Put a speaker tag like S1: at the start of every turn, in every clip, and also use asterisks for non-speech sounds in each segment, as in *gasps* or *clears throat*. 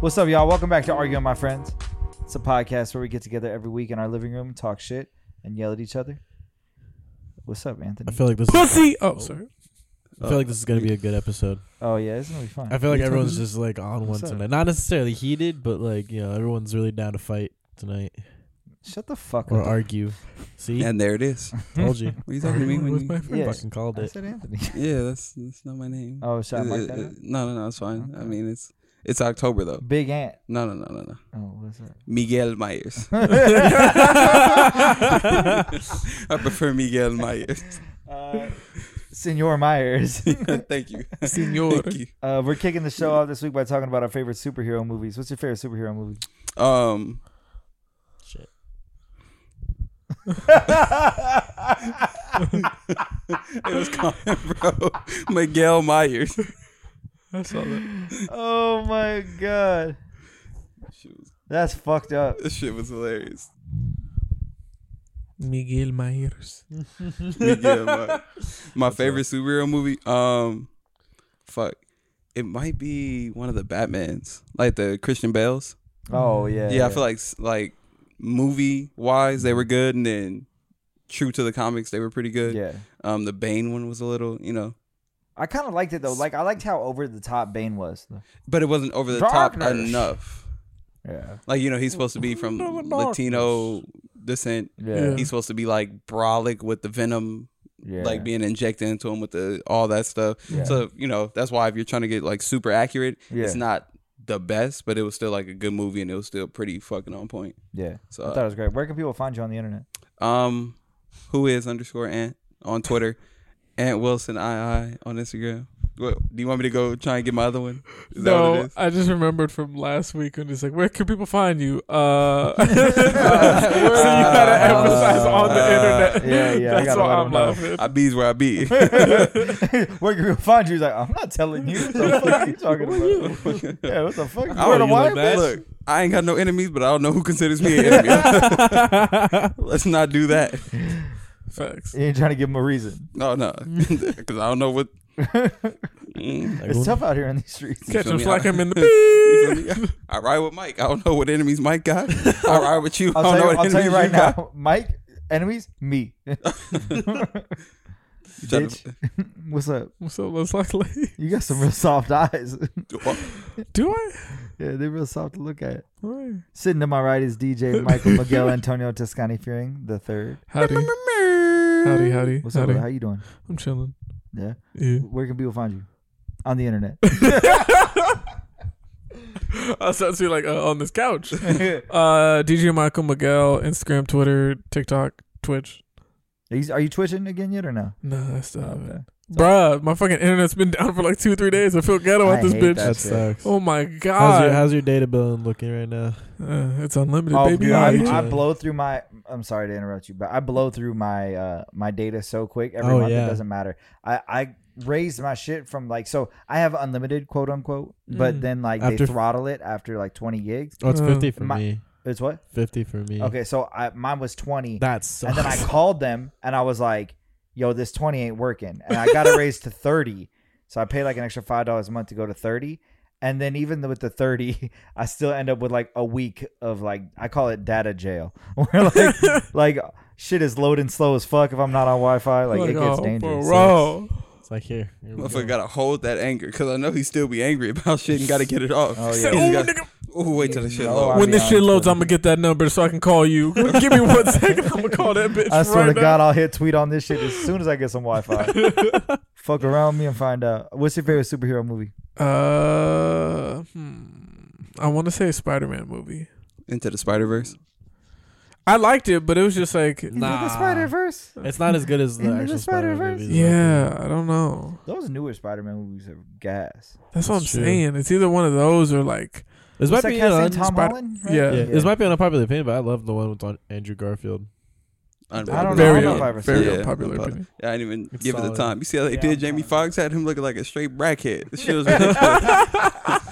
S1: What's up, y'all? Welcome back to Arguing My Friends. It's a podcast where we get together every week in our living room and talk shit and yell at each other. What's up,
S2: I
S1: Anthony?
S2: feel like this. Is,
S3: Pussy. Oh, sorry.
S2: I feel like this is gonna be a good episode.
S1: Oh yeah, it's gonna be fun.
S2: I feel like
S3: You
S2: everyone's
S3: talking?
S2: just like on one
S1: What's up?
S2: tonight. Not necessarily heated, but like you know, everyone's really down to fight tonight
S1: Shut the fuck
S2: or
S1: up.
S2: argue. See, *laughs*
S4: And there it is.
S2: told you.
S4: What are you talking to me when
S3: With my
S4: you?
S3: friend.
S1: Yeah.
S2: Fucking called
S1: I *laughs*
S2: it.
S1: said Anthony.
S4: Yeah, that's that's not my name.
S1: Oh, should I
S4: Uh,
S1: mark that?
S4: uh,
S1: up?
S4: No, no, no, it's fine. I
S1: Okay.
S4: mean, it's it's October
S2: Uh,
S4: though.
S1: Big Ant.
S4: No, no, no, no, no.
S1: Oh, what's up?
S4: Miguel Myers.
S2: *laughs*
S4: I prefer Miguel Myers.
S1: *laughs*
S4: *laughs*
S1: Uh, Senor Myers. *laughs*
S4: Thank you,
S3: Senor.
S4: Thank you.
S1: Uh, we're kicking the show off this week by talking about our favorite superhero movies. What's your favorite superhero
S2: *laughs*
S1: movie?
S4: Um,
S2: Shit.
S4: it was coming, *laughs* bro. Miguel Myers.
S3: I saw that.
S1: oh my god,
S4: Shit was,
S1: that's fucked up.
S4: this shit was hilarious.
S2: *laughs*
S3: Miguel Myers.
S4: Miguel Myers. My favorite superhero movie. Um, fuck. It might be one of the Batmans, like the Christian Bales.
S1: Oh yeah.
S4: yeah, I feel like s- like movie wise they were good, and then true to the comics they were pretty good.
S1: yeah.
S4: Um, the Bane one was a little, you know,
S1: I kind of liked it though. Like I liked how over the top Bane was.
S4: but it wasn't over the top
S1: Darkness.
S4: enough.
S1: Yeah.
S4: Like you know, he's supposed to be from
S2: Over the
S4: Latino descent.
S1: Yeah.
S3: Yeah.
S4: He's supposed to be like brolic with the venom,
S1: Yeah.
S4: like being injected into him with the all that stuff.
S1: Yeah.
S4: So you know that's why if you're trying to get like super accurate,
S1: Yeah.
S4: it's not the best, but it was still like a good movie, and it was still pretty fucking on point.
S1: yeah.
S4: So
S1: I thought it was great. Where can people find you on the
S3: *laughs*
S1: internet?
S4: Um, who is underscore Ant on Twitter? Ant Wilson II on Instagram. What, do you want me to go try and get my other one? Is that what it
S3: No,
S4: is?
S3: I just remembered from last week when he's like, "Where can people find you?" Uh, so *laughs* you
S1: *laughs*
S3: gotta
S4: Uh,
S3: emphasize on the
S4: uh,
S3: internet.
S1: yeah, yeah, I
S3: That's
S1: gotta
S3: why
S1: let
S3: I'm
S1: him know.
S3: laughing.
S4: I be's where I
S3: *laughs*
S4: be.
S1: *laughs* Where can we find you? He's like, I'm not telling you. What
S3: *laughs*
S1: the fuck are you talking about? *laughs* Yeah, what the fuck? You
S4: I
S1: wearing a
S4: don't
S1: wire
S4: like
S1: mesh?
S4: that. Look, I ain't got no enemies, but I don't know who considers me an
S3: *laughs*
S4: enemy. Let's not do that.
S3: Facts.
S1: You ain't trying to give him a reason. *laughs*
S4: No, *laughs* no, because I don't know what. Mm,
S2: Like,
S1: It's tough out here on these streets.
S3: Catch
S4: feel
S3: him,
S4: me?
S3: slack him in
S4: *laughs*
S3: the
S4: you
S3: beep.
S4: feel me? I ride with Mike. I don't know what enemies Mike got. I ride with you. I
S1: I'll
S4: don't know
S1: tell you,
S4: what
S1: I'll tell
S4: enemies
S1: you right
S4: got.
S1: now, *laughs* Mike, enemies, me. *laughs*
S4: Trying
S1: Bitch,
S4: to-
S1: *laughs* what's up?
S3: So most likely,
S1: You got some real soft *laughs* eyes.
S3: do I?
S1: yeah, they're real soft to look at.
S3: Why?
S1: Sitting to my right is
S3: *laughs*
S1: DJ Michael Miguel Antonio Toscani Fearing the third.
S3: Howdy, howdy, howdy,
S1: What's up?
S3: howdy.
S1: brother? How you doing?
S3: I'm chilling.
S1: Yeah.
S3: Yeah.
S1: Where can people find you? On the internet.
S3: *laughs* I was about to be like uh, on this couch. *laughs* Uh, DJ Michael Miguel, Instagram, Twitter, TikTok, Twitch.
S1: Are you, are you twitching again yet or no?
S3: Nah, stop
S1: Okay.
S3: it. Bruh, my fucking internet's been down for like two, three days. I feel ghetto
S1: I
S3: at this
S1: hate
S3: bitch.
S1: that.
S2: that sucks.
S3: Oh my
S2: How's your,
S3: god.
S2: how's your data bill looking right now?
S3: Uh, it's unlimited,
S1: Oh,
S3: baby.
S1: dude, I, I
S2: Yeah.
S1: blow through my. I'm sorry to interrupt you, but I blow through my uh my data so quick every
S2: Oh,
S1: month.
S2: yeah.
S1: It doesn't matter. I I raised my shit from like so I have unlimited quote unquote, but
S3: Mm.
S1: then like they
S2: After-
S1: throttle it after like 20 gigs.
S2: Oh, it's
S3: Uh,
S2: fifty for
S1: my-
S2: me.
S1: It's what?
S2: Fifty for me.
S1: Okay, so I mine was 20,
S2: That
S1: *laughs*
S2: sucks.
S1: and then I called them and I was like, "Yo, this 20 ain't working," and I got it raised to 30. So I paid like an extra five dollars a month to go to 30. And then even with the 30, *laughs* I still end up with like a week of like I call it data jail, *laughs* where like
S3: *laughs*
S1: like shit is loading slow as fuck if I'm not on Wi-Fi. *laughs* Like, it gets
S3: oh,
S1: dangerous. Oh,
S3: Bro.
S2: it's like here. here we go.
S4: Motherfucker gotta hold that anger because I know he still be angry *laughs* about shit and gotta get it off.
S3: *laughs*
S1: Oh, yeah.
S3: Say,
S4: He's
S3: "Ooh,
S4: got-
S3: nigga,
S4: *laughs* Ooh, wait till the shit
S1: No,
S4: low.
S1: I
S3: when this
S1: mean,
S3: shit
S1: I'm
S3: loads,
S1: sure.
S3: I'm gonna get that number so I can call you. *laughs* Give me one second. I'm gonna call that bitch
S1: I
S3: right
S1: swear to
S3: now.
S1: God, I'll hit tweet on this shit as soon as I get some Wi-Fi.
S3: *laughs*
S1: fuck around me and find out. What's your favorite superhero movie?
S3: Uh, hmm. I want to say Spider-Man movie.
S4: Into the Spider Verse.
S3: I liked it, but it was just like,
S2: Nah.
S1: The Spider Verse.
S2: It's not as good as the
S1: Into the
S2: actual Spider
S1: Spider-Verse?
S2: Verse.
S3: yeah, I don't know.
S1: Those newer Spider-Man movies are gas.
S3: That's what I'm
S2: It's true.
S3: saying. It's either one of those or like,
S2: This
S1: What's that
S2: might be
S1: cat's name?
S2: an
S1: Tom
S3: Spider-
S1: Holland.
S3: Yeah.
S2: Yeah, this might be an unpopular opinion, but I love the one with on Andrew Garfield.
S1: I don't know. I
S3: very,
S1: don't know if
S3: un-
S1: I've ever seen
S3: very
S1: it.
S3: unpopular
S4: unpopular.
S3: opinion.
S4: Yeah, I didn't even
S2: It's
S4: give it
S2: solid.
S4: the time. You see how they
S1: Yeah, I'm
S4: did? Jamie
S1: fine.
S4: Foxx had him looking like a straight brackhead.
S1: *laughs*
S4: The shit was *laughs* ridiculous.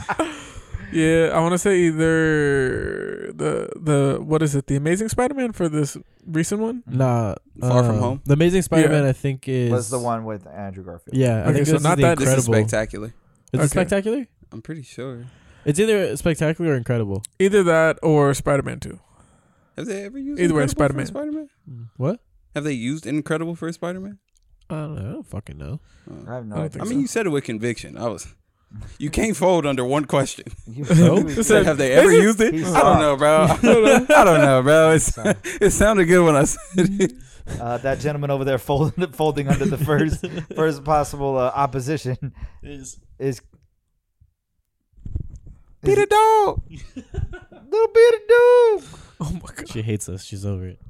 S3: Yeah, I want to say either the the what is it? The Amazing Spider-Man for this recent one.
S2: Nah,
S4: Far From
S2: um,
S4: Home?
S2: The Amazing Spider-Man, I think is
S1: Mm-hmm. Was the one with Andrew Garfield.
S2: Yeah, I
S3: Okay,
S2: think
S3: so
S2: this
S3: not
S2: is the
S3: that-
S4: this is
S2: incredible. Is,
S4: spectacular.
S2: it
S3: Okay.
S2: spectacular?
S4: I'm pretty sure.
S2: It's either spectacular or incredible.
S3: Either that or Spider Man 2.
S4: Have they ever used
S3: Either
S4: Incredible
S3: way,
S4: for a
S3: Spider-Man.
S4: Spider-Man?
S1: Hmm.
S2: What?
S4: Have they used Incredible for a Spider-Man? Oh.
S2: I don't know. I don't fucking know.
S1: I have no
S4: *laughs*
S3: I don't
S1: idea.
S4: I
S3: think
S4: mean, you said it with conviction. I was. You can't fold under one question.
S1: You-
S2: Nope.
S1: you-
S4: It's like, have they ever used it?
S1: He's
S4: I don't know,
S1: *laughs*
S4: bro. I don't know, bro. It's,
S1: Sorry.
S4: *laughs* it sounded good when I said it.
S1: uh, that gentleman over there folding *laughs* folding under the first first possible uh, opposition is
S4: Peter Dog.
S1: little bit of doom.
S3: Oh my god.
S2: She hates us. She's over it.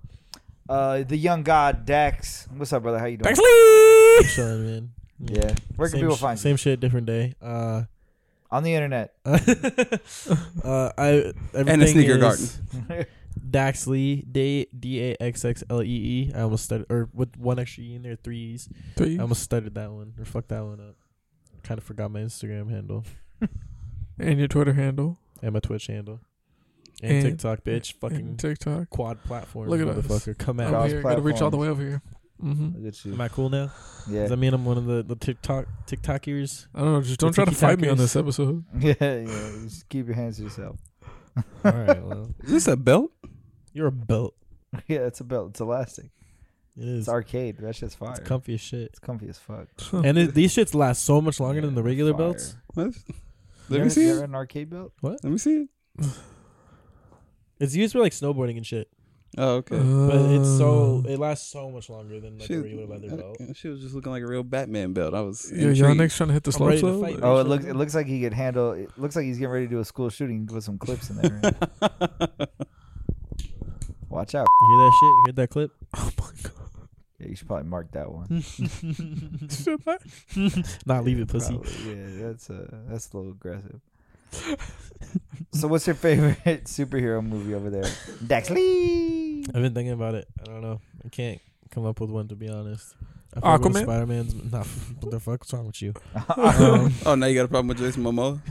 S1: Uh, the young god Dax. What's up, brother? How you doing?
S3: Bexley!
S2: Chilling, man.
S1: Yeah. Where can
S2: Same
S1: people
S2: sh-
S1: find you?
S2: Same shit, different day. Uh, *laughs*
S1: On the internet. *laughs*
S2: uh, I everything
S4: sneaker
S2: is
S4: garden.
S2: Daxley, D D A X X L E E. I almost started, or with one extra E in there, three E's.
S3: Three.
S2: I almost started that one, or fucked that one up. Kind of forgot my Instagram handle
S3: And your Twitter handle.
S2: and my Twitch handle and,
S3: And-
S2: TikTok, bitch. Fucking
S3: And TikTok.
S2: quad platform.
S3: Look at us.
S2: motherfucker. Come
S3: Over
S2: at
S1: Cross
S2: me.
S3: here. Gotta reach all the
S1: platforms.
S3: way over here. Mm-hmm.
S1: Look at
S2: Am
S1: you.
S2: I cool now?
S1: Yeah.
S2: Does that mean I'm one of the, the TikTok
S3: *laughs*
S2: TikTokers?
S3: I don't know. Just don't try to
S2: Tiki
S3: fight me on
S2: Takis.
S3: this episode.
S1: *laughs* yeah, yeah. Just keep your hands to yourself.
S2: All right, well,
S4: Is this a belt?
S2: you're a belt.
S1: *laughs* Yeah, it's a belt. It's elastic.
S2: It is.
S1: It's arcade. That shit's fire.
S2: It's comfy as shit.
S1: It's comfy as fuck.
S3: Oh.
S2: and it, these shits last so much longer
S1: Yeah,
S2: than the regular
S1: fire.
S2: belts.
S4: Let
S1: You
S4: let
S1: ever-
S4: me see
S1: you ever
S4: it.
S1: an arcade belt?
S4: Let me see it.
S2: It's used for like snowboarding and shit,
S4: Oh, okay.
S1: Uh-huh.
S2: but it's
S3: Uh.
S2: so it lasts so much longer than like a regular leather
S4: uh,
S2: belt.
S4: she was just looking like a real Batman belt. I was.
S3: Yeah,
S4: intrigued.
S3: Yannick's trying to hit the
S2: I'm
S3: slow
S2: ready to
S3: slow.
S2: fight.
S1: Oh, it
S2: Sure.
S1: looks it looks like he could handle. It looks like he's getting ready to do a school shooting. You can Put some clips in there. right?
S4: *laughs*
S1: Watch out.
S2: You hear that shit? You hear that clip?
S3: Oh my
S1: Yeah, you should probably mark that one.
S3: god.
S2: Not leave it, pussy.
S1: Probably. Yeah, that's uh, that's a little aggressive.
S2: *laughs*
S1: so, what's your favorite *laughs* superhero movie over there, Dax Lee?
S2: I've been thinking about it. I don't know. I can't come up with one to be honest. I
S3: Aquaman?
S2: Spider Man's not. *laughs* What the fuck? What's wrong with you?
S3: Um,
S4: *laughs* Oh, now you got a problem with Jason
S2: *laughs*
S4: Momoa?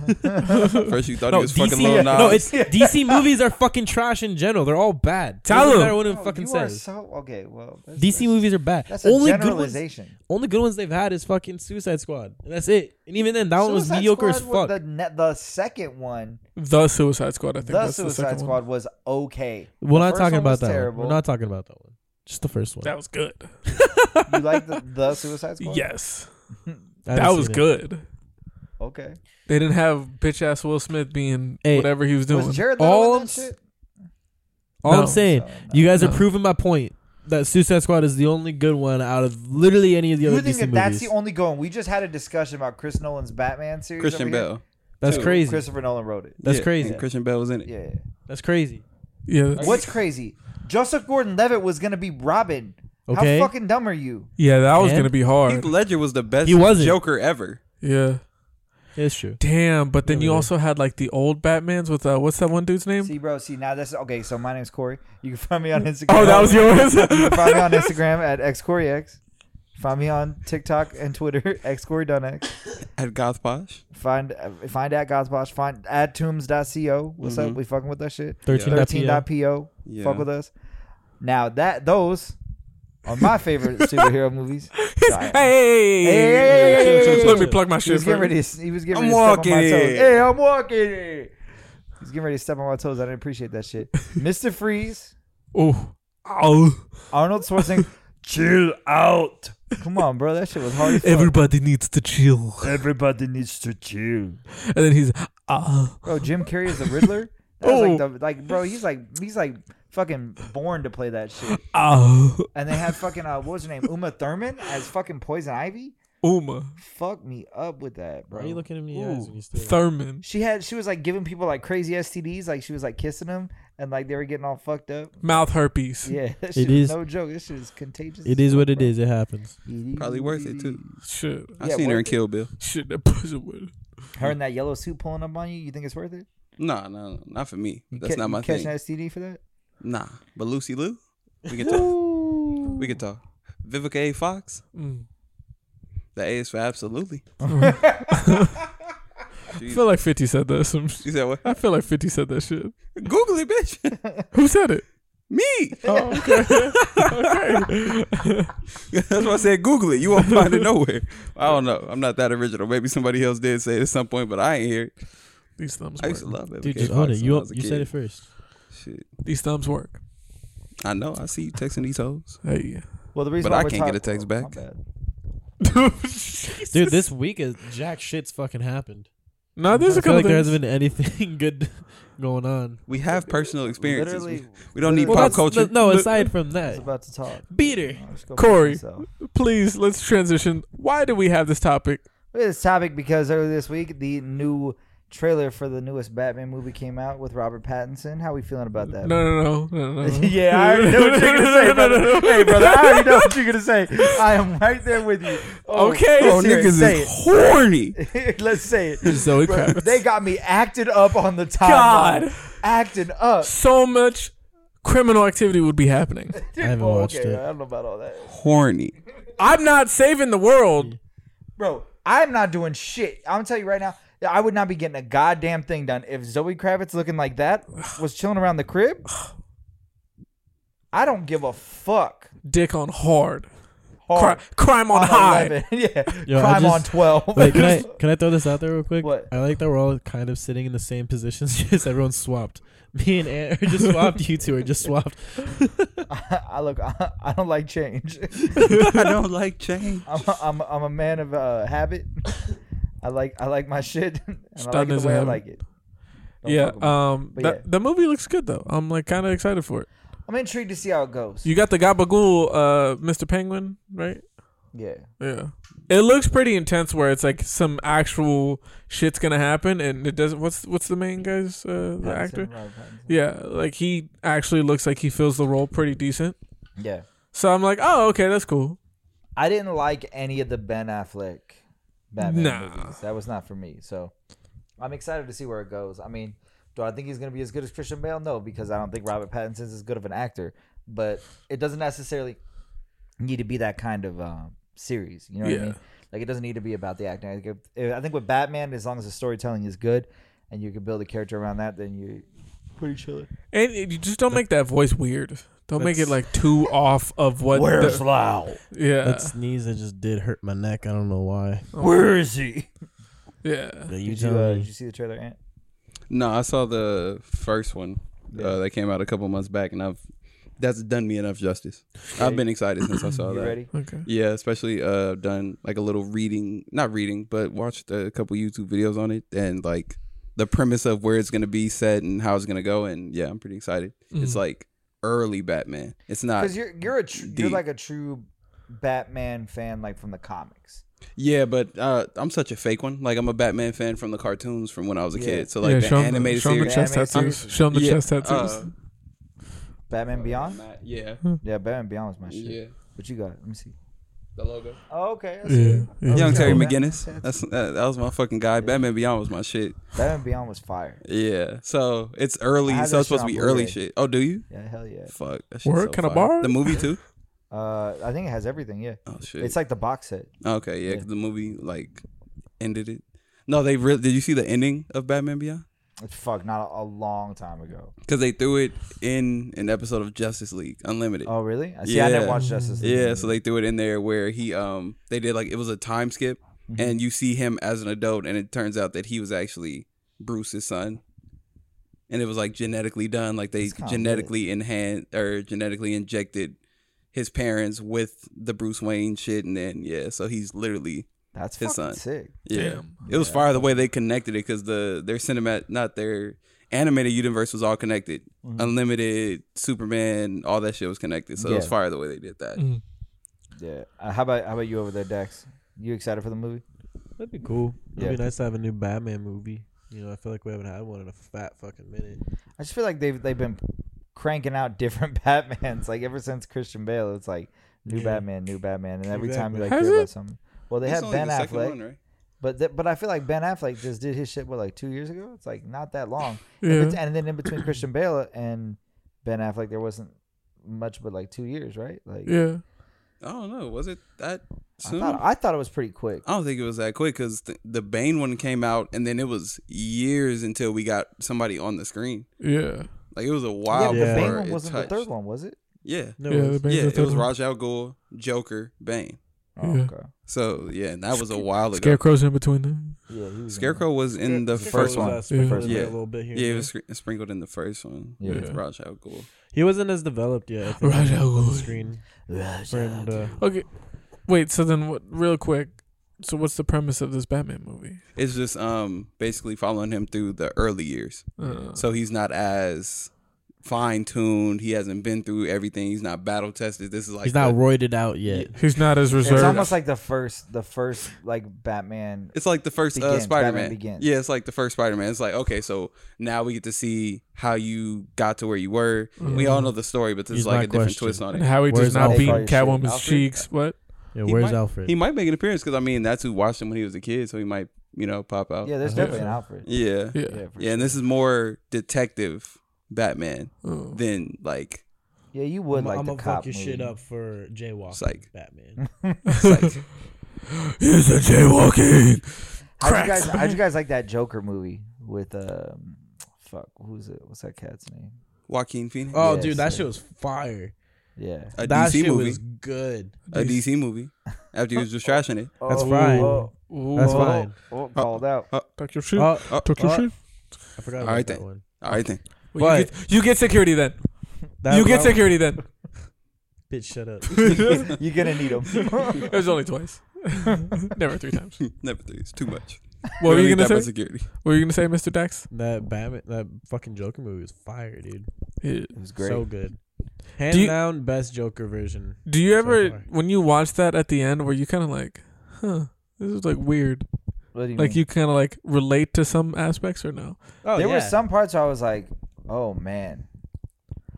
S4: First you thought he was fucking
S2: yeah,
S4: Lil Nas.
S2: no, it's DC movies are fucking trash in general. They're all bad.
S3: Tell
S2: Doesn't
S3: him.
S2: matter what it
S1: Oh,
S2: fucking
S1: you are
S2: says.
S1: so okay. Well, that's,
S2: DC
S1: that's,
S2: movies are bad.
S1: That's a
S2: only good ones.
S1: generalization.
S2: Only good ones they've had is fucking Suicide Squad, and that's it. And even then, that one was
S1: Suicide
S2: mediocre as
S1: Squad was
S2: fuck.
S1: The, ne- the second one,
S3: the Suicide Squad. I think
S1: the
S3: that's the
S1: Suicide
S3: second
S1: Squad,
S3: one.
S1: was okay.
S2: We're not
S1: first
S2: talking
S1: one was
S2: about that. one.
S1: terrible.
S2: We're not talking about that one. Just the first one.
S3: That was good.
S1: You like the, the Suicide Squad?
S3: Yes,
S2: I haven't
S3: that was
S2: seen it.
S3: good.
S1: Okay.
S3: They didn't have bitch ass Will Smith being
S2: Hey,
S3: whatever he was doing.
S1: Was Jared Leto
S2: all
S1: in
S2: I'm
S1: that
S2: s-
S1: shit?
S2: All
S3: No.
S2: I'm saying,
S1: So, no.
S2: you guys are
S3: No.
S2: proving my point that Suicide Squad is the only good one out of literally any of the
S1: You
S2: other
S1: think
S2: DC
S1: that
S2: movies.
S1: that's the only going? We just had a discussion about Chris Nolan's Batman series.
S4: Christian
S1: over here.
S4: Bale.
S2: That's
S4: Dude,
S2: crazy.
S1: Christopher Nolan wrote it.
S2: That's
S4: Yeah,
S2: crazy.
S4: and Christian Bale was in it.
S1: Yeah.
S2: That's crazy.
S3: yeah, that's-
S1: What's crazy? Joseph Gordon-Levitt was gonna be Robin.
S2: Okay.
S1: How fucking dumb are you?
S3: yeah, that was
S2: And-
S3: gonna be
S4: Heath
S3: hard.
S4: Ledger was the best
S2: He wasn't.
S4: Joker ever.
S3: Yeah,
S2: It's true.
S3: damn. But then
S2: Yeah,
S3: you
S2: we did.
S3: also had like the old Batman's with uh, what's that one dude's name?
S1: See, bro. See, now that's okay. So my name's Corey. You can find
S2: *laughs*
S1: me on Instagram.
S3: oh, that was yours.
S1: You can find me on Instagram at xcoreyx. Find me on TikTok and Twitter *laughs* xcoreydonex.
S4: At Goth Posh.
S1: Find uh, find at Godsbosh. Find at tombs.co. What's up?
S4: Mhm.
S1: We fucking with that shit.
S2: 13.
S1: Thirteen
S2: Yeah.
S1: dot po.
S4: Yeah.
S1: Fuck with us. Now that those are my favorite superhero movies. Sorry.
S3: hey,
S1: Hey.
S3: Chill, chill, chill. let me plug my
S1: He
S3: shit.
S1: was getting
S3: first.
S1: ready. To, he was getting
S4: I'm
S1: ready to step on my
S4: walking.
S1: toes. Hey, I'm walking. He's getting ready to step on my toes. I didn't appreciate that shit. Mister Freeze,
S3: Oh, oh,
S1: Arnold Schwarzenegger.
S3: chill out.
S1: Come on, bro. That shit was hard. As fuck.
S3: Everybody needs to chill.
S1: Everybody needs to chill.
S3: And then he's ah.
S1: Bro, Jim Carrey is the Riddler. That's like
S2: Oh.
S1: the like, bro. He's like he's like fucking born to play that shit.
S3: Oh,
S1: And they had fucking uh, what was her name? Uma Thurman as fucking Poison Ivy.
S3: Uma
S1: Fuck me up with that, bro.
S2: Why are you looking at me in the eyes when you still
S3: Thurman
S1: She had she was like giving people like crazy STDs. Like she was like kissing them and like they were getting all fucked up. *laughs*
S3: mouth herpes.
S1: Yeah, that
S2: It
S1: shit was
S2: is-
S1: no joke. This shit is contagious.
S2: It is what it is. It happens.
S4: Probably worth it too.
S3: Shit,
S4: I
S1: Yeah,
S4: seen her in
S1: worth it.
S4: Kill Bill.
S3: shit, that pussy would.
S1: Her in that yellow suit pulling up on you. You think it's worth it?
S4: Nah, no, not for me.
S1: You
S4: That's
S1: ca-
S4: not
S1: you
S4: my
S1: catching
S4: thing.
S1: STD for that?
S4: Nah, but Lucy Liu,
S1: *laughs*
S4: we can talk. We can talk. Vivica A. Fox,
S3: Mm.
S4: the A is for absolutely.
S3: I feel like Fifty said that. Some. sh-
S4: You said what?
S3: I feel like Fifty said that shit.
S4: Google it, bitch. *laughs*
S3: Who said it?
S4: me.
S3: Oh, okay. okay.
S4: *laughs* That's why I said Google it. You won't find it nowhere. I don't know. I'm not that original. Maybe somebody else did say it at some point, but I ain't hear it.
S3: These thumbs
S4: I used to
S3: work.
S4: love it.
S2: Dude, just own it. You you said it first.
S4: Shit.
S3: These thumbs work.
S4: I know. I see you texting these hoes.
S3: Hey.
S1: Well, the reason
S4: But
S1: why
S4: I
S1: we're
S4: can't get
S1: talk-
S4: a text
S1: oh, my
S4: back.
S1: bad.
S2: Dude, this week is jack shit's fucking happened.
S3: No, there's
S2: I
S3: a
S2: feel
S3: couple
S2: like there
S3: things.
S2: hasn't been anything *laughs* good going on.
S4: We have personal experiences. We,
S1: Literally,
S4: we don't need
S1: Well,
S4: pop
S1: that's-
S4: culture.
S2: No,
S3: But-
S2: aside from
S1: I was
S2: that,
S1: about to talk.
S2: beater.
S1: I'll just go back to
S3: Corey.
S1: myself.
S3: Please, let's transition. Why do we have this topic?
S1: We had this topic because earlier this week the new trailer for the newest Batman movie came out with Robert Pattinson. How we feeling about that?
S3: No, no, no, no, no. no.
S1: *laughs* yeah, I already know what you're gonna say, brother. Hey, brother, I already know what you're gonna say. I am right there with you. Oh,
S3: Okay.
S1: let's hear it. say it.
S4: horny.
S1: let's say it. *laughs*
S3: Zoe
S1: Bro,
S3: Kravitz.
S1: they got me acted up on the top.
S3: God.
S1: acted up.
S3: so much criminal activity would be happening.
S2: I haven't
S1: Oh,
S2: watched
S1: okay,
S2: it.
S1: I don't know about all that,
S4: Horny.
S3: I'm not saving the world.
S1: bro. I'm not doing shit. I'm telling you right now. I would not be getting a goddamn thing done if Zoe Kravitz looking like that was chilling around the crib. I don't give a fuck.
S3: Dick on hard. Cri-
S1: Hard.
S3: crime on,
S1: on
S3: high.
S1: 11. *laughs* yeah.
S2: Yo, I
S1: Crime
S2: just-
S1: on 12.
S2: Wait, can I can I throw this out there real quick?
S1: What?
S2: I like that we're all kind of sitting in the same positions. *laughs* Just everyone's swapped. Me and Ant are *laughs* just swapped. You two are just swapped.
S1: *laughs* I look, I, I don't like change. *laughs*
S4: *laughs* I don't like change.
S1: I'm a, I'm a, I'm a man of uh, habit. *laughs* I like I like my shit. *laughs* And I like
S3: Stunned
S1: it
S3: as
S1: the
S3: a
S1: way I
S3: habit.
S1: like it. Don't
S3: Yeah.
S1: fuck with me.
S3: Um.
S1: But
S3: that,
S1: yeah.
S3: The movie looks good though. I'm like kind of excited for it.
S1: I'm intrigued to see how it goes.
S3: You got the Gabagool, uh, Mr. Penguin, right?
S1: yeah.
S3: Yeah. It looks pretty intense where it's like some actual shit's gonna happen and it doesn't. What's what's the main guy's uh, the
S1: Pattinson,
S3: actor?
S1: Robert Pattinson.
S3: Yeah, like he actually looks like he fills the role pretty decent.
S1: Yeah.
S3: So I'm like, oh, okay, that's cool.
S1: I didn't like any of the Ben Affleck Batman
S3: Nah.
S1: movies. That was not for me. So I'm excited to see where it goes. I mean, do I think he's going to be as good as Christian Bale? No, because I don't think Robert Pattinson's as good of an actor. But it doesn't necessarily need to be that kind of um, series. You know what
S3: Yeah.
S1: I mean? Like it doesn't need to be about the acting. I think, if, I think with Batman, as long as the storytelling is good and you can build a character around that, then you pretty chilling.
S3: And you just don't make that voice weird. Don't make it
S4: That's-
S3: like too off of what. the,
S1: Lau?
S3: yeah,
S2: That sneeze that just did hurt my neck. I don't know why.
S1: Where is he?
S3: yeah.
S2: But you
S1: Did you,
S2: tell
S1: uh,
S2: me.
S1: did you see the trailer, Ant?
S4: No, I saw the first one uh, that came out a couple months back, and I've that's done me enough justice. I've been excited since I
S1: *coughs*
S4: saw
S1: You
S4: that.
S1: ready?
S3: Okay.
S4: Yeah, especially uh, I've done like a little reading, not reading, but watched a couple YouTube videos on it, and like the premise of where it's gonna be set and how it's gonna go, and yeah, I'm pretty excited. It's
S1: Mm.
S3: Mhm.
S4: like early Batman. It's not.
S1: because you're you're a tr- you're
S4: deep.
S1: like a true Batman fan, like from the comics.
S4: Yeah, but uh, I'm such a fake one. Like I'm a Batman fan from the cartoons from when I was a
S1: Yeah.
S4: kid. So like
S3: yeah,
S4: the
S3: show 'em
S4: animated
S3: show 'em
S4: series.
S3: the chest
S1: Animated
S3: tattoos.
S1: series.
S3: Show 'em the
S4: Yeah,
S3: chest tattoos.
S4: uh,
S1: Batman Beyond.
S4: Matt, Yeah,
S1: Yeah, Batman Beyond was my shit.
S4: yeah,
S1: What you got? Let me see.
S4: the logo.
S1: Oh, okay. I see
S3: yeah.
S1: it.
S3: yeah.
S4: Young
S1: Okay.
S4: Terry
S1: Batman
S4: McGinnis.
S1: Beyond.
S4: That's that, that was my fucking guy. Batman Beyond was my shit.
S1: Batman Beyond was fire.
S4: Yeah. So it's early.
S1: I have
S4: So
S1: that
S4: it's supposed to
S1: shit
S4: be
S1: on Blu-ray.
S4: early shit. Oh, do you?
S1: Yeah, hell yeah.
S4: Fuck. That shit's so
S3: Word? Can I
S4: fire.
S3: borrow it?
S4: The movie too.
S1: Uh, I think it has everything. Yeah,
S4: Oh shit.
S1: it's like the box set.
S4: okay. Yeah.
S1: yeah.
S4: 'cause the movie like ended it. No, they really. Did you see the ending of Batman Beyond?
S1: It's fuck, not a, a long time ago.
S4: Because they threw it in an episode of Justice League Unlimited.
S1: Oh, really? I see. I
S4: Yeah.
S1: didn't watch Justice. League.
S4: Yeah, so they threw it in there where he um they did like it was a time skip
S1: Mm-hmm.
S4: and you see him as an adult and it turns out that he was actually Bruce's son. And it was like genetically done, like they
S1: That's kinda
S4: genetically enhanced or genetically injected his parents with the Bruce Wayne shit and then yeah, so he's literally
S1: that's
S4: his
S1: fucking
S4: son.
S1: sick.
S4: yeah.
S3: Damn.
S4: It was fire the way they connected it cuz the their cinemat not their animated universe was all connected.
S1: Mm-hmm.
S4: Unlimited, Superman, all that shit was connected. So it was
S1: Yeah.
S4: fire the way they did that.
S3: Mm.
S1: Yeah. Uh, how about how about you over there, Dex? You excited for the movie?
S2: That'd be cool. It'd
S1: Yeah.
S2: be nice to have a new Batman movie. You know, I feel like we haven't had one in a fat fucking minute.
S1: I just feel like they've they've been cranking out different *laughs* Batmans. Like ever since Christian Bale, it's like new
S2: Yeah.
S1: Batman, new Batman, and every time you like
S3: Has
S1: hear
S3: it?
S1: about something. Well, they
S4: It's
S1: had
S4: only
S1: Ben
S4: the second
S1: Affleck,
S4: one, right?
S1: but th- but I feel like Ben Affleck just did his shit what like two years ago. It's like not that
S3: *laughs*
S1: long,
S3: Yeah.
S1: and, then in
S3: *clears throat*
S1: between Christian Bale and Ben Affleck, there wasn't much but like two years, right? Like
S3: Yeah.
S4: I don't know. Was it that
S1: I,
S4: soon? I,
S1: thought, I thought it was pretty quick.
S4: don't think it was that quick because th- the Bane one came out, and then it was years until we got somebody on the screen.
S3: Yeah.
S4: Like it was a while
S1: yeah,
S2: Yeah.
S1: the Bane
S4: before
S1: one
S4: it
S1: wasn't
S4: touched.
S1: the third one, was it?
S4: Yeah,
S2: No,
S3: yeah.
S2: it's-
S3: the Bane's
S4: yeah.
S3: the
S4: It
S3: third
S4: was
S3: one.
S4: Ra's al Ghul, Joker, Bane.
S1: Oh,
S3: Yeah.
S1: okay.
S4: So yeah, and that was a while ago.
S3: Scarecrow's in between them.
S1: Yeah, he was in
S4: Scarecrow was in the first one.
S3: First
S4: one.
S2: yeah. A
S4: Yeah.
S2: little bit here.
S4: Yeah,
S2: and
S4: it
S2: there.
S4: was sc- sprinkled in the first one.
S1: Yeah.
S4: Yeah, with Ra's al Ghul.
S2: He wasn't as developed yet. I think,
S3: Right, I
S2: on the
S3: would.
S2: screen.
S1: there.
S2: For him
S3: uh,
S2: to-
S3: Okay, wait. So then, what? Real quick. So what's the premise of this Batman movie?
S4: It's just um basically following him through the early years,
S3: Uh,
S4: so he's not as fine tuned. He hasn't been through everything. He's not battle tested. This is like
S2: he's not
S4: the-
S2: roided out yet.
S3: he's not as reserved.
S1: It's almost like the first, the first like Batman.
S4: It's like the first uh,
S1: Begins, Batman
S4: Spider Man.
S1: Begins.
S4: Yeah, it's like the first Spider Man. It's like okay, so now we get to see how you got to where you were. We all know the story, but this
S2: He's
S4: is like
S2: my
S4: a different
S2: question.
S4: twist on
S3: and
S4: it.
S3: how he
S2: Where's
S3: does not
S1: Alfred?
S3: beat
S1: Probably should've
S3: Catwoman's
S1: Alfred.
S3: cheeks. What?
S2: Yeah,
S4: He
S2: where's
S4: might-
S2: Alfred?
S4: He might make an appearance because I mean that's who watched him when he was a kid, so he might you know pop out.
S1: Yeah, there's
S2: I hope
S1: definitely an
S2: so.
S1: Alfred.
S4: yeah, Oh, yeah.
S3: Yeah.
S1: for
S4: yeah
S1: sure.
S4: and this is more detective Batman
S3: Oh.
S4: than like
S1: yeah, you would like
S2: I'm
S1: the
S2: gonna
S1: cop
S2: fuck your shit
S1: movie.
S2: up for jaywalking,
S4: Psych.
S3: *laughs*
S2: Batman.
S4: Psych.
S3: Here's a jaywalking.
S4: *laughs*
S1: How'd you
S3: Crack.
S1: guys? How'd you
S2: *laughs*
S1: guys like that Joker movie with um, fuck, who's it? What's that cat's name?
S4: Joaquin Phoenix.
S2: Oh,
S1: Yes,
S2: dude, that
S1: sir.
S2: shit was fire.
S1: Yeah.
S4: a
S2: that
S4: DC
S2: shit
S4: movie.
S2: was good.
S3: *laughs*
S4: a DC movie. After he was just trashing it.
S2: That's fine. That's fine.
S1: Oh, called
S2: *laughs*
S1: out. *laughs*
S3: Tuck your shoe.
S2: Oh,
S3: Tuck your
S2: uh,
S3: shoe.
S2: I forgot
S4: All
S2: about
S4: right
S2: that
S4: then.
S2: one.
S4: All
S3: *laughs*
S4: right then.
S3: Well, you, get, you get security then.
S2: That,
S3: you get
S2: that
S3: security then.
S2: Bitch, shut up.
S1: You're gonna need him.
S3: It was only *laughs* twice. Never three times.
S4: *laughs* Never do it's too much.
S3: What were
S4: Really
S3: you
S4: that
S3: gonna
S4: much
S3: say?
S4: Security.
S3: What were you gonna say, Mr. Dax?
S2: that Batman, that fucking Joker movie was fire, dude.
S3: Yeah.
S1: It was great.
S2: So good. Hands
S3: you-
S2: down, best Joker version.
S3: Do you
S2: So
S3: ever,
S2: far.
S3: when you watch that at the end, were you kind of like, huh, this is like weird?
S1: What do you
S3: Like
S1: mean?
S3: you kind of like relate to some aspects or no?
S2: Oh,
S1: there were some parts where I was like, "Oh man."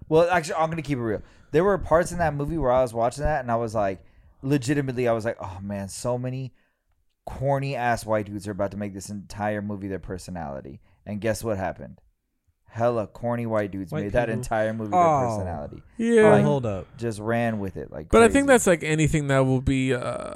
S1: Well, actually, I'm gonna keep it real. There were parts in that movie where I was watching that, and I was like, legitimately, I was like, "Oh man, so many corny ass white dudes are about to make this entire movie their personality." And guess what happened? Hella corny white dudes
S2: White
S1: made that
S2: people.
S1: entire movie their
S2: Oh.
S1: personality.
S3: Yeah.
S1: Like-
S2: hold up.
S1: Just ran with it, like.
S3: but I
S1: crazy.
S3: think that's like anything that will be, uh,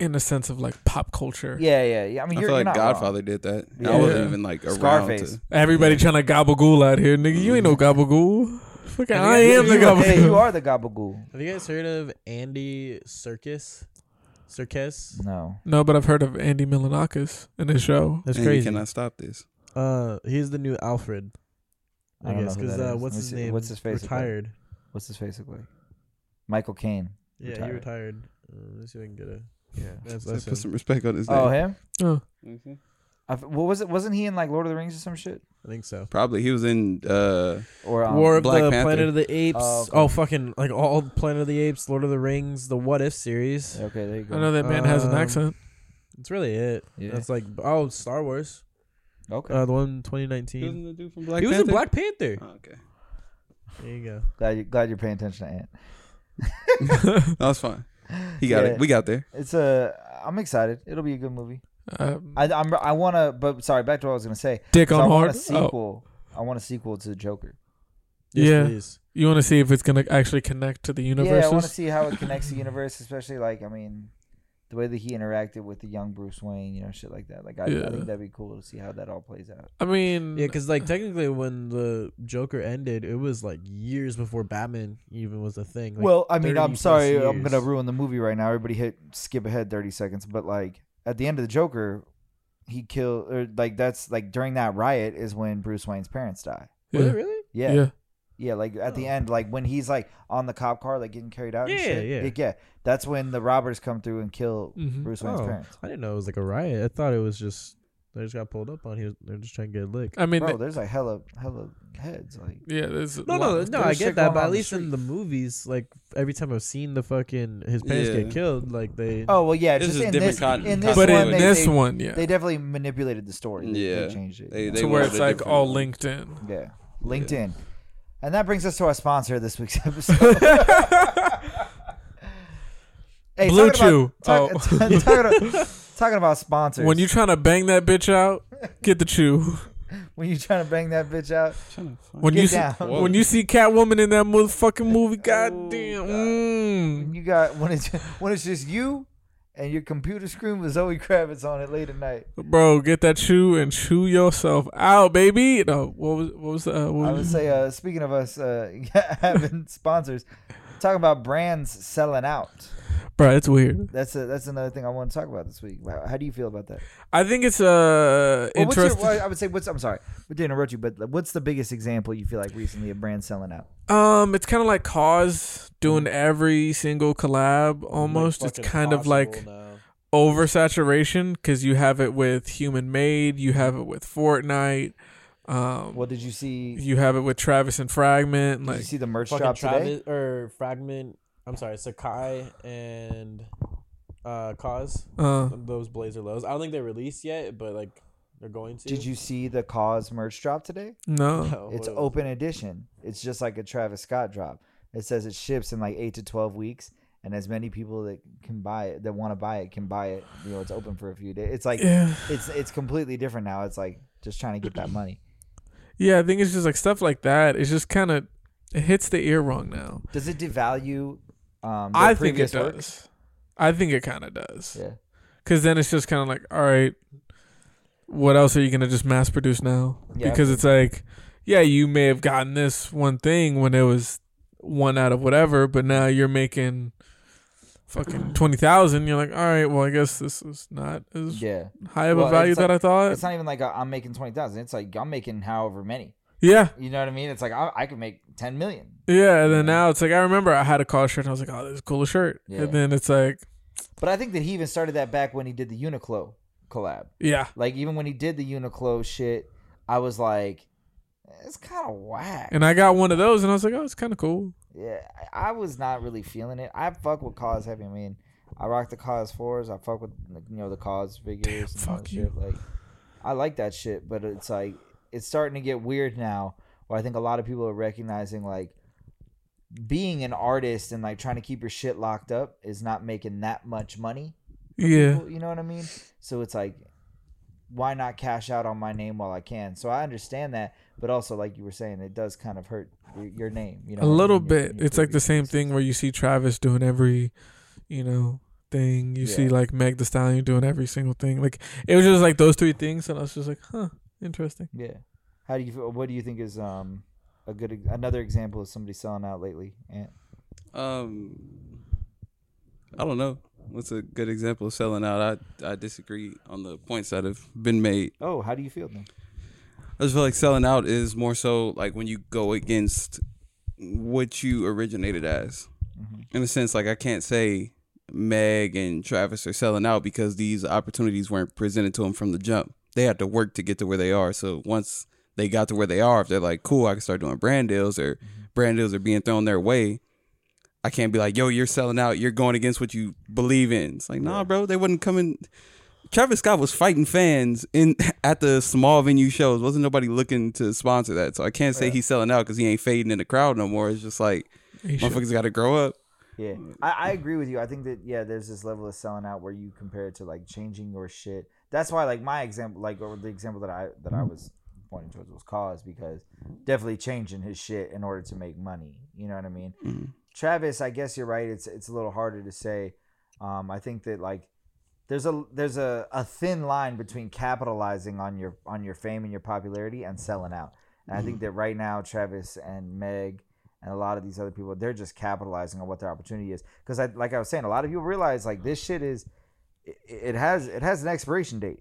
S3: in a sense of like pop culture.
S1: Yeah, yeah, yeah. I mean,
S4: I
S1: you're,
S4: feel
S1: you're
S4: like
S1: not wrong.
S4: Godfather did that.
S1: Yeah.
S4: I wasn't
S3: Yeah.
S4: even like around
S1: Scarface.
S4: to.
S3: Everybody trying to gobble ghoul out here, nigga. You ain't no gobble ghoul. Fucking, I
S1: You-
S3: am the
S1: you-
S3: gobble
S1: yeah, you
S3: ghoul.
S1: are the gabagool.
S2: Have you guys heard of Andy Circus? Circus?
S1: No.
S3: No, but I've heard of Andy Milanakis and his show.
S2: That's
S4: and you
S2: crazy.
S4: cannot stop this.
S2: Uh, he's the new Alfred. I,
S1: I don't know
S2: guess
S1: who
S2: because
S1: that
S2: uh,
S1: is.
S2: what's
S1: Let me
S2: his
S1: see.
S2: name?
S1: What's his face look like?
S2: Retired.
S1: What's his face look like? Michael Caine.
S2: Yeah, he
S1: Retired.
S2: retired. Uh, let's see if I can get a.
S1: Yeah.
S2: That's,
S4: Put
S2: that's him.
S4: some respect on his name. Mm-hmm.
S1: Oh, him?
S3: Oh.
S1: I f what was it? Wasn't he in like Lord of the Rings or some shit?
S2: I think so.
S4: Probably he was in. uh
S1: Or um,
S2: War of
S4: Black
S2: the
S4: Panther.
S2: Planet of the Apes.
S1: Oh,
S2: Oh,
S1: okay.
S2: fucking like all Planet of the Apes, Lord of the Rings, the What If series.
S1: Okay, there you go.
S3: I know that man has an
S2: Um,
S3: accent.
S2: That's really it.
S1: Yeah.
S2: That's like oh Star Wars,
S1: Okay,
S2: uh, the one in 2019.
S4: the dude from Black
S2: he was in Black Panther.
S4: Oh, okay,
S2: There you go.
S1: glad you glad you're paying attention to Ant.
S4: that was fine. He got
S1: Yeah.
S4: it. We got there.
S1: It's a. I'm excited. It'll be a good movie.
S3: Um,
S1: I I'm, I want to. But sorry, back to what I was gonna say.
S3: Dick
S1: So I
S3: on Oh,
S1: want
S3: hard.
S1: a
S2: Oh.
S1: sequel. I want a sequel to Joker.
S2: Yes,
S3: Yeah.
S2: please.
S3: Oh, you want to see if it's gonna actually connect to the
S1: Yeah, I want to
S3: universes?
S1: see how it connects to universe, especially like I mean, the way that he interacted with the young Bruce Wayne, you know, shit like that. Like I, I
S3: Yeah.
S1: think that'd be cool to see how that all plays out.
S3: I mean,
S2: Yeah, because like technically, when the Joker ended, it was like years before Batman even was a thing. Like,
S1: well, I mean,
S2: 30
S1: I'm
S2: plus
S1: sorry, I'm
S2: years.
S1: gonna ruin the movie right now. Everybody hit skip ahead 30 seconds, but like at the end of the Joker, he killed or like that's like during that riot is when Bruce Wayne's parents die.
S2: was
S3: yeah,
S2: it really?
S1: Yeah.
S3: yeah.
S1: Yeah. like at the
S2: Oh.
S1: end, like when he's like on the cop car, like getting carried out. and
S2: Yeah,
S1: shit.
S2: yeah.
S1: yeah. That's when the robbers come through and kill
S3: Mhm.
S1: Bruce Wayne's
S2: Oh.
S1: parents.
S2: I didn't know it was like a riot. I thought it was just they just got pulled up on. He was, they're just trying to get licked.
S3: I mean,
S1: Bro, there's like hella, hella heads. Like,
S3: yeah. There's a
S2: No,
S3: lot.
S2: no, no. I
S1: there's shit
S2: get that,
S1: going
S2: but
S1: on
S2: at
S1: in the
S2: least in the movies, like every time I've seen the fucking his parents
S4: Yeah.
S2: get killed, like they.
S1: oh well, yeah,
S4: This
S1: just
S4: is
S1: in
S4: different
S1: this,
S4: con-
S1: in this
S3: But
S1: one,
S3: in
S1: they,
S3: this
S1: they-
S3: one, yeah,
S1: they definitely manipulated the story. They-
S4: Yeah.
S1: they changed it.
S4: They-
S1: yeah.
S4: they
S3: to where
S4: wanted
S3: it's
S4: a
S3: like
S4: different
S3: all
S4: one.
S3: linked in.
S1: Yeah. LinkedIn. And that brings us to our sponsor of this week's *laughs* episode. hey, talking
S3: Blue
S1: about-
S3: Chew. Oh.
S1: talk- *laughs* talking, about, talking about sponsors.
S3: When you trying to bang that bitch out, get the chew.
S1: when you trying to bang that bitch out,
S3: When
S1: Get
S3: you
S1: down.
S3: see, when you see Catwoman in that motherfucking movie, goddamn. Mm.
S1: you got when it's when it's just you and your computer screen with Zoe Kravitz on it late at night.
S3: Bro, get that chew and chew yourself out, baby. No, what was what was uh,
S1: I
S3: what
S1: would
S3: was,
S1: say, uh, *laughs* speaking of us uh, having sponsors, talking about brands selling out.
S3: bro. It's weird.
S1: That's a, that's another thing I want to talk about this week. How, how do you feel about that?
S3: I think it's uh
S1: Well, what's your,
S3: interesting.
S1: well, I would say what's I'm sorry, but didn't interrupt you. But what's the biggest example you feel like recently of brands selling out?
S3: Um, it's kind of like Cause doing every single collab almost. it's kind of like oversaturation because you have it with Human Made, you have it with Fortnite, um,
S1: Well, did you see?
S3: you have it with Travis and Fragment.
S1: did you
S3: Like,
S1: see the merch
S2: fucking
S1: drop
S2: Travis
S1: today?
S2: or Fragment. I'm sorry, Sakai and uh Cause.
S3: uh,
S2: Those Blazer lows. I don't think they're released yet, but like they're going to. *laughs* Oh,
S1: Did you see the Cause merch drop today? *laughs*
S3: no,
S2: No,
S1: It's
S2: what-
S1: open edition. It's just like a Travis Scott drop. It says it ships in like eight to twelve weeks, and as many people that can buy it, that want to buy it, can buy it. You know, it's open for a few days. It's like
S3: yeah,
S1: it's it's completely different now. It's like just trying to get that money.
S3: yeah. I think it's just like stuff like that. It's just kind of it hits the ear wrong now.
S1: Does it devalue? Um, their
S3: I think it
S1: previous
S3: does.
S1: work?
S3: I think it kind of does.
S1: Yeah.
S3: Because then it's just kind of like, all right, what else are you going to just mass produce now?
S1: Yeah.
S3: Because it's like, yeah, you may have gotten this one thing when it was one out of whatever, but now you're making
S1: *clears throat*
S3: fucking 20,000. You're like, all right, well, I guess this is not as
S1: Yeah.
S3: high of
S1: Well,
S3: a value
S1: it's like-
S3: that I thought.
S1: It's not even like i I'm making twenty thousand. It's like I'm making however many.
S3: yeah.
S1: You know what I mean? It's like I, I could make ten million.
S3: Yeah. And then now it's like, I remember I had a call shirt and I was like, oh, this is a cool shirt.
S1: Yeah.
S3: And then it's like,
S1: But I think that he even started that back when he did the Uniqlo collab.
S3: yeah.
S1: Like even when he did the Uniqlo shit, I was like, it's kind of whack.
S3: And I got one of those and I was like, oh, it's kind of cool.
S1: yeah, I I was not really feeling it. I fuck with cause heavy. I mean, I rock the cause fours. I fuck with like, you know the cause figures. and all
S3: fuck
S1: that
S3: you.
S1: Shit. Like, I like that shit, but it's like it's starting to get weird now. Where I think a lot of people are recognizing like being an artist and like trying to keep your shit locked up is not making that much money.
S3: Yeah.
S1: Well, You know what I mean? So it's like, why not cash out on my name while I can? So I understand that, but also like you were saying, it does kind of hurt your, your name. You know,
S3: a little
S1: and your-
S3: bit.
S1: and your
S3: It's like the
S1: previous
S3: same
S1: success.
S3: thing where you see Travis doing every, you know, thing. You see
S1: Yeah.
S3: like Meg the Stallion doing every single thing. Like it was just like those three things, and I was just like, huh, interesting.
S1: Yeah. How do you? feel- What do you think is um a good ex- another example of somebody selling out lately? Ant?
S4: Um, I don't know. What's a good example of selling out? I I disagree on the points that have been made.
S1: Oh, how do you feel then?
S4: I just feel like selling out is more so like when you go against what you originated as.
S1: Mhm.
S4: In a sense, like I can't say Meg and Travis are selling out because these opportunities weren't presented to them from the jump. They had to work to get to where they are. So once they got to where they are, if they're like, cool, I can start doing brand deals or brand deals are being thrown their way, I can't be like, yo, you're selling out. You're going against what you believe in. It's like, nah, bro, they wouldn't come in. Travis Scott was fighting fans in *laughs* at the small venue shows. Wasn't nobody looking to sponsor that, so I can't say he's selling out because he ain't fading in the crowd no more. It's just like
S3: He should-
S4: motherfuckers got to grow up.
S1: Yeah, I, I agree with you. I think that yeah, there's this level of selling out where you compare it to like changing your shit. That's why like my example, like or the example that I that I was pointing towards was cause because definitely changing his shit in order to make money. You know what I mean?
S4: Mhm.
S1: Travis, I guess you're right. It's it's a little harder to say. Um, I think that like there's a there's a, a thin line between capitalizing on your on your fame and your popularity and selling out. And I think that right now Travis and Meg and a lot of these other people they're just capitalizing on what their opportunity is because I like I was saying a lot of people realize like this shit is it, it has it has an expiration date.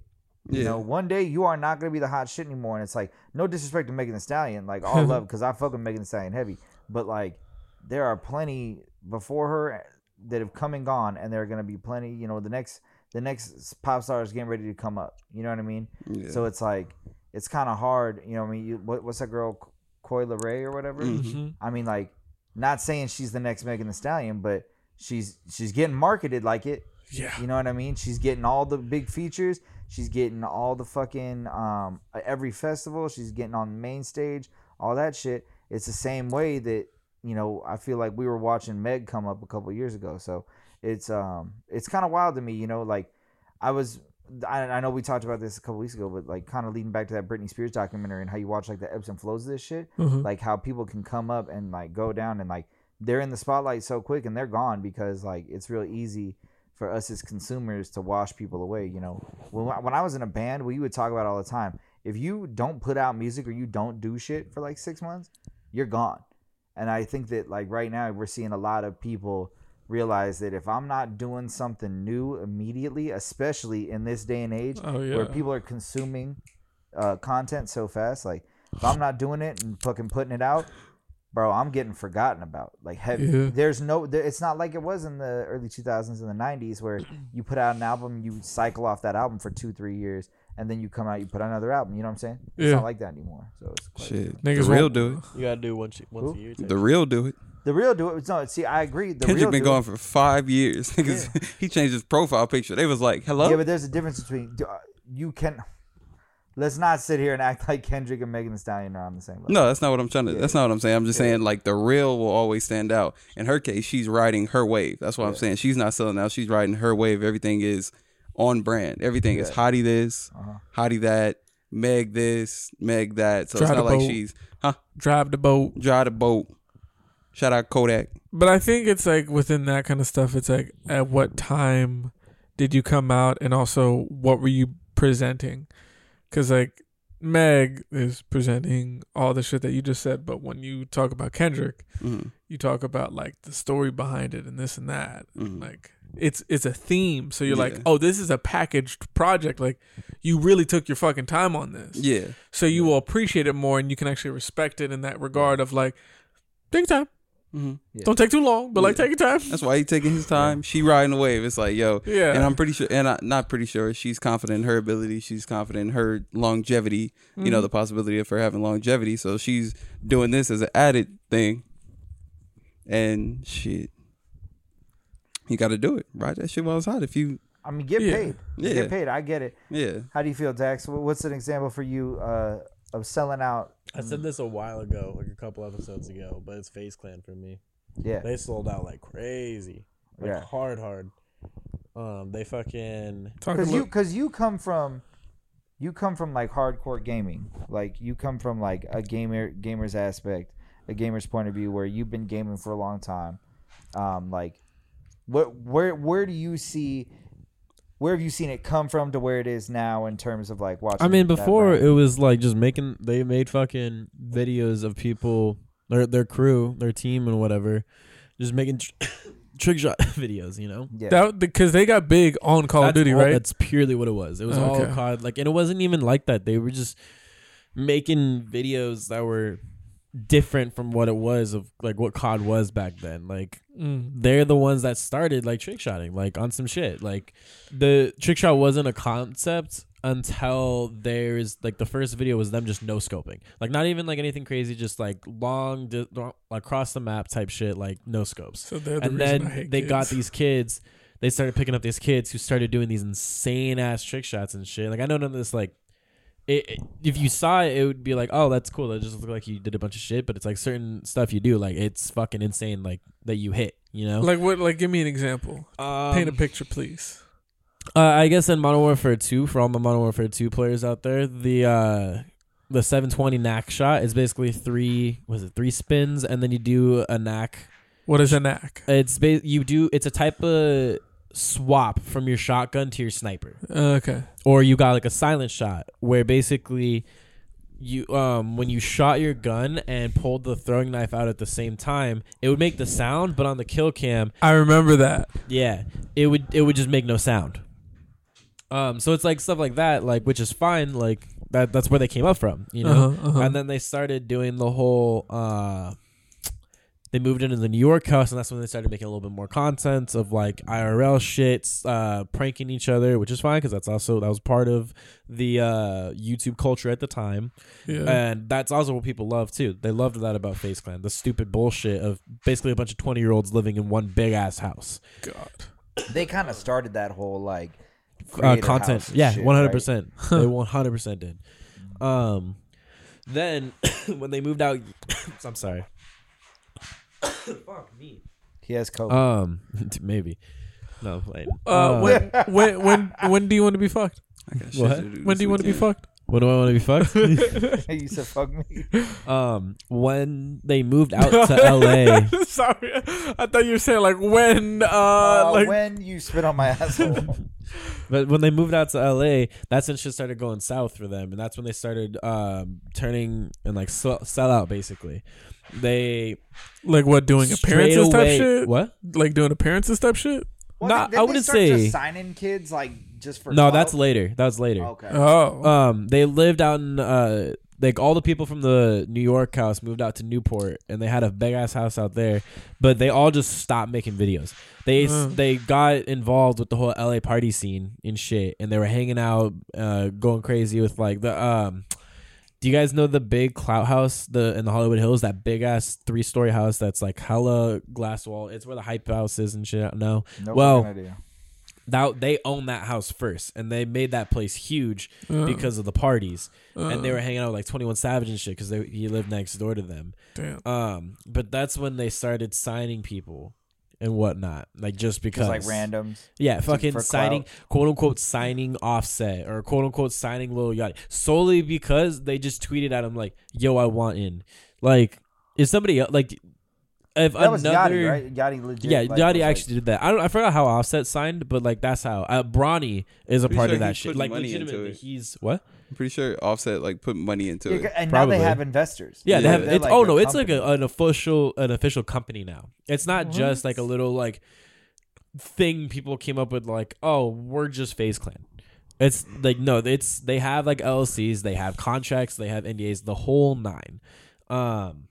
S1: You
S4: Yeah.
S1: know, one day you are not gonna be the hot shit anymore, and it's like no disrespect to Megan Thee Stallion, like all
S4: *laughs*
S1: love because I fucking Megan Thee Stallion heavy, but like there are plenty before her eh, that have come and gone, and there are gonna be plenty. You know, the next the next pop star is getting ready to come up. You know what I mean?
S4: Yeah.
S1: So it's like it's kind of hard. You know, what I mean, you, what, what's that girl, Koi Ray or whatever?
S4: Mm-hmm.
S3: Mhm.
S1: I mean, like, not saying she's the next Megan Thee Stallion, but she's she's getting marketed like it.
S3: Yeah.
S1: You know what I mean? She's getting all the big features. She's getting all the fucking um every festival. She's getting on the main stage. All that shit. It's the same way that you know. I feel like we were watching Meg come up a couple years ago. So it's um it's kind of wild to me. You know, like I was. I, I know we talked about this a couple weeks ago, but like kind of leading back to that Britney Spears documentary and how you watch like the ebbs and flows of this shit
S3: Mhm.
S1: like how people can come up and like go down and like they're in the spotlight so quick and they're gone because like it's real easy for us as consumers to wash people away you know when, I- when i was in a band we would talk about it all the time if you don't put out music or you don't do shit for like six months you're gone and i think that like right now we're seeing a lot of people realize that if I'm not doing something new immediately, especially in this day and age
S3: Oh yeah.
S1: where people are consuming uh, content so fast, like if I'm not doing it and fucking putting it out, bro, I'm getting forgotten about. Like, heavy.
S3: Yeah.
S1: there's no, there, it's not like it was in the early 2000s and the 90s
S4: *clears throat*
S1: where you put out an album, you cycle off that album for two, three years, and then you come out, you put out another album. You know what I'm saying? It's
S3: Yeah.
S1: not like that anymore. So it's quite
S4: Shit,
S3: Niggas
S4: the real
S3: won't-
S4: do
S2: You gotta do once once
S1: Who?
S2: a year.
S4: it.
S2: type
S4: The
S2: shit.
S4: real do it.
S1: The real do it. No, see, I agree. The real
S4: Kendrick been
S1: do it-
S4: gone for five years. *laughs* Niggas, he changed his profile picture. They was like, "Hello."
S1: Yeah, but there's a difference between do- uh, you can. Let's not sit here and act like Kendrick and Megan Thee Stallion are on the same level.
S4: no, that's not what I'm trying to. That's not what I'm saying. I'm just saying like the real will always stand out. In her case, she's riding her wave. That's what I'm saying. She's not selling out. She's riding her wave. Everything is on brand. Everything is hottie this, hottie that, Meg this, Meg that. So
S3: Drive
S4: it's
S3: the
S4: not like
S3: boat.
S4: she's huh
S3: drive the boat.
S4: dry the boat. Shout out Kodak.
S3: But I think it's like within that kind of stuff, it's like at what time did you come out and also what were you presenting? Because like Meg is presenting all the shit that you just said, but when you talk about Kendrick,
S4: Mhm.
S3: you talk about like the story behind it and this and that.
S4: Mhm.
S3: Like it's it's a theme. So you're like,
S4: Yeah.
S3: oh, this is a packaged project. Like you really took your fucking time on this.
S4: Yeah,
S3: So you will appreciate it more and you can actually respect it in that regard of like, take your time.
S4: hmm
S3: Don't take too long, but like
S4: Yeah.
S3: take your time.
S4: that's why he taking his time. She riding the wave. It's like yo,
S3: Yeah.
S4: and I'm pretty sure, and I, not pretty sure, she's confident in her ability. She's confident in her longevity. You
S3: Mm-hmm.
S4: know, the possibility of her having longevity. So she's doing this as an added thing. And shit, you got to do it. Ride that shit while it's hot. If you,
S1: I mean, get
S3: Yeah.
S1: paid.
S4: Yeah.
S1: Get paid. I get it.
S4: yeah,
S1: How do you feel, Dax? Wh- What's an example for you uh, of selling out?
S2: I said this a while ago, like a couple episodes ago, but it's Face Clan for me.
S1: Yeah.
S2: They sold out like crazy, like
S1: Yeah.
S2: hard, hard. Um, they fucking
S3: Talk
S1: Because
S3: about-
S1: you, cause you come from. You come from like hardcore gaming, like you come from like a gamer gamer's aspect, a gamer's point of view, where you've been gaming for a long time. Um, like, what where where do you see, where have you seen it come from to where it is now in terms of like watching?
S2: I mean,
S1: that
S2: before
S1: brand?
S2: it was like just making. They made fucking videos of people, their their crew, their team, and whatever, just making tr- *coughs* trick shot *laughs* videos. You know,
S1: yeah.
S3: that because they got big on Call of
S2: That's
S3: Duty,
S2: all-
S3: right?
S2: That's purely what it was. It was
S3: Oh,
S2: all
S3: okay.
S2: COD, like, and it wasn't even like that. They were just making videos that were different from what it was of like what COD was back then. Like
S3: Mm.
S2: they're the ones that started like trick shotting, like on some shit. Like the trick shot wasn't a concept until there's like the first video was them just no scoping, like not even like anything crazy, just like long di- long- across the map type shit, like no scopes.
S3: So they're the
S2: and
S3: reason
S2: then
S3: I hate
S2: they got
S3: kids.
S2: these kids. They started picking up these kids who started doing these insane ass trick shots and shit. Like I know none of this like. It, it- if you saw it, it would be like, oh, that's cool. That just looked like you did a bunch of shit, but it's like certain stuff you do, like it's fucking insane, like that you hit, you know.
S3: like what? Like give me an example.
S2: Um,
S3: Paint a picture, please.
S2: uh, I guess in Modern Warfare 2, for all my Modern Warfare 2 players out there, the uh, the 720 knack shot is basically three was it three spins, and then you do a knack.
S3: What is a knack?
S2: It's ba- you do it's a type of swap from your shotgun to your sniper,
S3: Uh, okay.
S2: or you got like a silent shot where basically you um when you shot your gun and pulled the throwing knife out at the same time, it would make the sound, but on the kill cam,
S3: I remember that.
S2: yeah, it would it would just make no sound. Um, so it's like stuff like that, like which is fine, like that that's where they came up from, you know.
S3: Uh-huh, uh-huh.
S2: And then they started doing the whole. uh They moved into the New York house, and that's when they started making a little bit more content of like IRL shits, uh, pranking each other, which is fine because that's also that was part of the uh YouTube culture at the time.
S3: Yeah.
S2: And that's also what people love too. They loved that about Face Clan, the stupid bullshit of basically a bunch of twenty year olds living in one big ass house.
S3: God.
S1: they kind of started that whole like
S2: uh,
S1: creative
S2: content.
S1: house and
S2: Yeah,
S1: shit,
S2: one hundred
S1: right?
S2: percent.
S3: *laughs*
S2: They one hundred percent did. Um, then *coughs* when they moved out, *coughs* I'm sorry. Fuck me.
S1: He has *laughs* COVID.
S2: Um, *laughs* maybe. No, Uh, wait.
S1: *laughs*
S3: Uh, when when when when do you want to be fucked?
S4: I got shit
S2: What?
S4: to do this
S3: When do you want to be
S4: weekend.
S3: fucked? *laughs*
S2: When do I want to be fucked?
S1: you said fuck me.
S2: um, when they moved out
S3: *laughs*
S2: to L.A.
S3: Sorry, I thought you were saying like when, uh,
S1: Uh,
S3: like
S1: when you spit on my *laughs* asshole.
S2: But when they moved out to LA, that's when shit started going south for them, and that's when they started um, turning and like sell, sell out basically. They
S3: like what doing
S2: straight
S3: appearances
S2: away,
S3: type shit,
S2: What?
S3: like doing appearances type shit.
S1: Well,
S2: Nah,
S1: didn't
S2: I
S1: they
S2: wouldn't
S1: start just
S2: say-
S1: signing kids like just for.
S2: No,
S1: clout?
S2: that's later. That was later.
S1: Okay.
S3: Oh,
S2: Um, they lived out in uh, like all the people from the New York house moved out to Newport, and they had a big ass house out there. But they all just stopped making videos. They
S3: Mm.
S2: they got involved with the whole LA party scene and shit, and they were hanging out, uh, going crazy with like the um. Do you guys know the big clout house the in the Hollywood Hills? That big ass three story house that's like hella glass wall. It's where the hype house is and shit. No,
S1: No
S2: well,
S1: fucking idea.
S2: that they owned that house first, and they made that place huge because of the parties,
S3: oh,
S2: and they were hanging out with like Twenty One Savage and shit because he lived next door to them.
S3: damn.
S2: Um, but that's when they started signing people and whatnot, like just because
S1: Just like randoms.
S2: yeah, fucking
S1: for clout.
S2: signing, quote unquote, signing Offset or quote unquote signing Lil Yachty solely because they just tweeted at him like, "Yo, I want in." Like, is somebody el- like if
S1: That was
S2: another
S1: Yachty, right? Yachty legit.
S2: yeah,
S1: like, was,
S2: Yachty
S1: like-
S2: actually did that. I don't. I forgot how Offset signed, but like that's how uh, Bronny is a
S4: Pretty
S2: part
S4: sure
S2: of that
S4: he
S2: shit.
S4: put
S2: Like
S4: money into
S2: legitimately,
S4: it.
S2: he's what?
S4: I'm pretty sure Offset like put money into
S1: Yeah,
S4: it.
S1: and now
S2: Probably.
S1: they have investors.
S2: Yeah, they
S4: Yeah.
S2: have.
S1: They're
S2: It's,
S1: like
S2: oh
S1: a
S2: no, it's like a,
S1: company.
S2: an official, an official company now. It's not just like a little like thing people came up with. Like, oh, we're just Phase Clan. It's like no, it's they have like LLCs, they have contracts, they have NDAs, the whole nine. Um,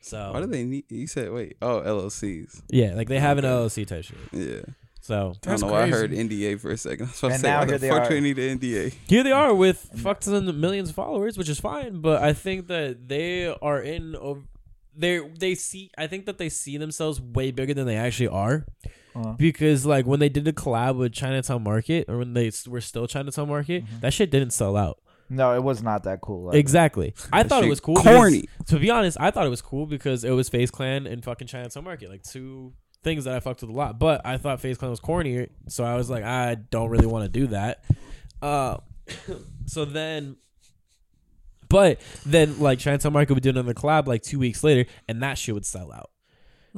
S2: so
S4: Why do they need? You said wait. Oh, LLCs.
S2: yeah, like they have an LLC type shit.
S4: Yeah.
S2: So
S3: That's
S4: I don't know.
S3: crazy.
S4: why I heard NDA for a second. *laughs* I was about to
S1: And
S4: say,
S1: now
S4: why
S1: here
S4: the
S1: they
S4: fuck
S1: are.
S4: do we need an NDA?
S2: Here they are with fuck tons of millions of followers, which is fine. But I think that they are in. ov- They they see. I think that they see themselves way bigger than they actually are,
S1: Uh-huh.
S2: because like when they did the collab with Chinatown Market, or when they s- were still Chinatown Market, that shit didn't sell out.
S1: No, it was not that cool. Like,
S2: Exactly. I thought it
S4: shit
S2: was cool. because-
S4: corny.
S2: to be honest, I thought it was cool because it was Face Clan and fucking Chinatown Market, like two things that I fucked with a lot. But I thought Face Clan was corny, so I was like, I don't really want to do that. Uh, *coughs* so then, but then like Chinatown Market would do another collab like two weeks later, and that shit would sell out.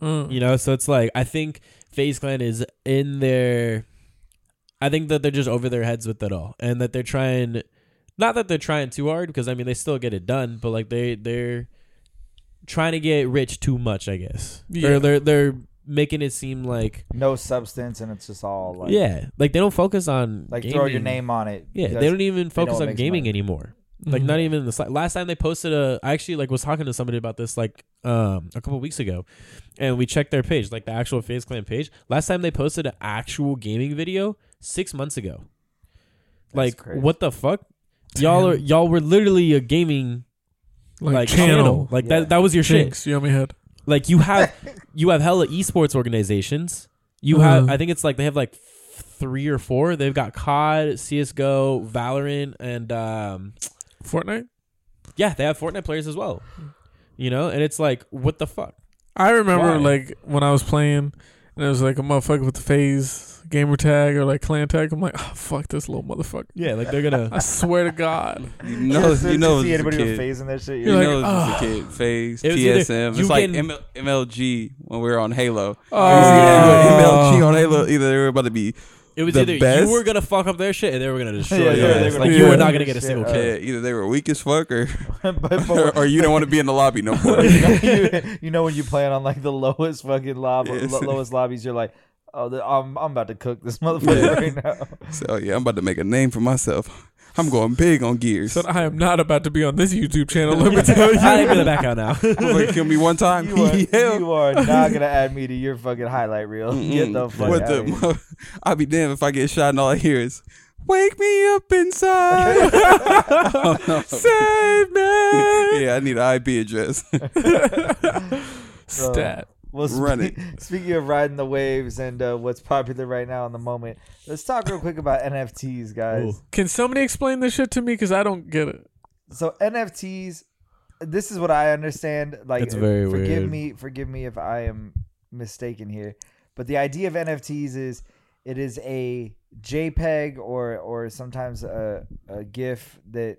S3: Mm.
S2: You know, so it's like I think Face Clan is in their. I think that they're just over their heads with it all, and that they're trying. Not that they're trying too hard, because I mean they still get it done, but like they they're trying to get rich too much, I guess.
S3: Yeah.
S2: Or they're they're making it seem like
S1: no substance, and it's just all like
S2: yeah, like they don't focus on
S1: like throw your
S2: gaming.
S1: name on it.
S2: Yeah,
S1: because *laughs*
S2: they don't even focus
S1: what
S2: on
S1: makes
S2: gaming
S1: money.
S2: anymore. Like not even the sli- last time they posted a. I actually like was talking to somebody about this like um a couple weeks ago, and we checked their page, like the actual Face Clan page. Last time they posted an actual gaming video six months ago. Like
S1: crazy.
S2: what the fuck, y'all are y'all were literally a gaming
S3: like,
S2: like,
S3: channel,
S2: channel. like
S1: Yeah.
S2: that that was your shit.
S3: Jinx, you owe me head.
S2: Like
S1: *laughs*
S2: you have you have hella esports organizations. You
S3: Uh-huh.
S2: have I think it's like they have like f- three or four. They've got COD, CS:GO, Valorant, and um,
S3: Fortnite.
S2: yeah, they have Fortnite players as well. You know, and it's like what the fuck?
S3: I
S2: Why?
S3: remember like when I was playing, and it was like a motherfucker with the phase gamer tag or like clan tag. I'm like, oh, fuck this little motherfucker.
S2: Yeah, like they're
S3: I
S2: gonna.
S3: swear to God.
S4: You
S1: Yeah,
S4: know,
S1: so
S4: you
S1: to
S4: know,
S1: see
S4: it's a
S1: anybody with
S4: kid.
S1: phase in that shit.
S4: You
S1: You're
S3: You're
S1: like,
S4: know, it's
S3: like,
S4: a kid. Phase
S2: It was either
S4: TSM.
S2: you
S4: It's like
S2: getting-
S4: ML, MLG when we were on Halo.
S3: Oh.
S4: You see MLG on Halo. Either they were about to be,
S2: *laughs* It was
S4: The
S2: either
S4: best?
S2: you were gonna fuck up their shit, and they were gonna destroy
S1: Yeah,
S2: yeah,
S4: yeah, they were
S2: Like
S3: gonna
S2: you were
S3: fuck
S2: not
S1: up
S2: gonna
S1: your
S2: get a
S1: shit
S2: single
S1: up.
S2: kill. *laughs*
S4: uh, yeah, either they were weak as fuck, or
S1: but, *laughs* but
S4: or,
S1: when-
S4: you don't want to be in the lobby no more. *laughs*
S1: you, you know when you play on like the *laughs* lowest fucking lobby,
S4: Yes.
S1: lo- lowest lobbies, you're like, oh, the, I'm I'm about to cook this motherfucker right now.
S4: so yeah, I'm about to make a name for myself. I'm going big on gears.
S3: Said I am not about to be on this YouTube
S1: *laughs*
S3: channel. Let me tell you.
S2: I'm gonna back out now.
S4: *laughs* Motherfucker kill me one time. *laughs*
S1: You are,
S4: Yeah.
S1: you are not gonna add me to your fucking highlight reel. Get the
S4: Mm-mm.
S1: fuck
S4: Mm. What
S1: out
S4: the?
S1: of here.
S4: *laughs* I'll be damned if I get shot and all I hear is, "Wake me up
S1: *laughs*
S4: inside." *laughs* Oh, no.
S3: Save
S4: *laughs*
S3: me.
S4: Yeah, I need an IP address.
S3: Stat.
S1: Well, spe-
S4: *laughs* Run it.
S1: Speaking of riding the waves and uh, what's popular right now in the moment, let's talk real quick about NFTs, guys.
S2: Ooh.
S3: Can somebody explain this shit to me? Because I don't get it.
S1: So NFTs, this is what I understand. Like,
S2: It's very
S1: forgive
S2: weird.
S1: me, forgive me if I am mistaken here, but the idea of NFTs is It is a JPEG or or sometimes a, a GIF that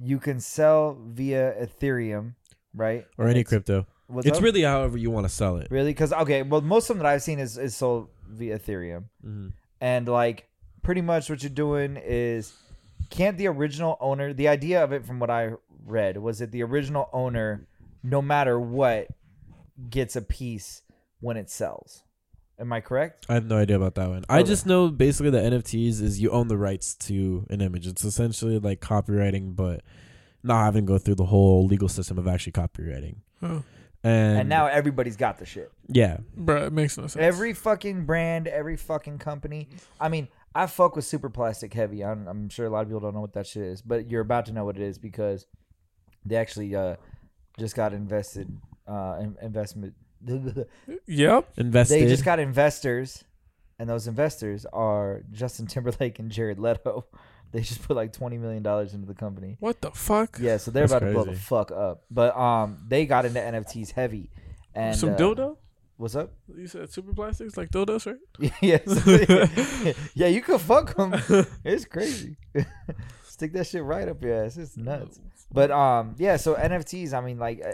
S1: you can sell via Ethereum, right?
S2: or
S1: And
S2: any
S1: it's-
S2: crypto.
S1: what's
S2: It's
S1: up?
S2: really however you want to sell it.
S1: really because okay, well, most of them that I've seen is is sold via Ethereum,
S2: Mhm.
S1: and like pretty much what you're doing is can't the original owner the idea of it from what i read was that the original owner no matter what gets a piece when it sells am i correct
S2: I have no idea about that one. I just know basically that NFTs is you own the rights to an image. It's essentially like copywriting, but not having to go through the whole legal system of actually copywriting.
S3: Oh,
S2: And,
S1: and, now everybody's got the shit
S2: yeah,
S3: bro, it makes no sense.
S1: every fucking brand every fucking company i mean i fuck with super plastic heavy I'm, I'm sure a lot of people don't know what that shit is but you're about to know what it is because they actually uh just got invested uh in- investment *laughs*
S3: yep.
S2: invested.
S1: They just got investors, and those investors are Justin Timberlake and Jared Leto. *laughs* They just put like twenty million dollars into the company.
S3: What the fuck?
S1: Yeah, so they're
S2: That's
S1: about to blow the
S2: crazy.
S1: fuck up. But um, they got into NFTs heavy. And
S3: Some
S1: uh,
S3: dildo?
S1: What's up?
S3: You said super plastics like dildos, right?
S1: *laughs* yes. yeah, you could fuck them. It's crazy. *laughs* Stick that shit right up your ass. It's nuts. But um, yeah. So NFTs. I mean, like uh,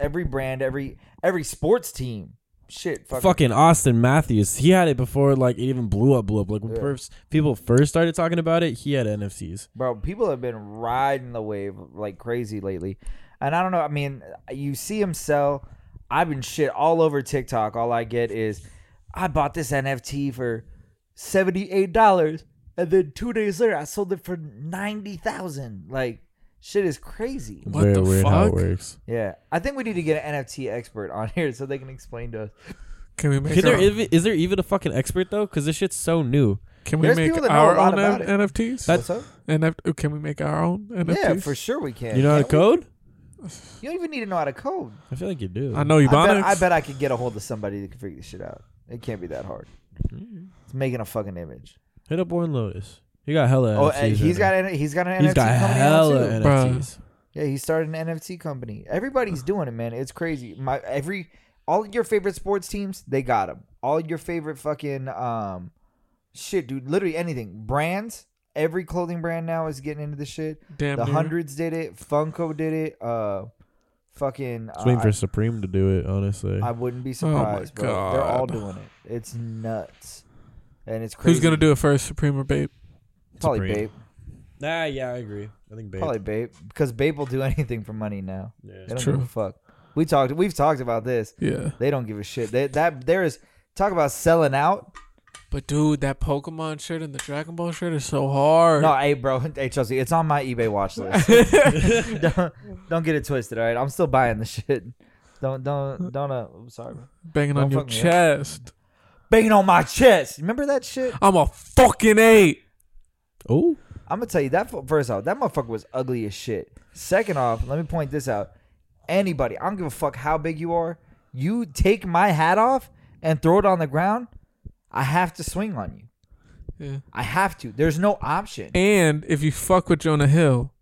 S1: every brand, every every sports team. Shit. Fucking.
S2: fucking Austin Matthews. He had it before like it even blew up, blew up. Like when
S1: Yeah.
S2: first, people first started talking about it, he had NFTs.
S1: bro people have been riding the wave like crazy lately and i don't know i mean you see him sell i've been shit all over tiktok all i get is i bought this nft for $78 and then two days later i sold it for 90000 like shit is crazy
S3: What the fuck?
S2: works.
S1: yeah i think we need to get an nft expert on *laughs* here so they can explain to us
S3: Can we make
S2: Can there
S3: our,
S2: even, is there even a fucking expert though? Because this shit's so new.
S3: can we
S1: There's
S3: make
S1: people that know
S3: our
S1: a lot
S3: own
S1: about
S3: N-
S1: it.
S3: NFTs?
S2: That-
S1: What's up?
S3: NF- oh, can we make our own NFTs?
S1: yeah for sure we can
S2: You know how to
S1: Can't we?
S2: code?
S1: you don't even need to know how to code
S2: I feel like you do.
S3: I know
S1: I bet,
S3: Ebonics.
S1: I bet I could get a hold of somebody that can figure this shit out. It can't be that hard. It's making a fucking image.
S2: Hit up Warren Lotus. He got hella
S1: oh,
S2: NFTs.
S1: and he's
S2: right
S1: got
S2: now.
S1: an, he's got an
S2: He's
S1: NFT
S2: got
S1: company now
S2: hella
S1: too.
S3: Bruh.
S2: NFTs.
S1: yeah, he started an NFT company. Everybody's doing it, man. It's crazy. My every all your favorite sports teams, they got them. All your favorite fucking um shit, dude. Literally anything. Brands. Every clothing brand now is getting into this shit.
S3: Damn
S1: The
S3: near.
S1: hundreds did it. Funko did it. Uh, fucking. Uh,
S2: Just waiting
S1: I-
S2: for Supreme to do it, honestly.
S1: I wouldn't be
S3: Oh my
S1: surprised, bro. They're all
S3: God.
S1: doing it. It's nuts, and it's crazy.
S3: Who's gonna do it first, Supreme or Babe?
S1: Probably
S2: Supreme.
S1: Babe.
S2: nah, yeah, I agree. I think Babe.
S1: Probably Babe, because Babe will do *laughs* anything for money now.
S2: Yeah.
S1: They don't
S3: True.
S1: give a fuck. We talked. We've talked about this.
S3: Yeah.
S1: They don't give a shit. They, that there is talk about selling out.
S3: But dude, that Pokemon shirt and the Dragon Ball shirt is so hard.
S1: No, hey, bro. *laughs* Hey, Chelsea, it's on my eBay watch
S3: *laughs*
S1: list. *laughs* don't, don't get it twisted. All right, I'm still buying the shit. Don't don't don't. Uh, I'm sorry. bro.
S3: Banging
S1: Don't
S3: on your
S1: fuck me up.
S3: chest.
S1: Banging on my chest. Remember that shit?
S3: I'm a fucking eight.
S2: Oh,
S1: I'm gonna tell you that fu- first off, that motherfucker was ugly as shit. Second off, let me point this out. Anybody, I don't give a fuck how big you are. You take my hat off and throw it on the ground, I have to swing on you.
S3: Yeah.
S1: I have to. There's no option.
S3: And if you fuck with Jonah Hill,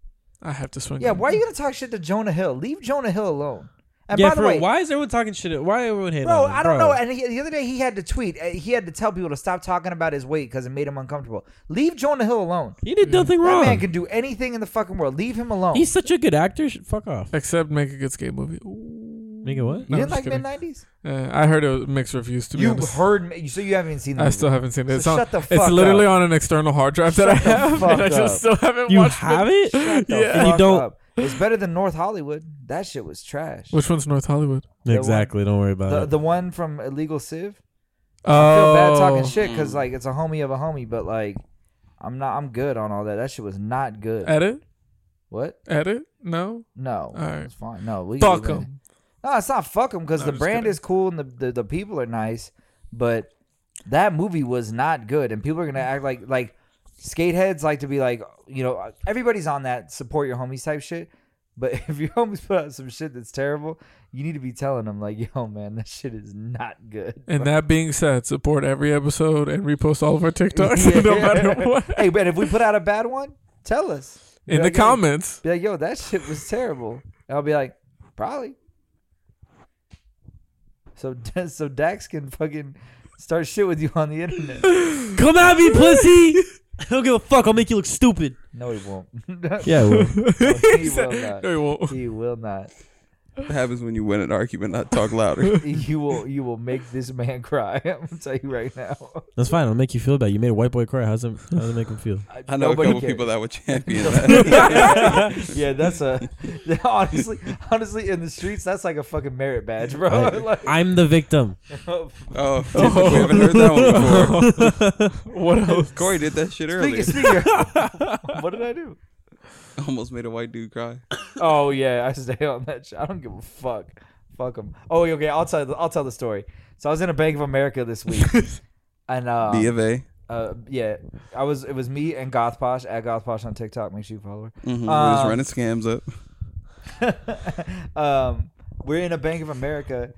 S3: I have to swing.
S1: yeah,
S3: on
S1: why are you gonna talk shit to Jonah Hill? Leave Jonah Hill alone. And
S2: yeah.
S1: by the
S2: for-
S1: way,
S2: why is everyone talking shit? Why everyone hating?
S1: bro,
S2: on him,
S1: I don't
S2: bro?
S1: know. And he, the other day he had to tweet. uh, He had to tell people to stop talking about his weight because it made him uncomfortable. Leave Jonah Hill alone.
S2: He did nothing wrong.
S1: That man can do anything in the fucking world. Leave him alone.
S2: He's such a good actor. Sh- Fuck off.
S3: Except make a good skate movie. Ooh.
S2: Nigga, what?
S1: you
S3: No,
S1: didn't
S3: I'm just
S1: like
S3: kidding.
S1: mid nineties?
S3: Uh, I heard it was mixed reviews. To be
S1: You
S3: honest,
S1: heard me, so you haven't even seen the
S3: I
S1: movie.
S3: still haven't seen it.
S1: So
S3: It's, on-
S1: shut the fuck
S3: it's literally
S1: up.
S3: on an external hard drive that I
S1: Shut the
S3: have,
S1: fuck
S3: and I
S1: up.
S3: just still haven't
S2: You
S3: watched
S2: have
S3: it.
S2: it?
S1: Shut the
S3: *laughs* Yeah.
S2: And you
S1: fuck
S2: don't-
S1: up. It's better than North Hollywood. That shit was trash.
S3: Which one's North Hollywood?
S1: one-
S2: Exactly. Don't worry about
S1: the,
S2: it.
S1: the one from Illegal Civ.
S3: Oh,
S1: I feel bad talking shit because like it's a homie of a homie, but like I'm not. I'm good on all that. That shit was not good.
S3: Edit,
S1: what?
S3: edit. No,
S1: No,
S3: Alright.
S1: it's fine. No, we
S3: fuck
S1: we-
S3: him.
S1: No, it's not fuck them because
S3: No,
S1: the
S3: just
S1: brand
S3: kidding.
S1: is cool and the, the the people are nice, but that movie was not good, and people are gonna act like like skateheads like to be like you know everybody's on that support your homies type shit. But *laughs* if your homies put out some shit that's terrible, you need to be telling them like, "Yo, man, that shit is not
S3: *laughs*
S1: good."
S3: And that being said, support every episode and repost all of our TikToks,
S1: *laughs*
S3: *laughs*
S1: Yeah.
S3: no matter what.
S1: hey, but if we put out a bad one, tell us Be
S3: In the
S1: like, "Yo,"
S3: comments,
S1: Be like, "Yo, that shit was terrible," and I'll be like, *laughs* "Probably." So so Dax can fucking start shit with you on the internet.
S2: Come
S1: *laughs*
S2: at me, pussy. I don't give a fuck. I'll make you look stupid.
S1: No, he won't. *laughs*
S2: Yeah, *laughs* well,
S1: he will not.
S3: No, he won't.
S1: He will not.
S4: What happens when you win an argument? Not
S1: *laughs*
S4: talk louder.
S1: You will. You will make this man *laughs* cry. I'm gonna tell you right now.
S2: that's fine. I'll make you feel bad. You made a white boy cry. How's it? How's it make him feel?
S4: I know
S1: Nobody
S4: a couple
S1: cares.
S4: people that would champion
S1: *laughs*
S4: that.
S1: yeah, yeah, that's a *laughs* honestly, honestly in the streets that's like a fucking merit badge, bro. *laughs*
S2: I-
S1: Like,
S2: I'm
S1: *laughs*
S2: the victim.
S4: Oh, *laughs* we haven't heard that one
S2: *laughs*
S1: *laughs*
S4: before.
S3: What else?
S4: Corey did that shit earlier.
S1: speaking, *laughs* speaking. of- *laughs* what did I do?
S4: Almost made a white dude cry.
S1: Oh yeah, I stay on that shit. I don't give a fuck. Fuck them. Oh okay, I'll tell. The, I'll tell the story. So I was in a Bank of America this week, and uh,
S4: B of A.
S1: uh, yeah, I was. It was me and Goth Posh at Goth Posh on TikTok. Make sure you follow her.
S4: Mm-hmm. We're just
S1: Um,
S4: running scams up.
S1: *laughs* um, we're in a Bank of America,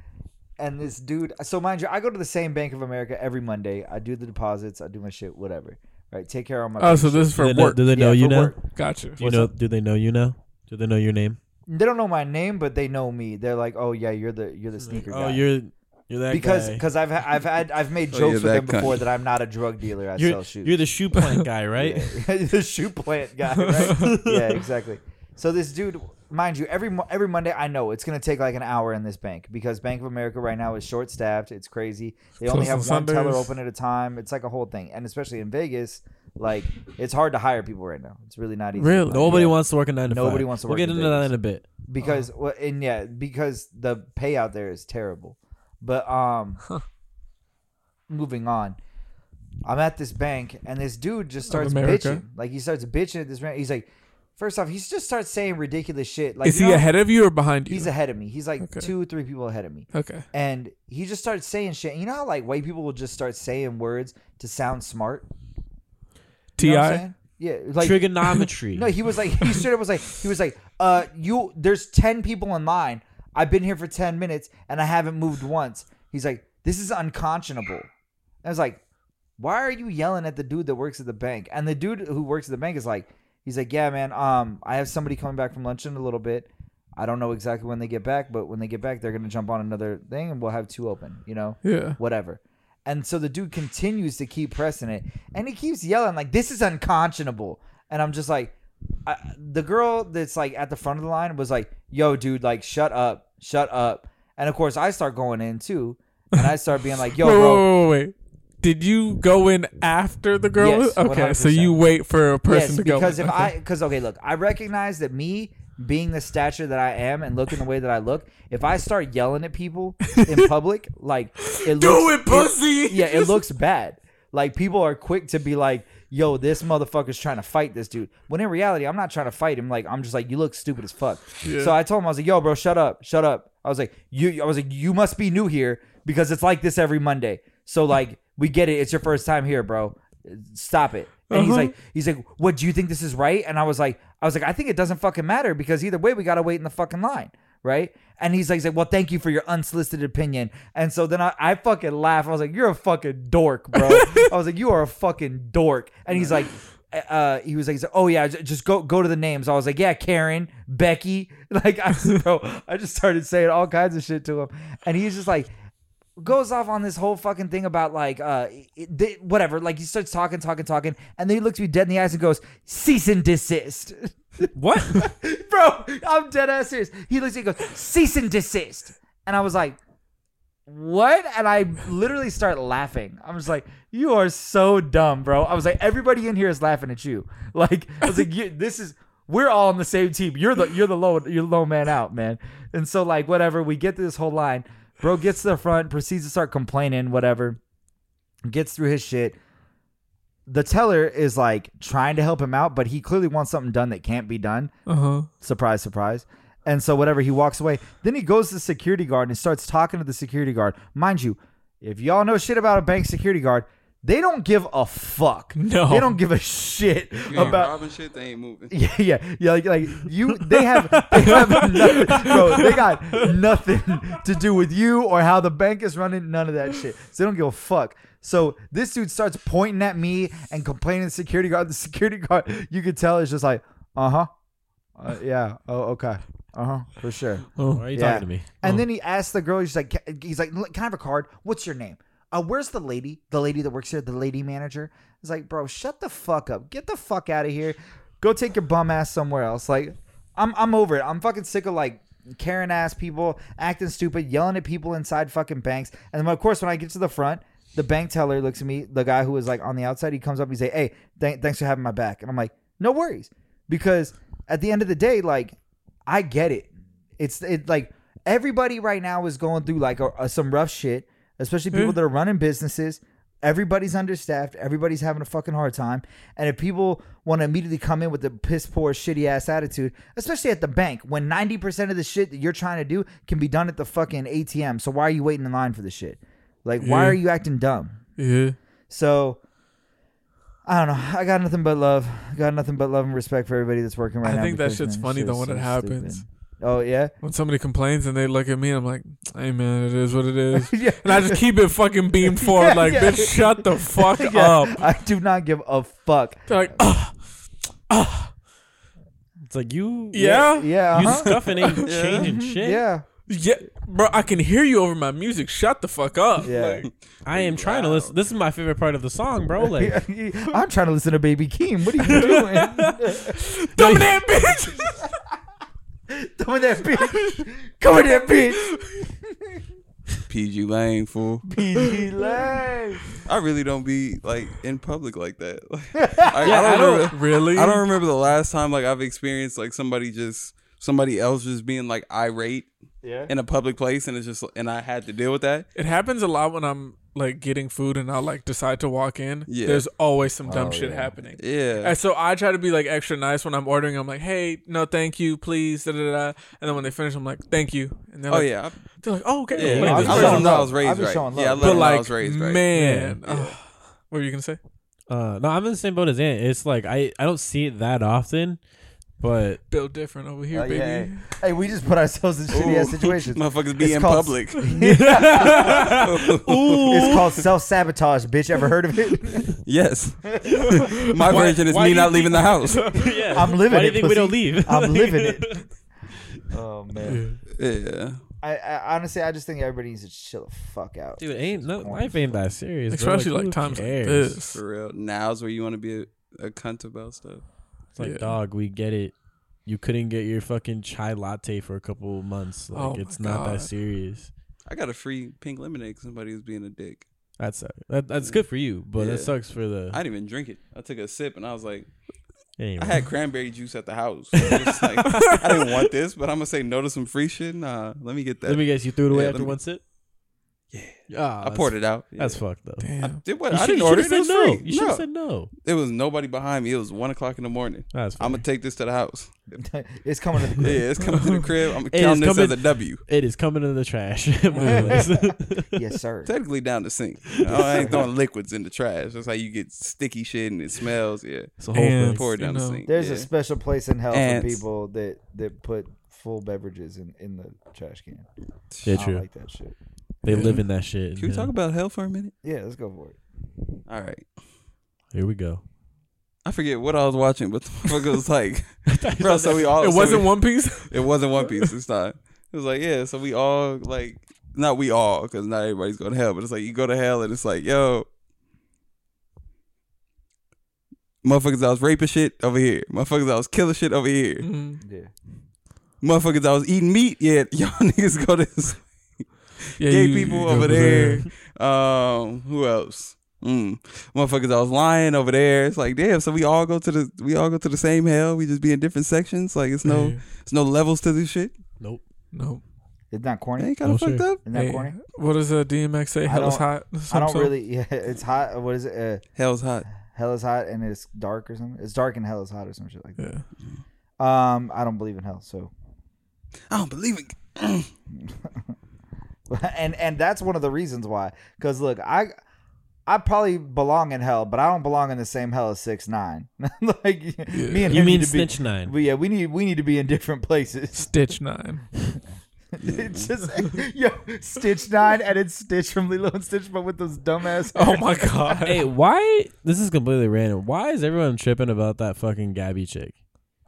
S1: and this dude. So mind you, I go to the same Bank of America every Monday. I do the deposits. I do my shit. Whatever. Right. Take care of my.
S3: Oh, so this is
S2: Do they
S3: for
S2: know,
S3: work.
S2: do they
S1: Yeah,
S2: know you
S1: for
S2: now?
S1: work.
S3: Gotcha.
S2: Do you know? Do they know you now? Do they know your name?
S1: They don't know my name, but they know me. They're like, "Oh yeah, you're the you're the sneaker
S2: oh,
S1: guy."
S2: you're you're that
S1: because
S2: guy.
S1: because I've ha- I've had I've made
S4: *laughs* Oh,
S1: jokes
S4: you're
S1: with them
S4: that
S1: before
S4: kind.
S1: that I'm not a drug dealer. I
S2: you're,
S1: sell shoes.
S2: you're the shoe
S1: *laughs*
S2: plant guy, right?
S1: Yeah. the shoe plant guy, right? yeah, exactly. So this dude, mind you, every mo- every Monday, I know it's gonna take like an hour in this bank because Bank of America right now is short staffed. It's crazy. They only
S3: Closed
S1: have
S3: on
S1: one teller
S3: Sundays.
S1: open at a time. It's like a whole thing, and especially in Vegas, like it's hard to hire people right now. It's really not easy. to
S3: Really?
S1: find-
S2: Nobody
S1: yeah.
S2: wants to work a nine to
S1: Nobody
S2: five.
S1: wants to
S2: We'll
S1: work
S2: get
S1: in
S2: into that
S1: Vegas.
S2: in a bit.
S1: because
S3: Oh.
S1: well, and yeah, because the payout there is terrible. But um, moving on, I'm at this bank and this dude just starts
S3: America.
S1: bitching. Like he starts bitching at this man. He's like, first off, he just starts saying ridiculous shit. Like
S3: Is
S1: you
S3: he
S1: know,
S3: ahead of you or behind you?
S1: He's ahead of me. He's like
S3: Okay.
S1: two, three people ahead of me.
S3: okay.
S1: And he just starts saying shit. You know how like white people will just start saying words to sound smart.
S3: Ti.
S1: You know what I'm saying? Yeah, like *laughs*
S2: Trigonometry.
S1: no, he was like he straight up was like he was like, uh, you there's ten people in line. I've been here for ten minutes and I haven't moved once. He's like, this is unconscionable. I was like, why are you yelling at the dude that works at the bank? And the dude who works at the bank is like, he's like, yeah, man. Um, I have somebody coming back from lunch in a little bit. I don't know exactly when they get back, but when they get back, they're gonna jump on another thing and we'll have two open. You know
S3: Yeah.
S1: whatever. And so the dude continues to keep pressing it, and he keeps yelling like, "This is unconscionable." And I'm just like, I, the girl that's like at the front of the line was like, "Yo, dude, like, shut up, shut up." And of course, I start going in too, and I start being like, "Yo,
S3: wait,
S1: bro,
S3: wait, wait, wait, wait. Did you go in after the girl?
S1: Yes,
S3: okay, so
S1: 100%.
S3: you wait for a person
S1: yes,
S3: to go.
S1: because
S3: in.
S1: if
S3: okay.
S1: I, because okay, look, I recognize that me being the stature that I am and looking the way that I look, if I start yelling at people
S3: *laughs*
S1: in public, like, it
S3: do
S1: looks,
S3: it, pussy.
S1: yeah, it looks bad. Like people are quick to be like, "Yo, this motherfucker's trying to fight this dude." When in reality, I'm not trying to fight him. Like I'm just like, "You look stupid as fuck." So I told him, I was like, "Yo, bro, shut up, shut up." I was like, "You," I was like, "You must be new here because it's like this every Monday." So like, we get it. It's your first time here, bro. Stop it. And he's like, he's like, "What do you think this is right?" And I was like, I was like, "I think it doesn't fucking matter because either way, we gotta wait in the fucking line." right? And he's like, he's like, well, thank you for your unsolicited opinion. And so then I, I fucking laugh. I was like, you're a fucking dork, bro. I was like, you are a fucking dork. And he's like, uh, he was like, he's like, oh yeah, j- just go go to the names. I was like, yeah, Karen, Becky, *laughs* like, I, bro, I just started saying all kinds of shit to him, and he's just like, goes off on this whole fucking thing about like uh it, they, whatever like he starts talking talking talking and then he looks me dead in the eyes and goes cease and desist *laughs*
S2: What?
S1: bro i'm dead ass serious he looks at me and goes cease and desist and i was like what and i literally start laughing i'm just like you are so dumb bro i was like everybody in here is laughing at you *laughs* like i was like you, this is we're all on the same team you're the you're the low you're the low man out man and so like whatever we get to this whole line bro gets to the front proceeds to start complaining whatever gets through his shit the teller is like trying to help him out but he clearly wants something done that can't be done
S3: Uh huh.
S1: surprise, surprise. And so whatever, he walks away. Then he goes to the security guard and starts talking to the security guard. Mind you, if y'all know shit about a bank security guard, they don't give a fuck.
S3: No.
S1: They don't give a shit
S4: You ain't
S1: about
S4: robbing shit, they ain't *laughs* moving.
S1: yeah, yeah, yeah. Like, like you, they have, they have nothing, bro. They got nothing to do with you or how the bank is running. None of that shit. So they don't give a fuck. So this dude starts pointing at me and complaining to the security guard. The security guard, you could tell, is just like, uh-huh. uh yeah. Oh, okay. Uh huh. For sure.
S2: Oh, Why are you
S1: Yeah.
S2: talking to me?
S1: And then he asked the girl, he's like, he's like, "Look, can I have a card? What's your name? uh, where's the lady? The lady that works here, the lady manager. It's like, bro, shut the fuck up. Get the fuck out of here. Go take your bum ass somewhere else. Like, I'm I'm over it. I'm fucking sick of like Karen ass people acting stupid, yelling at people inside fucking banks. And then of course when I get to the front, the bank teller looks at me, the guy who was like on the outside, he comes up, he's like, Hey, th- thanks for having my back. And I'm like, No worries. Because at the end of the day, like, I get it. It's it like everybody right now is going through like a, a- some rough shit, especially people
S3: Mm.
S1: that are running businesses. Everybody's understaffed. Everybody's having a fucking hard time. And if people want to immediately come in with a piss poor, shitty ass attitude, especially at the bank, when 90% of the shit that you're trying to do can be done at the fucking ATM. So why are you waiting in line for this shit? Like, why
S3: Yeah.
S1: are you acting dumb?
S3: Yeah.
S1: So I don't know. I got nothing but love. Got nothing but love and respect for everybody that's working right
S3: I
S1: now.
S3: think that
S1: because,
S3: shit's
S1: man,
S3: funny,
S1: shit
S3: though,
S1: is
S3: when it happens.
S1: stupid. Oh yeah,
S3: When somebody complains and they look at me, I'm like, "Hey man, it is what it
S1: *laughs*
S3: is,"
S1: yeah.
S3: and I just keep it
S1: *laughs*
S3: fucking beamed forward.
S1: Yeah,
S3: like,
S1: yeah.
S3: bitch, shut the fuck
S1: *laughs* Yeah,
S3: up.
S1: I do not give a fuck.
S3: They're like, "Ugh,
S2: It's like you.
S3: yeah,
S1: *laughs*
S3: yeah,
S1: Yeah,
S2: You
S1: uh-huh.
S2: scuffing ain't changing shit.
S1: yeah,
S3: bro, I can hear you over my music. Shut the fuck up.
S1: yeah.
S2: I am trying to listen. This is my favorite part of the
S1: *laughs*
S2: song, bro. Like,
S1: I'm trying to listen to Baby Keem. What are you doing?
S3: Dumb that
S1: *laughs*
S3: bitch.
S1: Come in that bitch. Come in that bitch.
S4: PG Lane fool.
S1: PG Lang.
S4: I really don't be like in public like that. *laughs* Like, I, I don't remember,
S3: really?
S4: I don't remember the last time like I've experienced like somebody just somebody else just being like irate
S1: Yeah.
S4: in a public place and it's just and I had to deal with that.
S3: It happens a lot when I'm like getting food and I'll like decide to walk in.
S4: Yeah.
S3: There's always some dumb
S1: Oh,
S3: shit
S1: yeah.
S3: happening.
S4: Yeah.
S3: And so I try to be like extra nice when I'm ordering. I'm like, hey, no, thank you, please. Da, da, da. And then when they finish, I'm like, thank you. And they're
S4: Oh
S3: like,
S4: yeah. I-
S3: they're like, oh, okay.
S4: Yeah.
S3: Like,
S2: I
S4: I
S3: this
S4: let
S1: showing
S3: person-
S4: them know I
S1: love.
S4: was raised
S1: I was
S4: right.
S1: showing
S4: Yeah, I
S1: love.
S4: let
S3: but
S4: them know I was
S3: like,
S4: raised right.
S3: man,
S2: Yeah.
S3: ugh. what were you gonna say?
S2: uh, no, I'm in the same boat as Ant. It's like I, I don't see it that often,
S1: *laughs*
S2: but *laughs*
S3: Build different over here,
S1: Oh,
S3: baby.
S1: yeah. Hey, we just put ourselves in shitty ass
S4: Ooh.
S1: *laughs*
S4: *laughs*
S1: situations.
S4: Motherfuckers be
S1: It's
S4: in
S1: called-
S4: public.
S1: It's called self sabotage, bitch. Ever heard of it? *laughs*
S4: yes. My
S2: Why-
S4: version is
S2: why
S4: me
S2: do you
S4: not leaving the house.
S2: yeah,
S1: I'm living
S2: Why do you
S1: it,
S2: think we don't
S1: pussy.
S2: leave?
S1: I'm living it. Oh man.
S4: Yeah.
S1: I, I honestly, I just think everybody needs to chill the fuck out.
S2: *laughs* Dude, ain't no,
S1: Corny.
S2: life ain't that serious. bro.
S3: Especially like,
S2: who
S3: times
S2: cares?
S3: like this.
S4: For real. Now's where you want to be a, a cunt about stuff.
S2: It's like,
S3: Yeah.
S2: dog, we get it. You couldn't get your fucking chai latte for a couple of months. Like,
S3: Oh my
S2: it's not
S3: God.
S2: that series.
S4: I got a free pink lemonade 'cause somebody was being a dick.
S2: That's that, that's good for you, but
S4: Yeah.
S2: that sucks for the.
S4: I didn't even drink it. I took a sip and I was like,
S2: anyway.
S4: I had cranberry juice at the house. So it was like, I didn't want this, but I'm gonna say no to some free shit. Nah, let me get that.
S2: let me guess, you threw it away
S4: Yeah, let
S2: after
S4: me-
S2: one sip. Yeah,
S4: I poured it out.
S2: That's
S4: Yeah.
S2: fucked up.
S4: I
S3: Damn.
S4: did what?
S2: You
S4: I
S2: should-
S4: didn't
S2: you
S4: order
S2: should
S4: it.
S2: have
S4: It's
S2: said no.
S4: free.
S2: You should have
S4: No.
S2: said no.
S4: There was nobody behind me. It was one o'clock in the morning.
S2: That's
S4: I'm
S2: fine.
S4: gonna take this to the house.
S1: *laughs* it's coming to the
S4: Yeah,
S1: crib.
S4: it's coming
S3: *laughs*
S4: to the crib. I'm gonna
S2: It
S4: count
S2: is
S4: this as
S2: coming-
S4: a W.
S2: It is coming into the trash. *laughs* at my place.
S1: Yes, sir.
S4: Technically down the sink. You know,
S3: *laughs*
S4: I ain't throwing liquids in the trash. That's how you get sticky shit and it smells. Yeah,
S2: it's a whole
S3: And-
S2: thing.
S4: pour it down
S3: You
S4: the
S3: know.
S4: sink.
S1: There's
S4: yeah.
S1: a special place in hell
S4: Ants.
S1: for people that that put full beverages in in the trash can.
S2: Yeah,
S1: I don't
S2: true.
S1: like that shit.
S2: They live in that shit.
S4: Can we
S2: yeah.
S4: talk about hell for a minute?
S1: Yeah, let's go for it.
S4: All right.
S2: Here we go.
S4: I forget what I was watching, but the *laughs* fuck was
S3: *laughs*
S4: like, bro. So we all
S3: It
S4: Oh, so
S3: wasn't
S4: we-
S3: One Piece.
S4: It wasn't One Piece this time. It was like, yeah, so we all like not we all, because not everybody's going to hell, but it's like you go to hell and it's like, yo. Motherfuckers I was raping shit over here. Motherfuckers I was killing shit over here.
S3: Mhm.
S1: Yeah.
S4: Motherfuckers I was eating meat, yeah. *laughs* Y'all niggas go to this
S3: Yeah,
S4: gay
S3: you-
S4: people
S3: you
S4: over
S3: go
S4: there. Um, who else? Mm. Motherfuckers I was lying over there. It's like, damn, so we all go to the we all go to the same hell. We just be in different sections. Like it's no
S3: Yeah.
S4: it's no levels to this shit.
S2: Nope.
S3: No.
S1: Isn't that
S4: That
S1: corny?
S4: ain't kinda
S2: Oh,
S4: fucked
S2: sure.
S4: up.
S1: Isn't that
S3: Hey,
S1: corny?
S3: What does uh, DMX say?
S1: I
S3: Hell is
S1: don't-
S3: hot.
S1: I
S3: Some
S1: don't
S3: song.
S1: really. *laughs* Yeah, it's hot. What is it? Uh,
S4: Hell's hot.
S1: hell is hot and it's dark or something. It's dark and hell is hot or some shit like that.
S3: Yeah.
S1: Um, I don't believe in hell, so *laughs*
S4: I don't believe it.
S1: and and that's one of the reasons why. Because look, I I probably belong in hell, but I don't belong in the same hell as six nine. *laughs* like me and
S2: You
S1: him
S2: mean
S1: need to
S2: Snitch
S1: Be,
S2: Nine?
S1: but yeah, we need we need to be in different places.
S3: Stitch nine.
S1: It's just *laughs* yo Stitch Nine and it's Stitch from Lilo and Stitch, but with those dumbass.
S3: Oh my
S2: *laughs*
S3: god.
S2: hey, why? This is completely random. Why is everyone tripping about that fucking Gabby chick?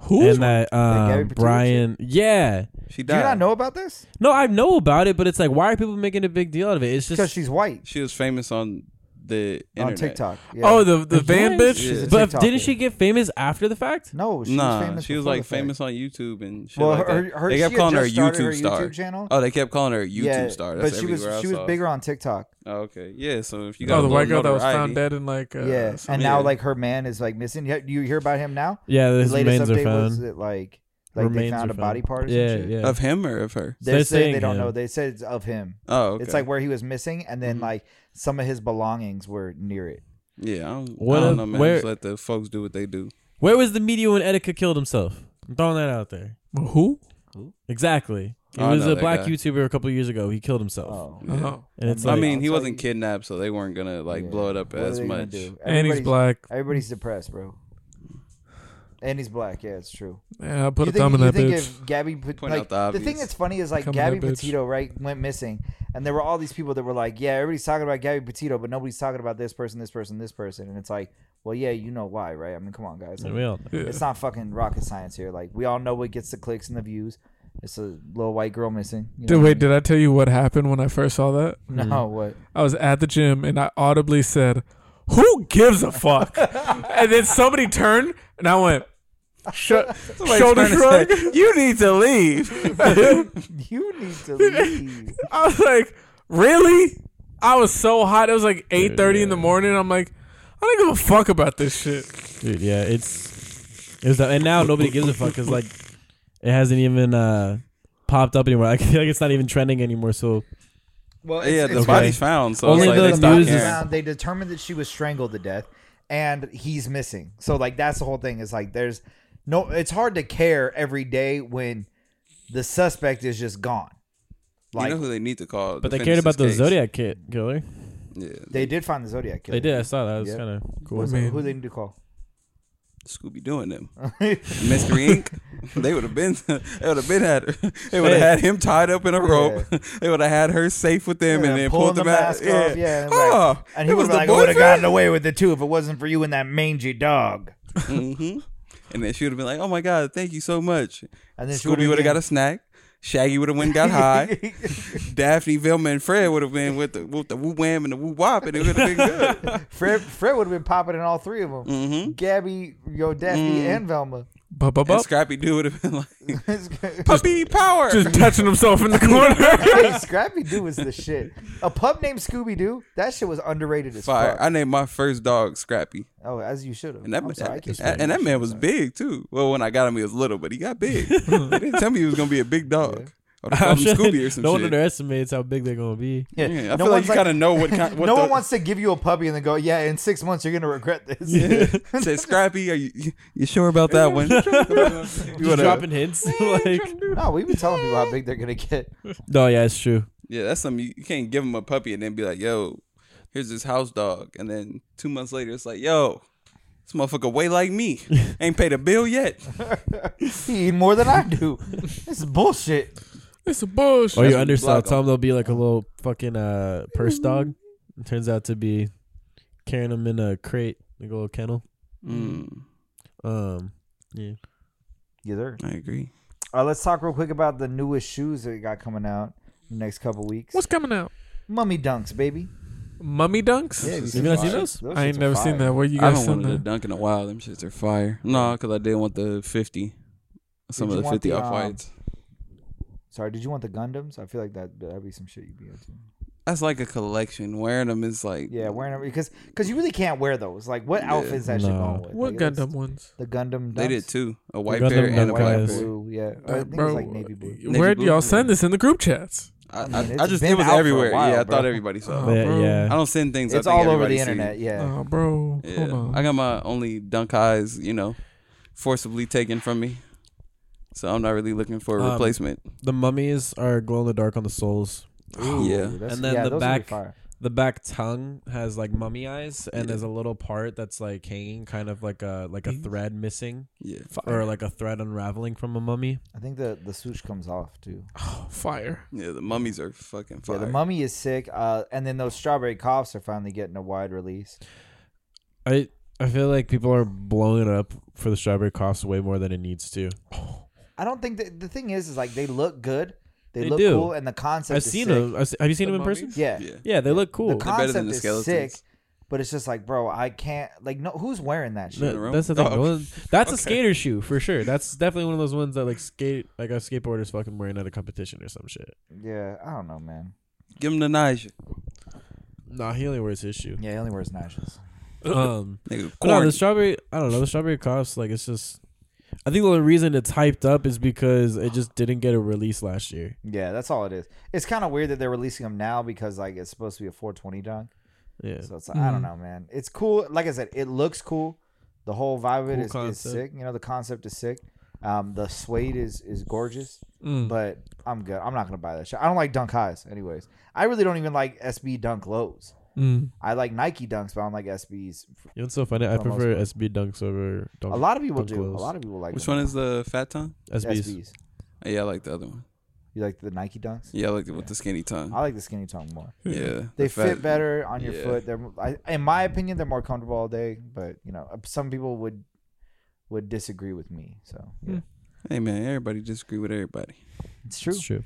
S2: Who? And that
S1: Gabby
S2: um,
S1: Petito
S2: Brian. Yeah.
S4: She
S1: Do
S4: died.
S1: you not know about this?
S2: No, I know about it, but it's like, why are people making a big deal out of it? It's
S1: Because
S2: just.
S1: she's white
S4: She was famous on the internet.
S1: on TikTok. Yeah.
S3: Oh, the the van
S2: Yes.
S3: bitch.
S4: Yeah.
S1: She's a
S2: But
S1: TikToker.
S2: didn't she get famous after the fact?
S1: no, she was
S4: Nah,
S1: famous.
S4: she was
S1: before
S4: like
S1: the fact.
S4: famous on YouTube and shit
S1: Well,
S4: like
S1: her,
S4: that.
S1: her,
S4: they
S1: she
S4: kept
S1: had
S4: calling her a
S1: just started
S4: YouTube star.
S1: YouTube channel.
S4: Oh, they kept calling her a YouTube
S1: yeah,
S4: star. That's
S1: but she was
S4: everywhere I
S1: she was
S4: saw.
S1: bigger on TikTok.
S4: Oh, okay, yeah. So if you got
S3: Oh,
S4: a
S3: the
S4: little
S3: white girl that was
S4: notoriety-
S3: found dead in like. Uh,
S1: yeah,
S3: some-
S1: and now
S4: yeah.
S1: like her man is like missing. Yeah, Do you hear about him now?
S2: Yeah, his
S1: the latest
S2: remains are
S1: update was
S2: found.
S1: that like like
S2: Remains
S1: they found
S2: are
S1: a body
S2: found.
S1: part. Or some
S2: Yeah,
S1: shit.
S2: yeah.
S4: of him or of her.
S1: They're,
S2: They're
S1: saying, they
S2: saying
S1: don't know.
S2: him.
S1: They said it's of him.
S4: Oh, okay.
S1: It's like where he was missing, and then
S4: Mhm.
S1: like some of his belongings were near it.
S4: yeah. I don't,
S2: What
S4: I don't
S2: if-
S4: know, man.
S2: where-
S4: Just let the folks do what they do.
S2: Where was the media when Etika killed himself? I'm throwing that out there.
S3: Who?
S2: Exactly. He
S4: Oh, I
S2: was
S4: know
S2: a
S4: that
S2: black
S4: guy.
S2: YouTuber a couple years ago. He killed himself.
S1: Oh,
S4: Yeah.
S3: Oh.
S2: And it's
S1: I
S4: I
S2: like,
S4: mean,
S1: I'll
S4: he
S1: tell
S4: wasn't
S1: you-
S4: kidnapped, so they weren't gonna like
S1: Yeah.
S4: blow it up
S1: What are
S4: as
S1: they gonna
S4: much.
S1: do?
S3: And he's
S1: Everybody's-
S3: black.
S1: Everybody's depressed, bro. And he's black. Yeah, it's true.
S3: Yeah, I put
S1: you
S3: a thumb in
S1: you
S3: that bitch.
S1: If Gabby, Pet-
S4: Point
S1: like,
S4: out
S1: the
S4: the
S1: thing
S4: obvious.
S1: that's funny is like
S3: Come on,
S1: Gabby
S3: bitch.
S1: Petito, right, went missing, and there were all these people that were like, "Yeah, everybody's talking about Gabby Petito, but nobody's talking about this person, this person, this person." And it's like, well, yeah, you know why, right? I mean, come on, guys. Like,
S2: we all-
S3: Yeah.
S1: It's not fucking rocket science here. Like, we all know what gets the clicks and the views. It's a little white girl missing. You know
S3: Did,
S1: what I
S3: wait, did I tell you what happened when I first saw that?
S1: mean? *laughs* No, what?
S3: I was at the gym and I audibly said, "Who gives
S1: *laughs*
S3: a fuck?" and then somebody turned and I went,
S1: *laughs*
S3: Shut, shoulder
S4: *laughs* turned and said,
S3: shrug. You need to leave.
S1: *laughs* You need to leave.
S3: *laughs* I was like, really? I was so hot. It was like eight thirty in the morning. I'm like, I don't give a fuck about this shit.
S2: dude, yeah, it's, it's the, and now nobody gives a fuck because like it hasn't even uh, popped up anymore. *laughs* I feel like it's not even trending anymore. So
S1: well,
S4: *laughs* Yeah, the
S2: Okay.
S4: body's found. So
S2: Only
S4: it's like,
S2: the
S4: they
S2: news
S4: news
S2: is-
S1: found- they determined that she was strangled to death and he's missing so like that's the whole thing is like there's no it's hard to care every day when the suspect is just gone like
S4: you know who they need to call.
S2: But they
S4: to
S2: cared
S4: finish
S2: about the
S4: this case.
S2: Zodiac kid killer.
S4: Yeah,
S1: they did find the zodiac killer
S2: They did. I saw that. It was
S1: Yep.
S2: kind of
S1: Who-
S2: cool. *laughs*
S3: Man.
S1: who they need to call
S4: Scooby
S1: *laughs*
S4: doing them. Mystery Inc. They would have been. *laughs* They would have been had. Her. They would have
S2: Hey.
S4: had him tied up in a rope. *laughs* They would have had her safe with them,
S1: Yeah,
S4: and then
S1: pulling
S4: pulled
S1: the
S4: them out.
S1: mask off, yeah, and like-
S4: oh,
S1: and he
S4: it
S1: was
S4: was the
S1: like i would have
S4: boyfriend.
S1: gotten away with it too if it wasn't for you and that mangy dog
S4: hmm And then she would have been like, "Oh my god, thank you so much."
S1: and then she
S4: Scooby would have got a snack. Shaggy would have went and
S1: *laughs*
S4: got high.
S1: been-
S4: Daphne, Velma, and Fred would have been with the with the woo wham and the woo wop, and it would have been good.
S1: *laughs* fred fred would have been popping in all three of them
S4: Mm-hmm. Mm.
S1: gabby yo daphne and velma *laughs*
S3: Bup, bup,
S4: And
S3: bup.
S4: Scrappy Doo would have been like, "Puppy power."
S3: Just touching himself
S4: *laughs*
S3: in the corner.
S1: hey, Scrappy Doo was the shit. A pup named Scooby Doo. That shit was underrated as
S4: Fire!
S1: fuck.
S4: I named my first dog Scrappy,
S1: oh, as you should have.
S4: and that
S1: I'm sorry, I keep
S4: and, and that man was big too. Well, when I got him, he was little, but he got big. *laughs* they didn't tell me he was gonna be a big dog. I called him *laughs* Scooby or some
S2: no one
S4: shit.
S2: underestimates how big they're gonna be.
S1: Yeah.
S4: Yeah,
S1: no
S4: I feel like
S1: one's
S4: you kind of know what kind. What
S1: no
S4: the,
S1: one
S4: *laughs*
S1: wants to give you a puppy and then go, yeah, in six months you're gonna regret this.
S4: Say, Scrappy, are you you, you sure about that one? You
S2: You
S4: wanna-
S2: dropping
S4: *laughs*
S2: hints *laughs* like
S1: *laughs* no, we've been telling people how big they're gonna get.
S2: no, yeah, it's true.
S4: Yeah, that's something you, you can't give him a puppy and then be like, yo, here's this house dog. And then two months later, it's like, yo, this motherfucker way like me. Ain't paid a bill yet.
S1: He eat more than I do. this is bullshit.
S3: it's a
S2: Or
S4: That's
S3: bush.
S2: Oh, you
S4: what
S2: undersell.
S4: black
S2: Tell them they'll be like a little fucking uh, purse dog. It turns out to be carrying them in a crate, like a little kennel.
S4: Mm,
S2: Um,
S1: Yeah, there.
S4: I agree.
S1: All right, let's talk real quick about the newest shoes that we got coming out in the next couple weeks.
S3: What's coming out?
S1: mummy dunks, baby?
S3: Mummy dunks?
S1: Yeah,
S4: Have
S1: seen
S2: you not
S1: those shits?
S2: seen those?
S1: Those
S3: I
S1: shits
S3: ain't
S1: are
S3: never
S1: fire.
S3: seen that. Where you
S4: I
S3: guys
S4: haven't
S3: seen
S4: wanted a
S3: that?
S4: dunk in a while. Them shits are fire. No, because I did want the 50. Some
S1: Did you
S4: of the
S1: want
S4: 50
S1: the, um,
S4: off whites.
S1: Sorry, did you want the Gundams? I feel like that that'd be some shit you'd be into.
S4: That's like a collection. Wearing them is like.
S1: Yeah, wearing it because because you really can't wear those. Like, what
S4: Yeah.
S1: outfit is that shit
S2: No.
S1: going with?
S3: What
S1: Like, it looks-
S3: Gundam ones?
S1: The Gundam.
S4: They did
S1: dunks?
S4: too. A white
S2: Gundam
S4: pair and a
S2: dunk
S4: black
S2: guys.
S4: pair.
S1: Blue, yeah. I
S3: Uh,
S1: think it
S3: bro,
S1: was like navy blue.
S4: Navy
S3: Where'd
S4: blue?
S3: y'all send this in the group chats?
S4: I, I,
S1: mean, it's
S4: I just
S1: been
S4: it was
S1: out for a
S4: everywhere.
S1: while,
S4: yeah, I
S1: bro.
S4: thought everybody saw.
S2: *laughs*
S3: Oh,
S4: it.
S2: yeah,
S3: bro.
S2: yeah.
S4: I don't send things.
S1: It's
S4: I think
S1: all over
S4: everybody
S1: the
S4: see.
S1: internet. Yeah.
S2: Uh-huh.
S3: Oh, bro, hold
S4: Yeah,
S3: on.
S4: I got my only dunk highs, you know, forcibly taken from me. So I'm not really looking for a
S2: Um,
S4: replacement.
S2: The mummies are glow in the dark on the soles.
S4: yeah.
S1: that's-
S2: And then the
S1: those would be
S2: back-
S1: fire.
S2: The back tongue has like mummy eyes, and
S4: Yeah.
S2: there's a little part that's like hanging, kind of like a like a
S3: Beans?
S2: thread missing,
S4: Yeah.
S2: or like a thread unraveling from a mummy.
S1: I think the the swoosh comes off too.
S3: Oh, fire.
S4: Yeah, the mummies are fucking fire.
S1: Yeah, the mummy is sick. Uh, and then those strawberry coughs are finally getting a wide release.
S2: I I feel like people are blowing it up for the strawberry coughs way more than it needs to.
S1: I don't think that, the thing is is like they look good, they,
S2: They
S1: look
S2: do.
S1: cool, and the concept.
S2: I've
S1: is
S2: seen
S1: sick.
S2: them. I've se- have you seen them in person?
S1: Yeah.
S4: Yeah.
S2: Yeah, they look cool.
S1: The
S4: They're better
S1: concept
S4: than the
S1: is
S4: skeletons.
S1: sick, but it's just like, bro, I can't. Like, no, who's wearing that shit?
S2: No,
S4: in a row.
S2: that's the thing.
S4: Oh,
S2: No one- that's a
S4: okay.
S2: skater shoe for sure. That's definitely one of those ones that like skate like a skateboarder's fucking wearing at a competition or some shit.
S1: Yeah, I don't know, man.
S4: Give him the Nigel.
S2: Nah, he only wears his shoe.
S1: Yeah, he only wears Nashes.
S2: Um,
S4: Nigga,
S2: but no,
S4: corn.
S2: the strawberry. I don't know. The strawberry coughs like it's just. I think the only reason it's hyped up is because it just didn't get a release last year.
S1: Yeah, that's all it is. It's kind of weird that they're releasing them now because like it's supposed to be a 420 dunk.
S2: Yeah,
S1: So it's like,
S2: Mm-hmm.
S1: I don't know, man. It's cool. Like I said, it looks cool. The whole vibe of it
S2: Cool
S1: is, is
S2: concept.
S1: sick. You know, the concept is sick. Um, the suede is is gorgeous,
S2: Mm.
S1: but I'm good. I'm not gonna buy that shit. I don't like dunk highs, anyways. I really don't even like SB dunk lows.
S3: Mm.
S1: I like Nike dunks, but I don't like SBs.
S2: you know what's so funny? I
S1: For the most
S2: prefer
S1: part.
S2: SB dunks over dunk.
S1: A lot of people
S2: Dunk
S1: do.
S2: lows.
S1: A lot of people like
S4: Which
S1: them.
S4: one is the fat tongue?
S2: SBs.
S1: SBs.
S4: Oh, yeah, I like the other one.
S1: You like the Nike dunks?
S4: Yeah, I like the, with the skinny tongue.
S1: I like the skinny tongue more.
S4: Yeah,
S1: they
S4: the fat-
S1: fit better on your
S4: yeah.
S1: foot. They're, I, in my opinion, they're more comfortable all day. But you know, some people would would disagree with me. So yeah,
S3: Hmm.
S4: Hey man, everybody disagree with everybody.
S1: it's true.
S2: It's true.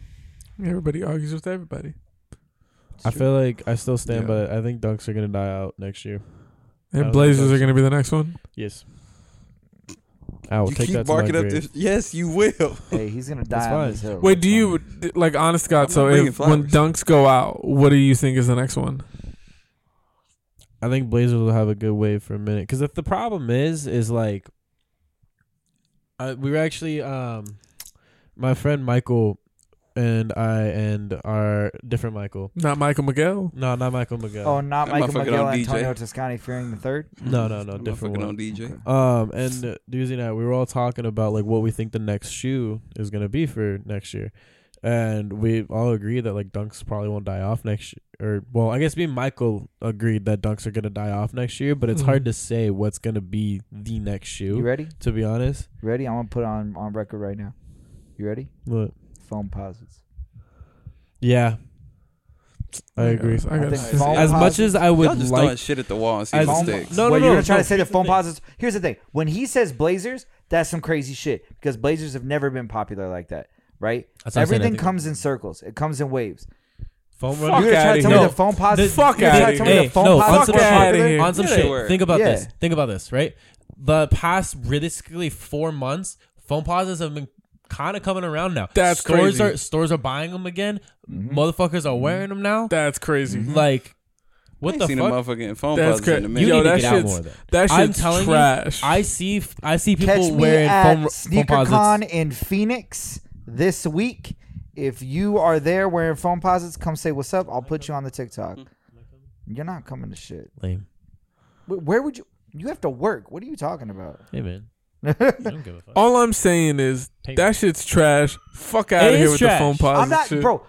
S3: Everybody argues with everybody.
S1: It's
S2: I
S1: true.
S2: feel like I still stand
S4: Yeah.
S2: by. it. I think dunks are gonna die out next year.
S3: And
S2: Oh,
S3: Blazers
S2: those-
S3: are going to be the next one.
S2: Yes. I will
S4: you
S2: take
S4: keep
S2: that to my
S4: barking up
S2: grave.
S4: this. Yes, you will.
S1: hey, he's gonna
S2: That's
S1: die on
S2: fine.
S1: this hill.
S3: Wait, do you like honest to God?
S4: I'm
S3: So
S4: not bringing
S3: if when
S4: flowers.
S3: dunks go out, what do you think is the next one?
S2: I think Blazers will have a good wave for a minute. Because if the problem is, is like, I, we were actually, um, my friend Michael and I and our different Michael.
S3: Not Michael Miguel.
S2: No, not Michael Miguel.
S1: Oh, not
S4: That
S1: Michael
S4: motherfucker
S1: Miguel,
S4: on DJ.
S1: Antonio Toscani, fearing the third.
S2: No, no, no,
S4: I'm not
S2: different
S4: fucking
S2: one.
S4: on DJ.
S3: Uh,
S1: Okay.
S2: Um, and Doozy and I, we were all talking about like what we think the next shoe is gonna be for next year, and we all agree that like dunks probably won't die off next year. Or well, I guess me and Michael agreed that dunks are gonna die off next year, but it's
S3: Mhm.
S2: hard to say what's gonna be the next
S1: You
S2: shoe.
S1: ready?
S2: To be honest,
S1: You ready? I'm gonna put it on on record right now. You ready?
S2: but
S1: Foam posits.
S2: yeah, I agree.
S3: I
S1: I
S3: gotta
S1: think
S3: say-
S1: foam
S2: As much
S1: posits-
S2: as I
S4: Y'all
S2: would
S4: just throwing
S2: like,
S4: shit at the wall and see
S2: As-
S4: what
S1: Foam-
S4: sticks.
S1: Wait,
S2: No, no,
S1: You're
S2: no,
S1: gonna try
S2: no,
S1: to say the
S2: here's the
S1: foam
S2: thing.
S1: posits. Here's the thing: when he says Blazers, that's some crazy shit because Blazers have never been popular like that, right?
S2: That's what I'm saying, I
S1: Everything
S2: think-
S1: comes in circles. It comes in waves.
S2: foam
S3: Fuck
S2: runner.
S1: You're gonna try
S3: outta
S1: to tell
S2: here.
S1: me
S2: No.
S1: the phone posits.
S2: The-
S3: Fuck
S1: You're gonna
S3: outta
S1: tell me
S3: here.
S1: the phone
S2: no,
S3: on
S1: posits
S3: some
S1: were
S3: shit-
S1: popular?
S3: outta here.
S2: on some
S4: Yeah, they
S2: shit.
S4: were.
S2: Think about
S1: Yeah.
S2: this. Think about this, right? The past realistically four months, phone pauses have been kind of coming around now.
S3: That's
S2: stores
S3: crazy.
S2: are stores are buying them again. Motherfuckers are wearing them now.
S3: That's crazy.
S4: Mm-hmm.
S2: like,
S4: I
S2: what
S4: ain't
S2: the
S4: seen
S2: fuck?
S4: a motherfucking phone
S3: That's
S4: buzz in
S3: cra-
S4: a
S3: You
S4: minute.
S3: Yo,
S2: need to
S3: that
S2: get out
S3: shit's-
S2: more of that.
S3: that
S2: I'm
S3: shit's
S2: telling
S3: trash.
S2: you, I see, I see people
S1: Catch me
S2: wearing
S1: at
S2: foam, foam posits.
S1: SneakerCon in Phoenix this week. If you are there wearing phone posits, come say what's up. I'll put you on the TikTok. You're not coming to shit.
S2: Lame.
S1: Wh- Where would you? You have to work. What are you talking about? *laughs*
S2: Hey man, I don't give a fuck.
S3: All I'm saying is
S2: Hey.
S3: that shit's trash. Fuck out of
S2: is
S3: here with
S2: trash.
S3: the phone pause.
S1: I'm not,
S3: shit.
S1: bro.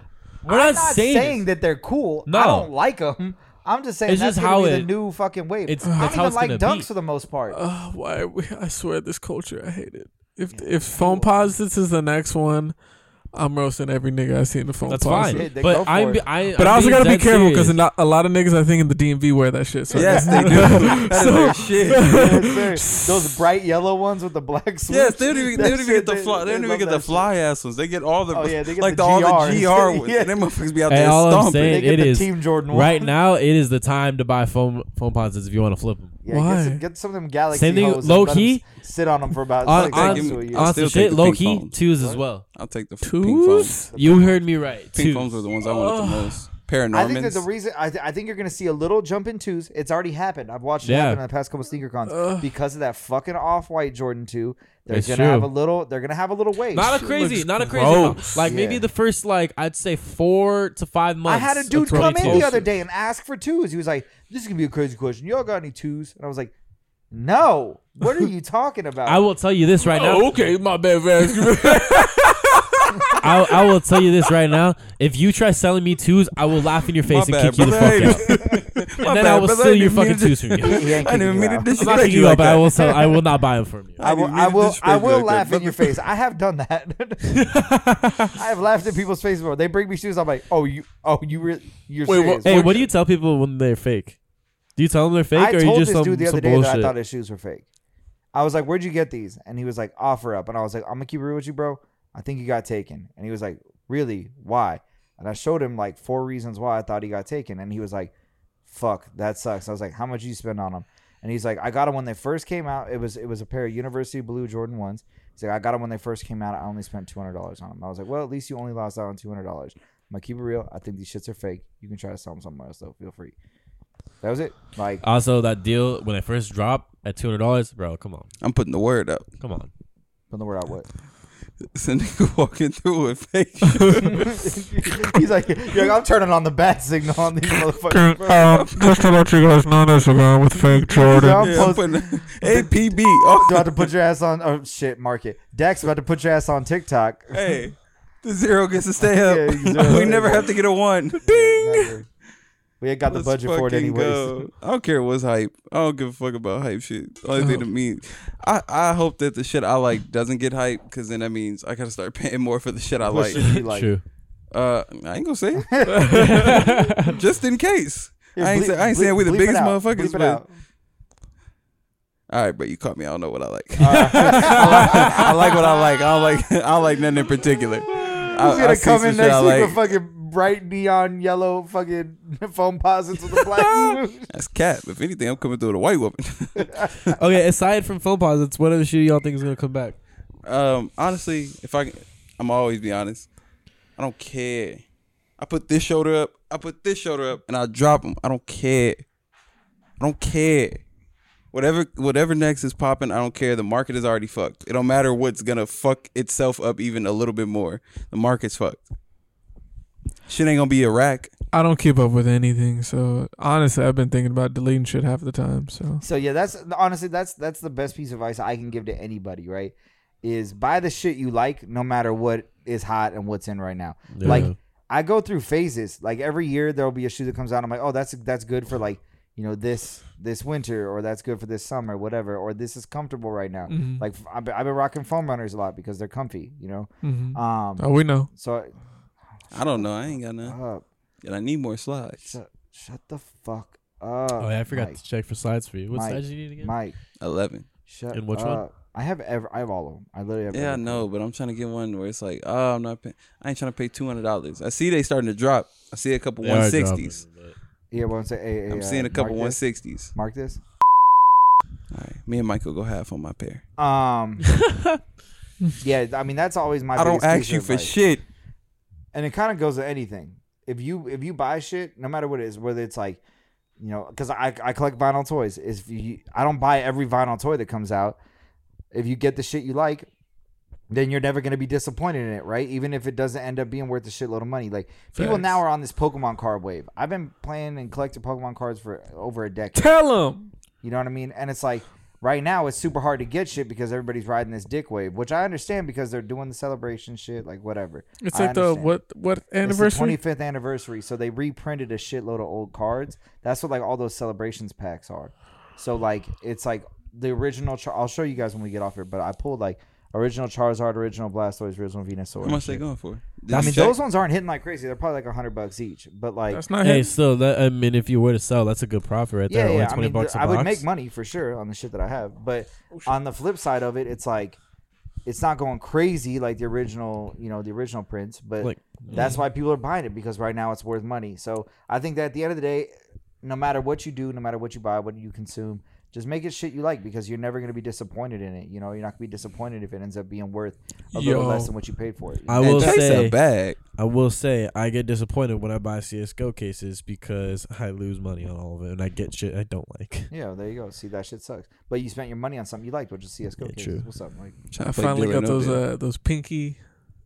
S2: We're
S1: I'm
S2: not
S1: not
S2: saying
S1: saying,
S2: this.
S1: that they're cool. I
S2: No.
S1: don't like them. I'm just saying
S2: It's
S1: that's
S2: just
S1: gonna be
S2: how
S1: the
S2: it-
S1: new fucking wave.
S2: it's-
S1: I don't
S2: that's how
S1: even
S2: it's
S1: like
S2: gonna
S1: dunks
S2: be. Uh,
S1: for the most part. *laughs*
S3: Ugh, Oh, why? Are we, I swear, this culture, I hate it. If if phone posits is the next one, I'm roasting every nigga I see in the phone
S2: That's
S3: posits.
S2: fine,
S1: They- they go
S2: but
S1: for
S2: I'm,
S1: it.
S2: I,
S3: But
S2: I'm
S3: I also
S2: being
S3: gotta be
S2: dead
S3: careful because
S2: serious.
S3: a lot of niggas I think in the DMV wear that shit.
S2: *laughs*
S3: So
S4: Yes, they do. That's their shit.
S1: Yes, sir. Those bright yellow ones with the black switch.
S4: Yes, they don't even, they
S1: That
S4: don't even
S1: shit,
S4: get the fly. They don't even
S1: love
S4: get
S1: that
S4: the
S1: shit.
S4: fly ass ones. They get all the
S1: Oh, yeah, they get
S4: like
S1: the
S4: all
S1: GRs.
S4: the GR ones.
S1: Yeah.
S4: Them motherfuckers be out
S2: Hey,
S4: there
S2: all I'm
S4: stomping.
S1: They
S2: saying-
S1: get
S2: It
S1: the
S2: is.
S1: Team Jordan one. *laughs*
S2: Right now, it is the time to buy foam foam posits if you want to flip them.
S1: Yeah, Why?
S3: Why?
S1: Get some, get some of them galaxy
S2: Same thing,
S1: hoes
S2: low
S1: and let 'em
S2: key.
S1: s- sit on them for about
S2: On,
S1: six
S4: I'll
S2: on,
S1: seconds to a
S4: give
S1: year.
S4: I'll
S2: on
S4: still
S2: some
S4: take
S2: shit,
S4: the
S2: low
S4: pink
S2: key
S4: phone.
S2: twos as well.
S4: I'll take the f- pink phones.
S3: Twos?
S2: You heard me right.
S4: Pink
S2: Twos.
S4: phones are the ones I wanted the most.
S1: I think that the
S4: Paranormans.
S1: reason I, th- I think you're gonna see a little jump in twos. It's already happened. I've watched it
S2: Yeah.
S1: happen in the past couple sneaker cons because of that fucking off white Jordan two. They're
S2: It's
S1: gonna have a
S2: true.
S1: little. They're gonna have a little wave.
S2: Not a
S3: Shit
S2: crazy,
S3: looks
S2: not a crazy. amount.
S3: gross.
S2: Like maybe
S1: Yeah.
S2: the first like I'd say four to five months.
S1: I had a
S2: of
S1: dude come in
S2: 22s.
S1: the other day and ask for twos. He was like, "This is gonna be a crazy question. Y'all got any twos? And I was like, "No. What are you talking about?
S2: *laughs* I will tell you this right now.
S3: Oh, okay, my
S2: *laughs*
S3: bad for asking.
S2: I, I will tell you this right now. If you try selling me twos, I will laugh in your face and kick you the fuck
S1: *laughs*
S2: out.
S4: *laughs* fuck
S2: And then I will steal your fucking twos from you.
S1: He ain't
S4: I
S1: *laughs* kicking
S4: didn't
S1: you
S4: mean
S1: out.
S4: to
S2: I'm not
S4: disrespect
S2: kicking
S4: you
S2: you
S4: like
S2: up, but I
S4: that.
S2: will sell. I will not buy them from you.
S1: *laughs* I will,
S4: didn't mean
S1: I
S4: to
S1: will,
S4: disrespect
S1: I
S4: you
S1: will
S4: like
S1: laugh
S4: that,
S1: in your face. I have done that. *laughs*
S2: *laughs*
S1: I have laughed in people's faces before. They bring me shoes. I'm like, oh, you, oh, you, re- you're
S3: Wait,
S1: serious.
S3: what-
S2: Hey, what do you tell people when they're fake? Do you tell them they're fake
S1: I
S2: or
S1: told
S2: you just
S1: this
S2: some,
S1: dude the
S2: some
S1: other day
S2: bullshit?
S1: that I thought his shoes were fake. I was like, "Where'd you get these?" And he was like, "Offer up." And I was like, "I'm gonna keep it real with you, bro. I think you got taken." And he was like, "Really? Why?" And I showed him like four reasons why I thought he got taken, and he was like, "Fuck, that sucks." I was like, "How much you spend on them?" And he's like, "I got them when they first came out. It was it was a pair of University Blue Jordan ones." He's like, "I got them when they first came out. I only spent two hundred dollars on them." I was like, "Well, at least you only lost out on two hundred dollars." I'm gonna keep it real. I think these shits are fake. You can try to sell them somewhere else though. Feel free. That was it. Like
S2: also, that deal when it first dropped at two hundred dollars, bro. Come on,
S4: I'm putting the word up. *laughs*
S2: come on.
S1: Put the word out what?
S4: It's a nigga walking through with fake.
S1: *laughs* He's like, you're like, I'm turning on the bat signal on these motherfuckers. bro."
S3: um, just to let you guys know, this is going with
S1: *laughs*
S3: fake Jordan.
S1: I'm
S4: Yeah, I'm
S1: post-
S4: putting APB. Oh,
S1: about to put your ass on. Oh shit, market. Dax about to put your ass on TikTok.
S4: *laughs*
S1: *laughs*
S4: hey, the zero gets to stay up.
S1: Yeah, zero.
S4: *laughs* we never have to get a one. *laughs*
S1: Never. We ain't got the
S4: Let's
S1: budget for it
S4: fucking
S1: anyways.
S4: go. I don't care what's hype. I don't give a fuck about hype shit. Only thing to me, I, I hope that the shit I like doesn't get hype because then that means I gotta start paying more for the shit
S1: *laughs*
S4: I
S1: What
S4: like.
S1: should you like?
S2: True.
S4: Uh, I ain't gonna say
S1: *laughs*
S4: it. just in case.
S1: Yeah,
S4: I ain't,
S1: bleep-
S4: say, I ain't
S1: bleep-
S4: saying we the
S1: bleep it
S4: biggest
S1: out. Bleep
S4: motherfuckers,
S1: it
S4: but
S1: out.
S4: all right, bro, you caught me. I don't know what I like. *laughs* I like what I like. I don't like. *laughs* I don't like nothing in particular. I,
S1: He's gonna
S4: I see
S1: come
S4: some
S1: in
S4: shit
S1: next
S4: I
S1: week
S4: like.
S1: with fucking bright neon yellow fucking *laughs* foam posits
S4: *laughs*
S1: with a black.
S4: That's cat. If anything, I'm coming through with a white woman.
S2: *laughs* Okay, aside from faux posits, what other shit y'all think is gonna come back?
S4: Um, honestly, if I, can- I'm always be honest. I don't care. I put this shoulder up. I put this shoulder up, and I drop them. I don't care. I don't care. Whatever, whatever next is popping, I don't care. The market is already fucked. It don't matter what's gonna fuck itself up even a little bit more. The market's fucked. Shit ain't gonna be a rack.
S3: I don't keep up with anything, so honestly, I've been thinking about deleting shit half the time. So
S1: So yeah, that's honestly that's that's the best piece of advice I can give to anybody, right? Is buy the shit you like, no matter what is hot and what's in right now.
S2: Yeah.
S1: Like uh, I go through phases. Like every year there will be a shoe that comes out. I'm like, oh, that's that's good for like you know this this winter or that's good for this summer, whatever. Or this is comfortable right
S2: Mm-hmm.
S1: now.
S3: Mhm.
S1: Like I've been, I've been rocking foam runners a lot because they're comfy, you know.
S3: mhm.
S2: Mm-hmm.
S3: oh,
S1: Um,
S3: we know.
S1: so
S4: I don't know. I ain't got nothing.
S1: uh,
S4: And I need more slides.
S1: shut, shut the fuck up.
S2: Oh, yeah, I forgot
S1: Mike,
S2: to check for slides for you. What
S1: Mike,
S2: slides you need again?
S1: Mike,
S4: Eleven.
S1: shut.
S2: And which
S1: up.
S2: one?
S1: I have ever. I have all of them. I literally have.
S4: Yeah, I
S1: every-
S4: know, but I'm trying to get one where it's like, oh, I'm not. Pay- I ain't trying to pay two hundred dollars. I see they starting to drop. I see a couple
S2: They are
S4: one
S2: dropping,
S4: sixties.
S2: but-
S1: Yeah, one sec. Hey, hey,
S4: I'm
S1: uh,
S4: seeing a couple
S1: mark
S4: one
S1: this.
S4: sixties.
S1: Mark this.
S4: All right, me and Michael go half on my pair.
S1: Um. *laughs* yeah, I mean that's always my.
S4: I don't
S1: biggest
S4: ask
S1: piece
S4: you
S1: of
S4: for
S1: advice.
S4: shit.
S1: and it kind of goes to anything. If you if you buy shit, no matter what it is, whether it's like, you know, because I I collect vinyl toys. Is if you I don't buy every vinyl toy that comes out. If you get the shit you like, then you're never gonna be disappointed in it, right? Even if it doesn't end up being worth a shitload of money. Like people
S3: Facts.
S1: now are on this Pokemon card wave. I've been playing and collecting Pokemon cards for over a decade.
S3: Tell him.
S1: You know what I mean? And it's like right now it's super hard to get shit because everybody's riding this dick wave, which I understand because they're doing the celebration shit, like whatever.
S3: It's
S1: I
S3: like the
S1: understand.
S3: what what
S1: It's the
S3: anniversary?
S1: 25th anniversary, so they reprinted a shitload of old cards. That's what like all those celebrations packs are. So like it's like the original. Char- I'll show you guys when we get off here, but I pulled like original Charizard, original Blastoise, original Venusaur.
S4: How much
S1: and
S4: they
S1: shit.
S4: going for? Did
S1: I
S4: you
S1: mean,
S4: check?
S1: those ones aren't hitting like crazy. They're probably like a hundred bucks each, but like
S3: That's
S2: *laughs*
S3: not
S2: Hey,
S3: him.
S2: still that I mean, if you were to sell, that's a good profit right there. Only
S1: I
S2: twenty
S1: mean,
S2: bucks a
S1: I would
S2: box.
S1: make money for sure on the shit that I have, but on the flip side of it, it's like it's not going crazy like the original, you know, the original prints, but
S2: Like- mm.
S1: that's why people are buying it because right now it's worth money. So I think that at the end of the day, no matter what you do, no matter what you buy, what you consume, just make it shit you like because you're never going to be disappointed in it. You know, you're not going to be disappointed if it ends up being worth a little
S3: Yo.
S1: less than what you paid for it.
S2: I
S4: Man,
S2: will
S4: Chase
S2: say,
S4: a bag.
S2: I will say, I get disappointed when I buy CS:GO cases because I lose money on all of it, and I get shit I don't like.
S1: yeah, there you go. See, that shit sucks. But you spent your money on something you liked, which is CSGO.
S2: Yeah,
S1: cases.
S2: true.
S1: What's up, Mike?
S4: Trying
S3: I
S4: to play
S3: finally
S4: dealer no
S3: got those
S4: dealer.
S3: uh those pinky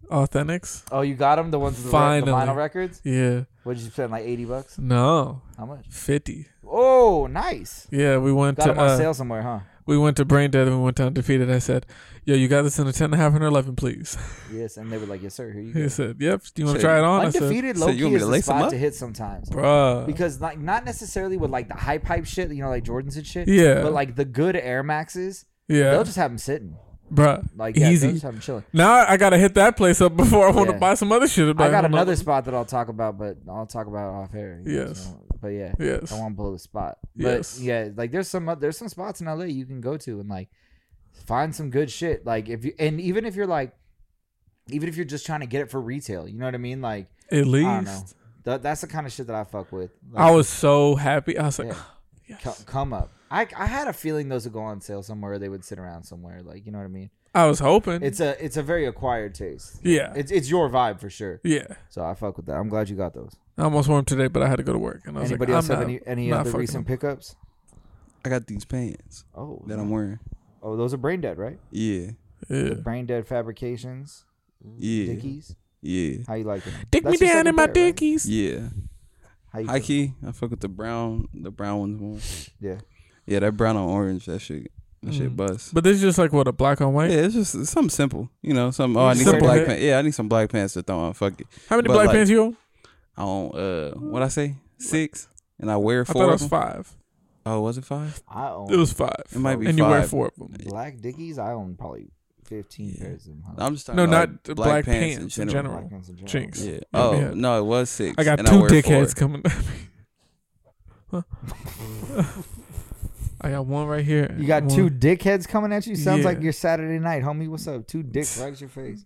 S3: authentics.
S1: Oh, you got them? The ones with the, re- the
S3: Finally.
S1: vinyl records?
S3: Yeah.
S1: What did you spend? Like 80 bucks?
S3: No.
S1: How much?
S3: Fifty.
S1: Oh, nice.
S3: Yeah, we went
S1: Got
S3: to
S1: them on
S3: uh,
S1: sale somewhere, huh?
S3: we went to Brain Dead and we went to Undefeated. I said, "Yo, you got this in a ten and a half and an eleven, please." *laughs*
S1: Yes, and they were like, "Yes, sir. Here you
S3: He
S1: go."
S3: said, "Yep, do you want to
S4: So
S3: try it on?"
S1: Undefeated
S4: So
S1: low
S4: you
S1: key
S4: want me
S1: is
S4: to
S1: the
S4: lace 'em
S1: spot
S4: up?
S1: to hit sometimes,
S3: I said, "Bruh,
S1: because like not necessarily with like the hype hype shit, you know, like Jordans and shit.
S3: Yeah.
S1: But like the good Air Maxes,
S3: yeah,
S1: they'll just have them sitting,
S3: bruh,
S1: like yeah, They'll
S3: easy."
S1: just have them chilling.
S3: Now I gotta hit that place up before I want to
S1: Yeah.
S3: buy some other shit.
S1: I got
S3: Hold on.
S1: another spot that I'll talk about, but I'll talk about off air. you know,
S3: Yes.
S1: so- but yeah,
S3: Yes.
S1: I want to blow the spot. But
S3: Yes.
S1: yeah, like there's some oth- there's some spots in LA you can go to and like find some good shit. Like if you and even if you're like even if you're just trying to get it for retail, you know what I mean? Like
S3: At
S1: I don't know.
S3: least
S1: Th- that's the kind of shit that I fuck with. Like,
S3: I was so happy. I was like,
S1: Yeah. co-
S3: Uh, yes.
S1: come up. I, I had a feeling those would go on sale somewhere. Or they would sit around somewhere. Like you know what I mean?
S3: I was hoping.
S1: It's a it's a very acquired taste.
S3: yeah,
S1: It's it's your vibe for sure.
S3: yeah.
S1: So I fuck with that. I'm glad you got those.
S3: I almost wore them today, but I had to go to work, and I was
S1: Anybody
S3: like,
S1: else
S3: I'm
S1: have
S3: not.
S1: any any
S3: not
S1: other
S3: fucking
S1: recent pickups?
S4: I got these pants
S1: Oh,
S4: that I'm wearing.
S1: oh, those are brain dead, right?
S4: Yeah,
S3: yeah.
S1: The brain dead fabrications,
S4: yeah,
S1: dickies.
S4: yeah,
S1: How you like them?
S3: Dick me
S1: That's your
S3: down in
S1: second
S3: my
S1: pair, right?
S3: dickies.
S4: yeah.
S1: How you
S4: High
S1: feel?
S4: key, I fuck with the brown, the brown ones more.
S1: Yeah.
S4: Yeah, that brown on orange, that shit, that
S3: Mhm.
S4: shit bust.
S3: But this is just like what a black on white.
S4: Yeah, it's just it's something simple, you know. Some oh, I need some
S3: Simple
S4: black
S3: hit.
S4: pants. Yeah, I need some black pants to throw on. Fuck it.
S3: How many
S4: But,
S3: black
S4: like,
S3: pants you own?
S4: I don't. Uh, what I say? Six, and I wear
S3: I thought it
S4: four. of
S3: was
S4: them.
S3: five.
S4: Oh, was it five?
S1: I own
S3: It was five.
S4: It might be
S3: And you wear
S4: five.
S3: four of them.
S1: black dickies. I own probably fifteen
S4: Yeah.
S1: pairs of them. huh?
S4: I'm just talking
S3: No,
S4: about
S3: not the black pants in general.
S1: Black ones in general.
S3: Jinx.
S4: Yeah.
S3: Yeah,
S4: Oh
S3: we had-
S4: no, it was six.
S3: I got
S4: and
S3: two
S4: wear
S3: dickheads
S4: four.
S3: coming at me. Huh? *laughs* I got one right here. and
S1: You got
S3: one-
S1: two dickheads coming at you. Sounds
S3: Yeah.
S1: like your Saturday night, homie. What's up? Two dicks right at your face.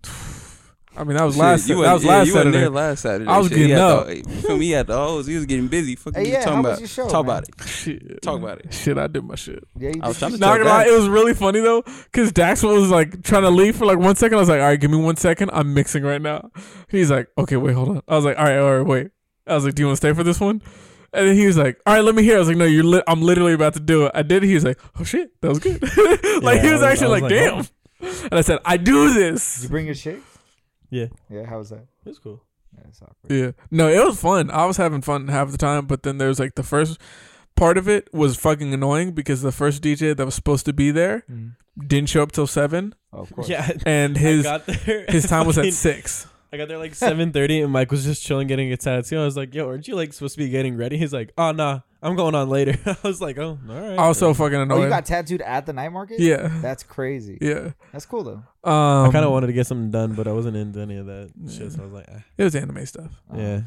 S3: I mean, that was
S4: Shit,
S3: last.
S4: you
S3: that
S4: wasn't-
S3: was
S4: yeah,
S3: last
S4: you wasn't
S3: Saturday.
S4: there last Saturday.
S3: I was
S4: Shit, he
S3: getting
S4: had
S3: up.
S4: The, hey, for me, at the hoes, he was getting busy. Fuck
S1: Hey,
S4: you
S1: yeah,
S4: talking
S1: how was
S4: about?
S1: your show,
S4: Talk
S1: man?
S4: about it.
S3: Shit.
S4: Talk about it.
S3: Shit, I did my shit.
S1: Yeah, you
S4: I was
S1: did.
S4: trying to
S3: Not
S4: tell
S3: gonna lie,
S4: Dax.
S3: it was really funny though, because Dax was like trying to leave for like one second. I was like, all right, give me one second. I'm mixing right now. He's like, okay, wait, hold on. I was like, all right, all right, wait. I was like, do you want to stay for this one? And then he was like, all right, let me hear. I was like, no, you're. Li- I'm literally about to do it. I did. it. He was like, oh shit, that was good. *laughs* like he
S2: I
S3: was,
S2: was- I was
S3: actually like,
S2: like,
S3: damn. And I said, I
S1: Did
S3: do
S1: you
S3: this.
S1: bring your chick?
S2: Yeah.
S1: Yeah. How was that?
S2: It's cool.
S1: Yeah, it's awkward.
S3: Yeah. No, it was fun. I was having fun half the time, but then there was like the first part of it was fucking annoying because the first DJ that was supposed to be there
S1: Mhm.
S3: didn't show up till seven,
S1: Oh, of course.
S2: Yeah.
S3: and
S2: *laughs*
S3: his
S2: I got there
S3: His time
S2: *laughs*
S3: was at
S2: fucking-
S3: six.
S2: I got there like seven thirty, and Mike was just chilling, getting a tattoo. I was like, "Yo, aren't you like supposed to be getting ready?" He's like, "Oh nah, I'm going on later." *laughs* I was like, "Oh, all right."
S3: I was so fucking annoyed.
S1: Oh, you got tattooed at the night market?
S3: yeah,
S1: That's crazy.
S3: yeah.
S1: That's cool though.
S2: I
S3: Um,
S2: kind of wanted to get something done, but I wasn't into any of that shit. So I was like, ah,
S3: It was anime stuff.
S4: Oh.
S2: "Yeah."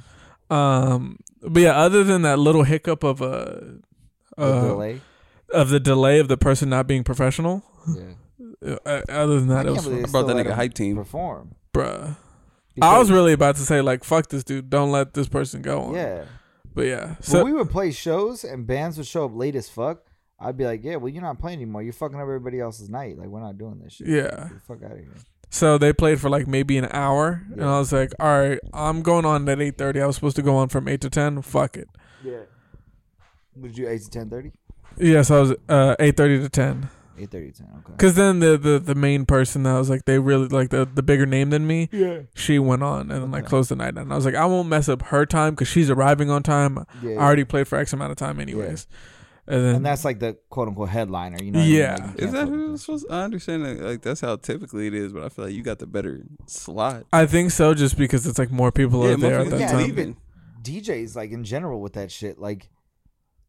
S3: Um, but yeah, other than that little hiccup of a
S1: Uh,
S3: uh,
S1: The delay.
S3: of the delay of the person not being professional.
S4: *laughs*
S1: Yeah.
S3: uh, uh, Other than
S1: I
S3: that, it
S1: can't
S3: was
S1: believe they
S4: I brought
S1: still
S4: that
S1: let
S4: nigga
S1: him
S4: hype team.
S1: Perform.
S3: bruh. I
S1: Because-
S3: was really about to say like, fuck this dude. Don't let this person go on.
S1: Yeah.
S3: But yeah, so
S1: when we would play shows and bands would show up late as fuck, I'd be like, "Yeah, well, you're not playing anymore. You're fucking up everybody else's night. Like, we're not doing this shit.
S3: yeah.
S1: Get the fuck out of here."
S3: So they played for like maybe an hour, and
S1: Yeah.
S3: I was like, all right, I'm going on at eight thirty. I was supposed to go on from eight to ten. Fuck it.
S1: Yeah. Would you eight to ten thirty?
S3: Yeah, so I was uh, eight thirty to ten.
S1: Eight thirty to ten. Okay.
S3: Cause then the, the the main person that was like they really like the the bigger name than me,
S1: Yeah.
S3: she went on and then I
S1: Okay.
S3: closed the night down. And I was like, I won't mess up her time because she's arriving on time.
S1: Yeah.
S3: I already played for X amount of time anyways. And then
S1: and that's like the quote unquote headliner. You know. what I mean?
S3: Yeah.
S1: Like, you can't
S4: Is that
S1: fuck with
S4: who it's supposed? I understand that like that's how typically it is, but I feel like you got the better slot.
S3: I think so, just because it's like more people
S4: Yeah,
S3: are there at
S4: motherfuckers
S3: that
S1: yeah,
S3: time.
S1: leave it. DJs like in general with that shit. Like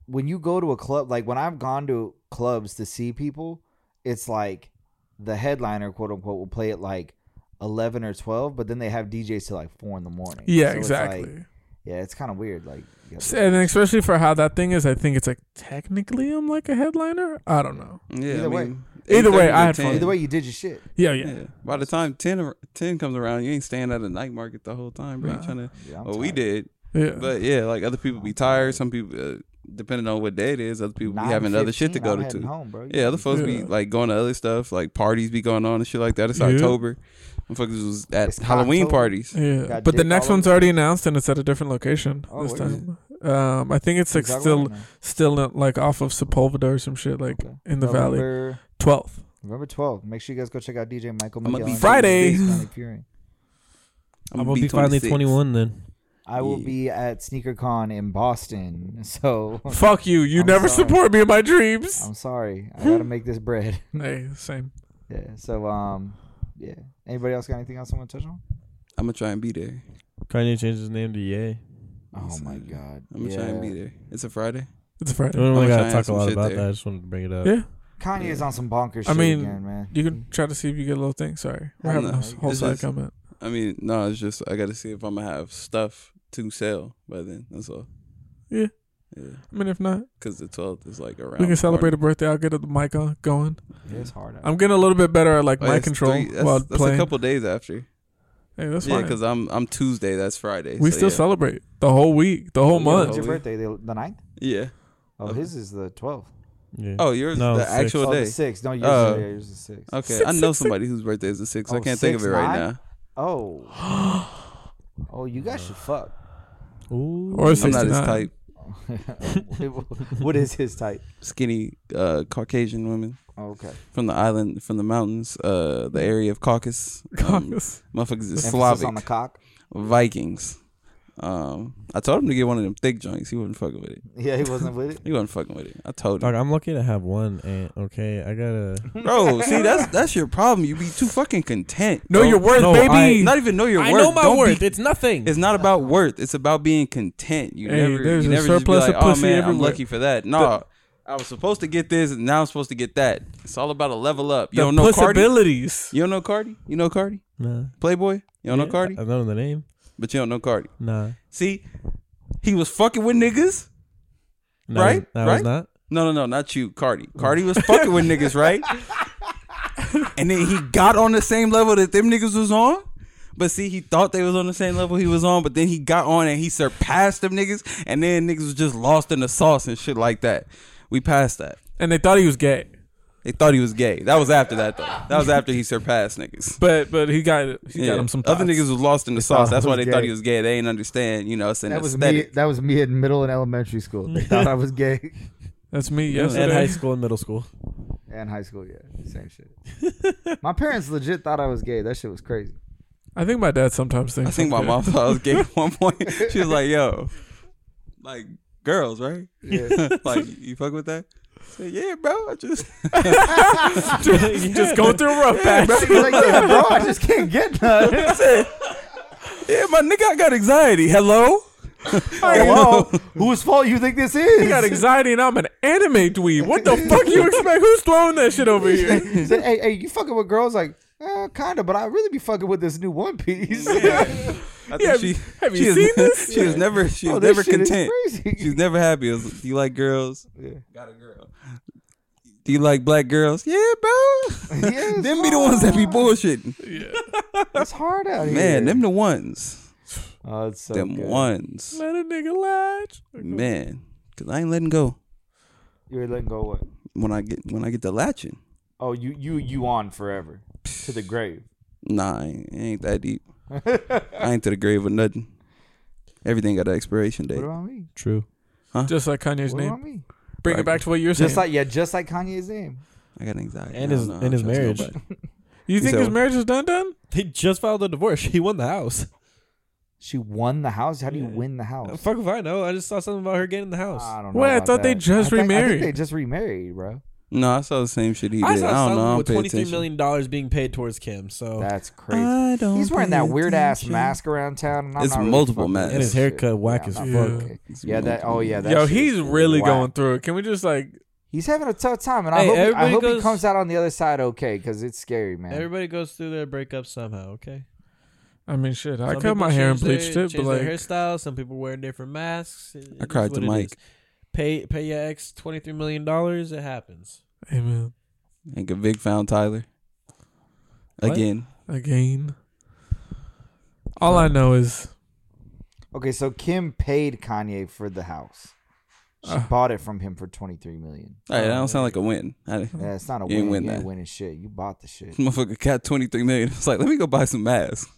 S1: when you go to a club, like when I've gone to clubs to see people, it's like the headliner, quote unquote, will play at like eleven or twelve, but then they have DJs till like four in the morning.
S3: Yeah,
S1: So it's like-
S3: exactly.
S1: yeah, it's kind of weird. Like, you
S3: S- and then especially for how that thing is, I think it's like technically I'm like a headliner. I don't know.
S4: Yeah,
S1: Either
S4: I
S1: way.
S4: mean,
S3: Either
S4: 8:30
S3: way,
S4: to
S3: I had fun.
S4: 10.
S1: either way, you did your shit.
S3: Yeah, yeah.
S4: Yeah. By the time 10, ar- 10 comes around, you ain't staying at a night market the whole time, bro.
S3: Nah.
S4: You trying to,
S1: Yeah, I'm
S4: well, we
S1: tired.
S4: did.
S3: Yeah.
S4: But yeah, like other people be tired. Some people, uh, depending on what day it is, other people be having other shit to
S1: 9:15,
S4: go
S1: I'm
S4: to.
S1: heading
S4: too.
S1: Home, bro. You
S4: Yeah, other
S1: gotta be-
S4: folks be
S3: Yeah.
S4: like going to other stuff, like parties be going on and shit like that. It's
S3: Yeah.
S4: October. Motherfuckers was at
S1: It's
S4: Halloween
S1: Cocktober.
S4: parties.
S3: yeah.
S1: Got
S3: But the
S1: dick
S3: next
S1: all
S3: one's
S1: over.
S3: already announced and it's at a different location
S1: Oh,
S3: this
S1: where is
S3: time. Um I think it's like
S1: Is that right
S3: still
S1: or no?
S3: still in, like off of Sepulveda or some shit, like
S1: Okay.
S3: in the valley.
S1: November-
S3: Twelfth.
S1: November 12th. Make sure you guys go check out DJ Michael
S4: I'ma be
S1: McGill.
S3: Friday.
S1: Fury.
S2: I'm
S4: gonna
S2: gonna be finally
S4: 26.
S2: 21 then.
S1: I will
S4: Yeah.
S1: be at SneakerCon
S5: *laughs*
S1: in Boston. *laughs* So
S3: Fuck you! You
S1: I'm
S3: never
S1: sorry.
S3: support me in my dreams.
S1: I'm sorry. I gotta make this bread.
S5: *laughs*
S3: Hey, same.
S1: yeah. So um yeah. Anybody else got anything else I want to touch on?
S4: I'm gonna try and be there.
S2: Kanye changed his name to Ye.
S1: Oh
S4: Yes,
S1: my
S4: uh,
S1: god.
S4: I'm gonna try and be there. It's a Friday.
S3: It's a
S2: I
S3: Friday.
S2: don't
S4: I'm
S2: really
S4: trying
S2: gotta talk a
S4: some
S2: lot
S4: shit
S2: about
S4: there.
S2: that. I just wanted to bring it up.
S3: Yeah.
S1: Kanye's on some bonkers
S3: I
S1: shit
S3: mean,
S1: again, man.
S3: You can try to see if you get a little thing. Sorry, we're
S4: I
S3: having
S4: know.
S3: a s- whole
S4: It's
S3: side
S4: just-
S3: comment.
S4: I mean, no, it's just I gotta see if I'm gonna have stuff to sell by then. That's all.
S3: I mean, if not,
S4: Because the 12th is like around.
S3: we can
S4: the
S3: celebrate
S4: corner.
S3: a birthday. I'll get the mic on going.
S5: It's hard. out
S3: I'm getting a little bit better at like
S4: Oh,
S3: mic
S4: that's
S3: control
S4: three- that's,
S3: while
S4: that's
S3: playing.
S4: a couple days after.
S3: hey, that's
S4: yeah,
S3: fine.
S4: because I'm I'm Tuesday. That's Friday.
S3: we
S4: so
S3: still
S4: yeah.
S3: celebrate the whole week, the whole
S4: Yeah,
S5: When's
S3: *laughs* month.
S5: your
S4: Holy.
S5: birthday? The, the 9th?
S4: Yeah.
S5: Oh,
S4: Okay.
S5: his is the 12th.
S2: Yeah.
S4: Oh, yours
S2: No,
S4: the
S2: six.
S4: actual
S5: Oh,
S4: day.
S5: the 6th. No, yours,
S4: Oh.
S5: is, yeah, yours is the 6th.
S4: Okay,
S3: Six,
S4: I know
S3: six,
S4: somebody whose birthday is the sixth. I
S5: Oh,
S4: can't think of
S5: six,
S4: it right
S5: nine?
S4: now.
S5: Oh.
S4: *gasps*
S5: oh, you guys should
S4: *laughs*
S5: fuck. *laughs*
S4: Oh.
S2: Ooh.
S3: Or
S4: I'm not his
S3: 69.
S4: type.
S5: what is his type?
S4: Skinny uh, Caucasian women
S5: Okay.
S4: from the island, from the mountains, uh, the area of
S3: *laughs*
S4: Caucasus. Um,
S3: Caucus.
S4: motherfuckers is
S5: Emphasis on the
S4: Slavic
S5: cock.
S4: Vikings. Um, I told him to get one of them thick joints. He wasn't fucking with it.
S5: Yeah, he wasn't with it.
S4: He wasn't fucking with it. I told
S2: Dog,
S4: him,
S2: I'm lucky to have one aunt. Okay, I
S4: *laughs*
S2: gotta.
S4: bro. see, that's that's your problem. You be too fucking content.
S3: Know
S4: bro.
S3: your worth,
S2: no,
S3: baby.
S4: Not even know your
S2: I
S4: worth.
S2: know my
S4: Don't be
S2: worth. it's nothing.
S4: It's not about worth. It's about being content. You
S3: Hey,
S4: never,
S3: there's
S4: you
S3: a
S4: never just be
S3: surplus
S4: like,
S3: of
S4: oh
S3: pussy
S4: man, I'm
S3: everywhere."
S4: lucky for that. No, I was supposed to get this, and now I'm supposed to get that. It's all about a level up. You
S3: the
S4: don't know Cardi.
S3: possibilities.
S4: You don't know Cardi. You know Cardi.
S2: nah.
S4: Playboy. You don't know
S2: Yeah,
S3: Uh,
S4: Cardi,
S2: I know the name.
S4: but you don't know Cardi.
S2: Nah.
S4: See, he was fucking with niggas.
S2: No,
S4: Right?
S2: I
S4: Right?
S2: was not.
S4: No, no, no, not you, Cardi. Cardi was fucking with niggas, right? And then he got on the same level that them niggas was on. But see, he thought they was on the same level he was on, but then he got on and he surpassed them niggas, and then niggas was just lost in the sauce and shit like that. We passed that.
S3: And they thought he was gay,
S4: They thought he was gay. That was after that though. That was after he surpassed niggas.
S3: but but he got he
S4: Yeah.
S3: got him some
S4: other
S3: thoughts.
S4: niggas was lost in the
S5: thought
S4: sauce. That's
S5: I
S4: why
S5: was
S4: they thought
S5: gay.
S4: he was gay. They ain't understand, you know, it's an
S1: That was me.
S4: aesthetic.
S1: That was me in middle and elementary school. They thought I was
S4: *laughs*
S1: gay.
S3: That's me
S2: At high
S3: yesterday.
S2: school and middle school.
S1: And high school, yeah, same shit. My parents legit thought I was gay. That shit was crazy.
S3: I think my dad sometimes thinks.
S4: I think my
S3: I'm gay.
S4: mom thought I was gay at one point. She was like, "Yo, like girls, right?
S1: Yeah.
S4: *laughs* like you fuck with that?" I said, "Yeah, bro. I just
S3: *laughs* just, just going through a
S1: *laughs*
S3: rough patch.
S1: He's like, yeah, bro, I just can't get
S4: *laughs*
S1: none. *laughs*
S4: I said, yeah, my nigga, I got anxiety. Hello,
S1: Hello, whose fault you think this is?
S3: I got anxiety and I'm an anime dweeb. What
S1: *laughs*
S3: the fuck you expect? Who's throwing that shit over here?
S1: He said, hey, hey, you fucking with girls? Like, eh, kinda, but I really be fucking with this new One Piece. *laughs*
S4: *laughs* I think
S3: Yeah,
S4: she,
S3: have you
S4: she is- *laughs*
S3: seen this?
S4: She is never. She is
S1: Oh, this
S4: never
S1: shit is
S4: content.
S1: crazy.
S4: She's never happy. It was, Do you like girls?
S1: *laughs* Yeah.
S4: Got a girl. Do you like black girls? Yeah, bro.
S1: Yeah, it's
S4: them be the ones that be *laughs* bullshitting.
S1: It's hard out here.
S4: Man, them the ones.
S1: Oh, it's so
S4: them
S1: good.
S4: ones.
S3: Let a nigga latch.
S4: Man, cause I ain't letting go
S1: You were letting go. What?
S4: when I get when I get to latching.
S1: Oh, you you you on forever to the grave.
S4: Nah, I ain't, it ain't
S1: *laughs*
S4: that deep. I ain't to the grave with nothing. Everything got an expiration
S1: What
S4: date.
S1: about me?
S2: True.
S3: Just like Kanye's
S1: What about
S3: name.
S1: me?
S3: Bring it back to what you're saying.
S1: Just like yeah, just like Kanye's name.
S4: I got anxiety.
S2: And
S4: I
S2: his-
S4: don't know,
S2: and
S4: I
S2: his
S4: trust
S2: marriage.
S4: nobody.
S3: you think
S4: So-
S3: his marriage is done done?
S2: They just filed a divorce. *laughs* She won the house.
S1: She won the house. How do you
S2: Yeah.
S1: win the house?
S2: Fuck if I know. I just saw something about her getting the house.
S1: I don't know.
S3: Wait, I
S1: about
S3: thought they
S1: that.
S3: just
S1: I think- I think
S3: remarried.
S1: they just remarried, bro.
S4: No, I saw the same shit he did.
S2: I
S4: I,
S2: saw
S4: don't
S2: something
S4: know. I don't
S2: with
S4: pay
S2: twenty three
S4: attention.
S2: million dollars being paid towards Kim. So
S1: That's crazy.
S4: I don't
S1: He's wearing
S4: pay
S1: that weird ass
S4: attention.
S1: mask around town. And I'm
S4: It's
S1: not really
S4: multiple
S1: fucking with
S4: masks.
S2: and his
S1: that shit.
S2: haircut whack
S1: Yeah,
S2: as
S1: I'm not
S2: fuck.
S3: fuck.
S1: fucking- Yeah, that. Oh yeah, that
S3: Yo,
S1: shit is
S3: he's really
S1: whack.
S3: going through it. Can we just like
S1: He's having a tough time, and
S2: Hey,
S1: I hope, he, I
S2: everybody
S1: hope he
S2: goes-
S1: comes out on the other side okay, because it's scary, man.
S2: Everybody goes through their breakup somehow. Okay.
S3: I mean shit, I
S2: Some
S3: cut
S2: people
S3: my hair and
S2: change their-
S3: bleached it, but
S2: change their
S3: like
S2: hairstyles. Some people wearing different masks. It- it is
S4: cried to
S2: what it
S4: Mike.
S2: is. Pay pay your ex twenty three million dollars. It happens.
S3: hey man,
S4: And Vic found Tyler
S2: What?
S4: again.
S3: again. All I know is
S1: Okay, so Kim paid Kanye for the house. She
S3: Uh.
S1: bought it from him for twenty three million.
S4: All right, that
S2: Oh,
S4: don't sound like a win. I, *laughs*
S3: Mm.
S1: Yeah, it's not a win.
S4: You ain't win
S1: you ain't
S4: that.
S1: winning shit. You bought the shit.
S4: motherfucker got twenty three million. It's like, let me go buy some masks.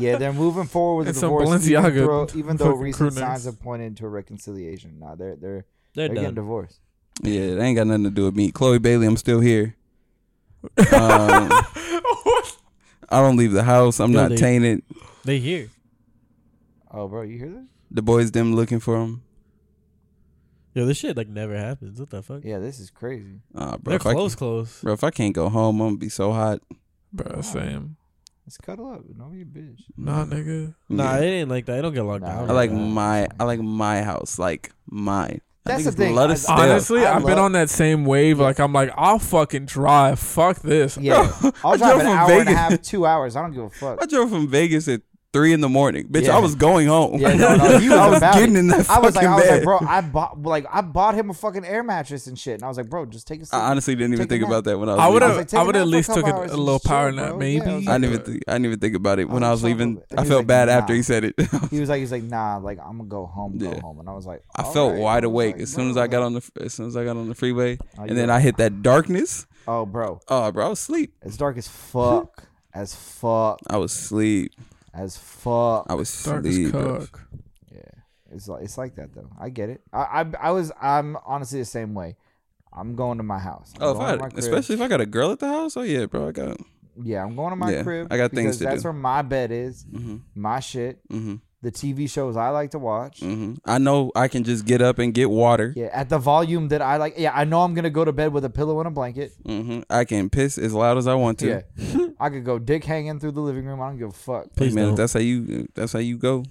S1: yeah, they're moving forward with the
S3: And some
S1: divorce.
S3: Balenciaga
S1: even, though- even though
S3: fucking
S1: recent
S3: crew
S1: signs
S3: necks.
S1: have pointed to a reconciliation. Nah, they're they're
S2: They're,
S1: they're getting
S2: done.
S1: divorced.
S4: Yeah, it ain't got nothing to do with me. Chloe Bailey, I'm
S1: *laughs*
S4: still here. Um,
S2: *laughs*
S4: I don't leave the house. I'm
S2: No,
S4: not
S2: they-
S4: tainted.
S2: They here.
S1: Oh, bro, you hear that?
S4: The boys them looking for him.
S2: Yo, this shit like never happens. What the fuck?
S1: Yeah, this is crazy.
S4: Ah, bro,
S2: They're
S4: if I
S2: close, close.
S4: Bro, if I can't go home, I'm gonna be so hot.
S3: bro, same.
S1: Let's cuddle up. Don't be a
S4: *laughs*
S1: bitch.
S3: Nah nigga.
S2: Nah,
S4: Yeah.
S2: it ain't like that. I don't get locked
S1: Nah,
S2: down.
S4: I like
S1: Yeah.
S4: my I like my house, like mine. I
S1: That's
S4: think
S1: the
S4: it's
S1: thing.
S4: blood is
S1: I-
S4: stale.
S3: Honestly,
S1: I
S3: I've been
S1: love-
S3: on that same wave. Like I'm like, I'll fucking drive. Fuck this.
S1: Yeah, I'll
S4: I
S1: drive
S4: drove
S1: an
S4: from
S1: hour and a
S4: Vegas.
S1: half, two hours. I don't give a fuck.
S4: I drove from Vegas at three in the morning, bitch.
S1: Yeah.
S4: I was going home.
S1: Yeah, no, no,
S4: *laughs*
S1: he was
S4: I was
S1: about
S4: getting
S1: it.
S4: in that
S1: I was like,
S4: fucking
S1: I was like,
S4: bed.
S1: bro, I bought like I bought him a fucking air mattress and shit, and I was like, bro, just take a sleep.
S4: I honestly didn't
S1: Take
S4: even
S1: a
S4: think
S1: nap.
S4: about that when I was.
S3: I would
S4: leaving.
S1: I was like,
S3: have.
S1: take
S3: I
S1: a
S3: would
S1: nap
S3: have at
S1: for a
S3: least took
S1: couple
S3: a,
S1: hours
S3: a
S1: and
S3: little
S1: just
S3: power
S1: chill,
S3: nap,
S1: bro.
S3: maybe.
S1: Yeah, I was
S4: I didn't even. Think, I didn't even think about it when
S1: I
S4: I
S1: was
S4: was
S1: so
S4: leaving.
S1: moved.
S4: I
S1: He
S4: felt
S1: was
S4: bad
S1: like,
S4: after
S1: nah.
S4: he said it.
S1: He was like, he was like, nah, like I'm gonna go home, go
S4: Yeah.
S1: home, and I was like,
S4: *laughs* I
S1: all
S4: felt
S1: right.
S4: wide
S1: I was
S4: awake
S1: like,
S4: as soon as
S1: bro.
S4: I got on the as soon as I got on the freeway,
S1: Oh,
S4: and then
S1: yeah.
S4: I hit that darkness.
S1: Oh, bro,
S4: Oh, bro, I was asleep.
S1: it's dark as fuck, as fuck,
S4: I was asleep.
S1: as fuck.
S4: I was
S3: Dark as
S4: asleep. bro.
S3: cock.
S1: Yeah, it's like it's like that though. I get it. I I, I was I'm honestly the same way. I'm going to my house. I'm
S4: Oh, if
S1: going
S4: I,
S1: to my crib.
S4: especially if I got a girl at the house. Oh yeah, bro, I got.
S1: yeah, I'm going to my
S4: Yeah,
S1: crib.
S4: I got
S1: because
S4: things to
S1: That's
S4: do.
S1: where my bed is,
S4: Mm-hmm,
S1: my shit,
S4: mm-hmm,
S1: the TV shows I like to watch.
S4: mm-hmm. I know I can just get up and get water.
S1: Yeah, at the volume that I like. Yeah, I know I'm gonna go to bed with a pillow and a blanket.
S4: Mm-hmm. I can piss as loud as I want to.
S1: Yeah,
S4: *laughs*
S1: I could go dick hanging through the living room. I don't give a fuck.
S4: Hey,
S2: Please
S4: man, if
S2: don't.
S4: that's how you. That's how you go.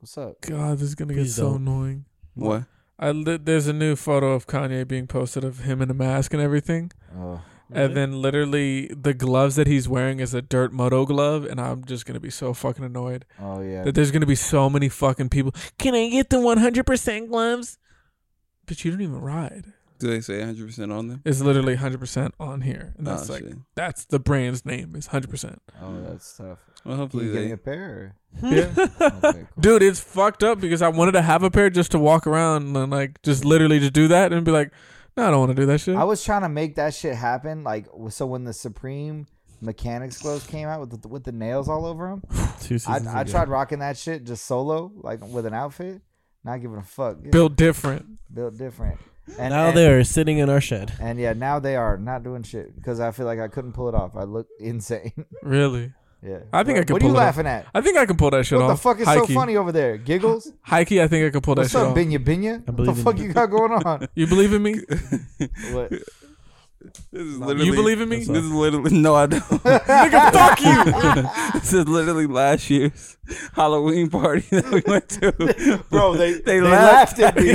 S1: What's up?
S3: God, this is gonna get
S2: Please
S3: so
S2: don't.
S3: annoying.
S4: What?
S3: I li- there's a new photo of Kanye being posted of him in a mask and everything,
S1: Oh,
S3: and then literally the gloves that he's wearing is a dirt moto glove, and I'm just gonna be so fucking annoyed
S1: oh yeah.
S3: that there's gonna be so many fucking people. Can I get the 100% gloves? But you don't even ride.
S4: Do they say 100 percent on them?
S3: It's literally 100% on here, and that's
S4: Oh,
S3: like
S4: shit.
S3: that's the brand's name is 100%.
S1: Oh, that's tough.
S4: Well,
S1: You
S4: hopefully
S1: getting
S4: they.
S1: a
S4: *laughs*
S1: pair?
S3: Yeah.
S1: Or? *laughs* Okay, cool.
S3: Dude, it's fucked up because I wanted to have a pair just to walk around and like just literally just do that and be like, no, I don't want to do that shit.
S1: I was trying to make that shit happen. Like, w- so when the Supreme Mechanics gloves came out with the, with the nails all over them,
S2: Two seasons
S1: I, I
S2: ago.
S1: tried rocking that shit just solo, like with an outfit, not giving a fuck. It's
S3: Built different.
S1: built different. And
S2: Now
S1: and,
S2: they are sitting in our shed.
S1: And yeah, now they are not doing shit because I feel like I couldn't pull it off. I look *laughs* insane.
S3: Really?
S1: yeah.
S3: I think I
S1: what,
S3: could
S1: What are you
S3: pull it off.
S1: laughing at?
S3: I think I can pull that shit
S1: What the
S3: off.
S1: fuck is
S3: High
S1: so
S3: key.
S1: funny over there? Giggles?
S3: High key, I think I can pull that
S1: What's
S3: shit
S1: up,
S3: off.
S1: Binya Binya? What the
S2: believe in
S1: fuck
S2: you.
S1: you got going on? *laughs*
S3: You believe in me?
S1: What?
S4: *laughs* This is
S3: you believe in me?
S4: This is literally no,
S1: *laughs*
S4: I don't.
S3: Nigga, fuck
S4: *laughs*
S3: you.
S4: this is literally last year's Halloween party that we went to.
S1: Bro, they,
S4: *laughs* They
S1: they, laughed. at
S4: laughed.
S1: me.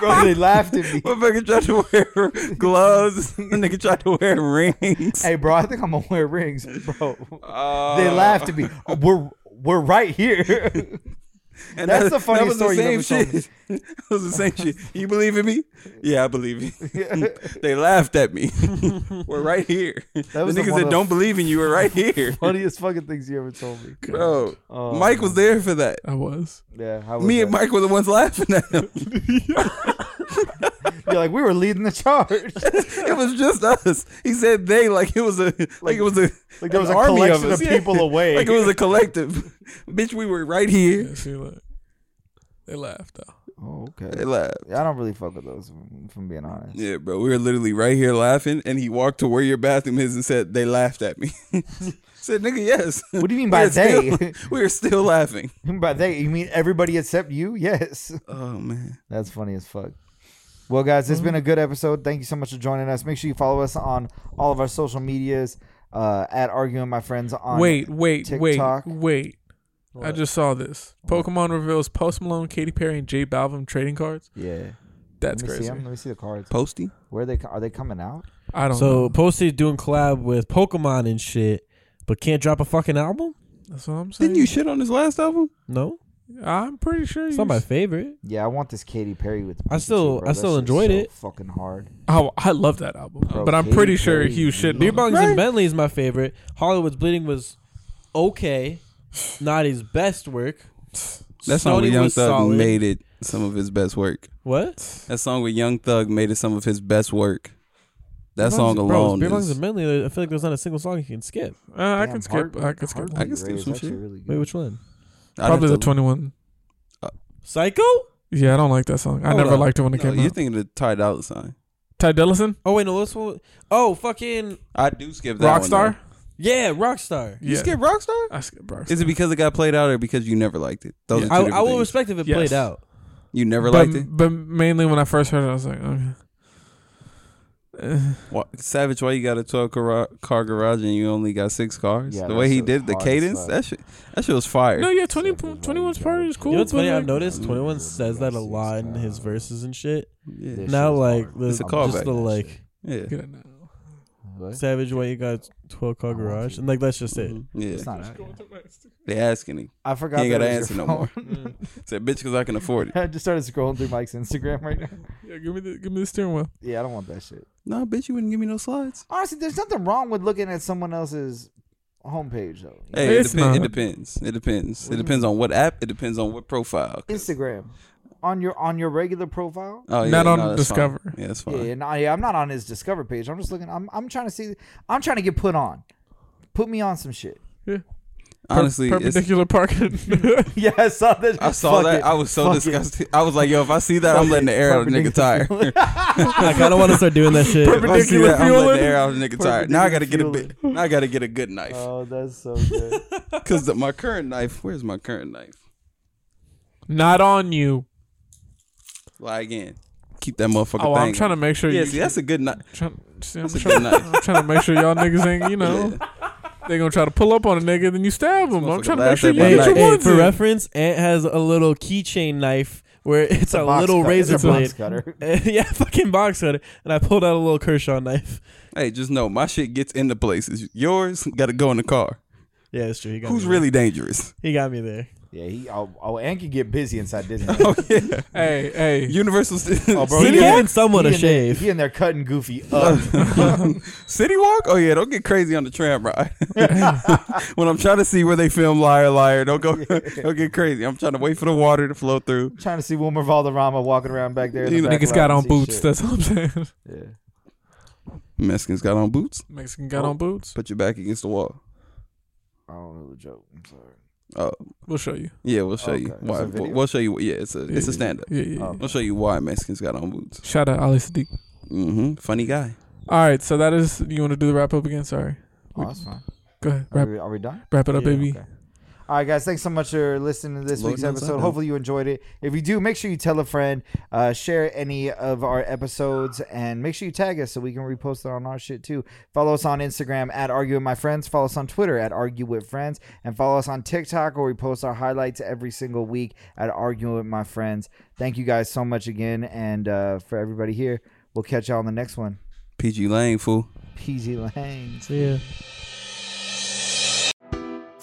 S1: *laughs* Bro, they laughed at me.
S4: *laughs* Motherfucker tried to wear
S1: *laughs*
S4: gloves. *laughs* Nigga tried to wear rings.
S1: Hey, bro, I think I'm gonna wear rings,
S4: *laughs*
S1: bro.
S4: Uh,
S1: They laughed at me. Oh, we're we're right
S4: *laughs*
S1: here.
S4: and
S1: That's
S4: that-
S1: the funniest
S4: that was
S1: story
S4: the
S1: you've
S4: same
S1: ever told
S4: shit. *laughs* that was the same shit. You believe in me? Yeah, I believe you.
S1: *laughs*
S4: *laughs* they laughed at me. we're right here.
S1: That was the
S4: the niggas
S1: one
S4: that
S1: of-
S4: don't believe in you
S1: *laughs*
S4: are right here,
S1: Funniest fucking things you ever told
S4: *laughs*
S1: me,
S4: bro.
S1: Oh,
S4: Mike was there for that.
S3: I was.
S1: Yeah, how was
S4: Me and
S1: that?
S4: Mike were the ones laughing at
S1: *laughs*
S4: him.
S1: You're like we were leading the
S4: *laughs*
S1: charge.
S4: it was just us. He said they like it was a like, it was a
S1: Like there was
S4: an
S1: a
S4: army
S1: collection
S4: us.
S1: of,
S4: Yeah.
S1: people away.
S4: *laughs* Like it was a collective. *laughs* Bitch, we were right here.
S3: Yeah, see, look. They laughed though.
S1: oh,
S4: They
S1: okay.
S4: laughed.
S1: I don't really fuck with those, if I'm being honest.
S4: Yeah, bro, we were literally right here laughing, and he walked to where your bathroom is and said they laughed at me. *laughs* said, "Nigga, yes."
S1: What do you mean
S4: *laughs* We
S1: by
S4: are still-
S1: they?
S4: we are still laughing.
S1: *laughs* By they, you mean everybody except you? Yes.
S4: Oh man,
S1: That's funny as fuck. Well, guys, it's been a good episode. Thank you so much for joining us. Make sure you follow us on all of our social medias uh, at Arguing My Friends on
S3: Wait, wait,
S1: TikTok.
S3: wait, wait. I just saw this. Pokemon reveals Post Malone, Katy Perry, and J Balvin trading cards.
S1: Yeah,
S3: That's
S1: let me see
S3: crazy.
S1: 'em. Let me see the cards.
S4: Posty.
S1: Where are they co- are they coming out?
S3: I don't
S2: So
S3: know.
S2: Posty doing collab with Pokemon and shit, but can't drop a fucking album?
S3: That's what I'm saying.
S4: Didn't you shit on his last album?
S2: No,
S3: I'm pretty sure.
S2: it's
S3: you
S2: not my favorite.
S1: Yeah, I want this Katy Perry with.
S2: I
S1: Pikachu,
S2: still-
S1: bro.
S2: I
S1: That
S2: still
S1: shit's
S2: enjoyed
S1: so
S2: it.
S1: Fucking hard.
S3: Oh, I love that album,
S1: Bro,
S3: but I'm
S1: Katy
S3: pretty sure
S1: Perry
S3: he was
S1: is
S3: shitting.
S1: the
S3: on it.
S2: Bungs
S4: Right.
S2: and Bentley is my favorite. Hollywood's Bleeding was okay, not his best work.
S4: That song
S2: Sony
S4: with Young
S2: was
S4: Thug
S2: solid.
S4: made it some of his best work.
S2: What?
S4: That song with Young Thug made it some of his best work. That
S2: Beer
S4: song
S2: Bungs- bro,
S4: alone.
S2: Beer Bungs
S4: is-
S2: and Bentley. I feel like there's not a single song you can skip.
S3: Uh, I
S1: Damn,
S3: can skip.
S1: Heart-
S3: I can skip.
S1: Heart
S4: I can skip
S1: Rate is
S4: some
S1: actually
S4: shit.
S1: Really good.
S2: Wait, which one?
S4: I'd have
S3: Probably
S4: to-
S3: the 21.
S2: Psycho?
S3: Yeah, I don't like that song. I
S2: Hold
S3: never
S2: up.
S3: liked it when it
S4: No,
S3: came
S4: you're
S3: out.
S4: thinking of the Ty Dolla Sign.
S3: Ty Dillison,
S2: Oh wait, no, this one. Oh fucking
S4: I do skip that one,
S3: Rockstar.
S4: though.
S2: yeah, Rockstar.
S4: You skip Rockstar?
S3: I skip Rockstar.
S4: Is it because it got played out or because you never liked it? Those
S3: Yeah.
S4: are two
S2: I,
S4: different
S2: I will
S4: things.
S2: respect if it
S3: Yes.
S2: played out.
S4: you never
S3: but,
S4: liked it?
S3: but mainly when I first heard it, I was like, okay. Uh,
S4: Why, Savage, why you got a 12 car, car garage and you only got six cars?
S1: Yeah,
S4: the
S1: that
S4: way he
S1: shit
S4: did the
S1: hard as
S4: cadence,
S1: fuck.
S4: that shit, that shit was fire.
S3: no, yeah, 20,
S1: Except for
S3: 21's
S1: Rockstar.
S3: part is cool.
S2: You know what's
S3: but
S2: funny? I've
S3: like-
S2: noticed
S1: Mm.
S2: Twenty One says that a lot in his
S1: Uh,
S2: verses and shit.
S4: yeah,
S1: This
S2: Now
S1: shit's
S2: like
S1: hard.
S2: the,
S4: It's a
S2: just
S4: callback.
S2: the like
S4: yeah.
S3: Get it now.
S1: What?
S2: Savage White, you got 12 car garage. And like, that's just
S4: *laughs*
S2: it.
S4: Mm-hmm. Yeah,
S1: It's not out yet.
S4: they asking him.
S1: I forgot.
S4: He ain't
S1: that
S4: gotta
S1: it was
S4: answer
S1: your
S4: no more.
S1: phone. *laughs*
S4: Said, bitch, because I can afford
S3: *laughs*
S4: it.
S1: I just started scrolling through Mike's Instagram right now.
S3: Yeah, give me the give me the steering wheel.
S1: Yeah, I don't want that shit.
S4: No, bitch, you wouldn't give me no slides.
S1: Honestly, there's nothing wrong with looking at someone else's homepage though.
S4: Hey, it,
S3: It's
S4: depend, it
S3: not.
S4: depends. It depends. It depends on what app. It depends on what profile.
S1: Instagram, on your on your regular profile.
S4: Oh, yeah,
S3: Not on
S4: no, that's fine.
S3: Discover.
S4: Yeah, that's fine.
S1: Yeah, yeah, nah, yeah, I'm not on his Discover page. I'm just looking. I'm I'm trying to see. I'm trying to get put on. Put me on some shit. *laughs*
S3: Per-
S4: Honestly, it's, *laughs*
S3: perpendicular parking. *laughs*
S1: Yeah, I saw that.
S4: I saw
S1: Fuck
S4: that.
S1: it.
S4: I was so
S1: Fuck it.
S4: disgusted. I was like, yo, if I see that, I'm letting the air out of the nigga
S3: *laughs*
S4: tire.
S2: Like, I don't want to start doing that *laughs* shit.
S4: If I see
S3: Perpendicular
S4: that, I'm letting
S3: fueling.
S4: the air out of the nigga tire. Now I gotta get a bit. Now I gotta get a good knife.
S1: Oh, that's so
S4: *laughs*
S1: good.
S4: Cause the, my current knife. Where's my current knife?
S3: Not on you.
S4: Lie again. Keep that motherfucker.
S3: Oh, I'm trying to make sure.
S4: Yeah,
S3: you,
S4: see, that's a good knife.
S3: Trying, see, I'm,
S4: That's a
S3: trying,
S4: good knife.
S3: I'm trying to make sure y'all niggas
S4: *laughs*
S3: ain't, you know,
S4: Yeah.
S3: they gonna try to pull up on a nigga, then you stab them. I'm
S4: motherfucker
S3: trying to make
S4: laughed
S3: sure
S4: at
S3: you
S4: my
S2: Hey,
S3: get your
S4: knife.
S2: hey,
S3: ones
S2: for
S3: in.
S2: reference, Ant has a little keychain knife where it's, a,
S1: box
S2: little
S1: cutter.
S2: razor
S1: It's a box
S2: blade. *laughs*
S1: cutter.
S2: yeah, fucking box cutter. And I pulled out a little Kershaw knife. *laughs*
S4: Hey, just know my shit gets into places. Yours gotta go in the car.
S2: Yeah, that's true. He got
S4: Who's
S2: me
S1: *laughs*
S4: really dangerous?
S2: There. He got me there.
S1: Yeah, he. Oh, oh and can get busy inside Disney.
S4: *laughs* Oh yeah.
S3: Hey, hey,
S4: Universal City, *laughs*
S1: Oh, bro,
S2: He
S1: he
S4: City,
S1: yeah.
S2: giving someone a
S1: He in there-
S2: shave.
S1: He in there cutting Goofy
S4: *laughs*
S1: up. *laughs*
S4: City Walk. Oh yeah, don't get crazy on the
S1: *laughs*
S4: tram ride. when I'm trying to see where they film Liar Liar, don't go, *laughs* don't get crazy. I'm trying to wait for the water to flow through.
S1: trying to see Wilmer Valderrama walking around back there. in the
S4: These
S1: back
S3: niggas
S1: row
S3: got
S1: and
S3: on
S1: see
S3: boots.
S1: shit.
S3: That's what I'm saying.
S1: Yeah.
S4: Mexicans got on boots.
S3: *laughs* Mexican got on boots.
S4: Put your back against the wall.
S1: I don't know the joke. I'm sorry.
S4: Oh
S3: We'll show you.
S4: yeah, we'll show you
S1: Okay. It's
S4: why.
S1: a
S4: We'll,
S1: video?
S4: we'll show you. Yeah, it's a it's a stand up.
S3: Yeah, yeah. yeah.
S1: Oh.
S4: We'll show you why Mexicans got on boots.
S3: Shout out Ali Sadiq.
S4: hmm Funny guy.
S3: All right, so that is. You want to do the wrap up again? Sorry.
S1: Oh, that's fine.
S3: Go ahead.
S1: Are
S3: Wrap,
S1: we, are we done?
S3: wrap it up,
S2: Yeah,
S3: baby.
S1: okay. All right, guys. Thanks so much for listening to this
S4: Lord
S1: week's
S4: knows I
S1: episode.
S4: know.
S1: Hopefully, you enjoyed it. If you do, make sure you tell a friend, uh, share any of our episodes, and make sure you tag us so we can repost it on our shit too. Follow us on Instagram at Argue with My Friends. Follow us on Twitter at Argue with Friends, and follow us on TikTok where we post our highlights every single week at Argue with My Friends. Thank you guys so much again, and uh, for everybody here, we'll catch y'all on the next one.
S4: PG Lane fool.
S1: PG Lang.
S2: See ya.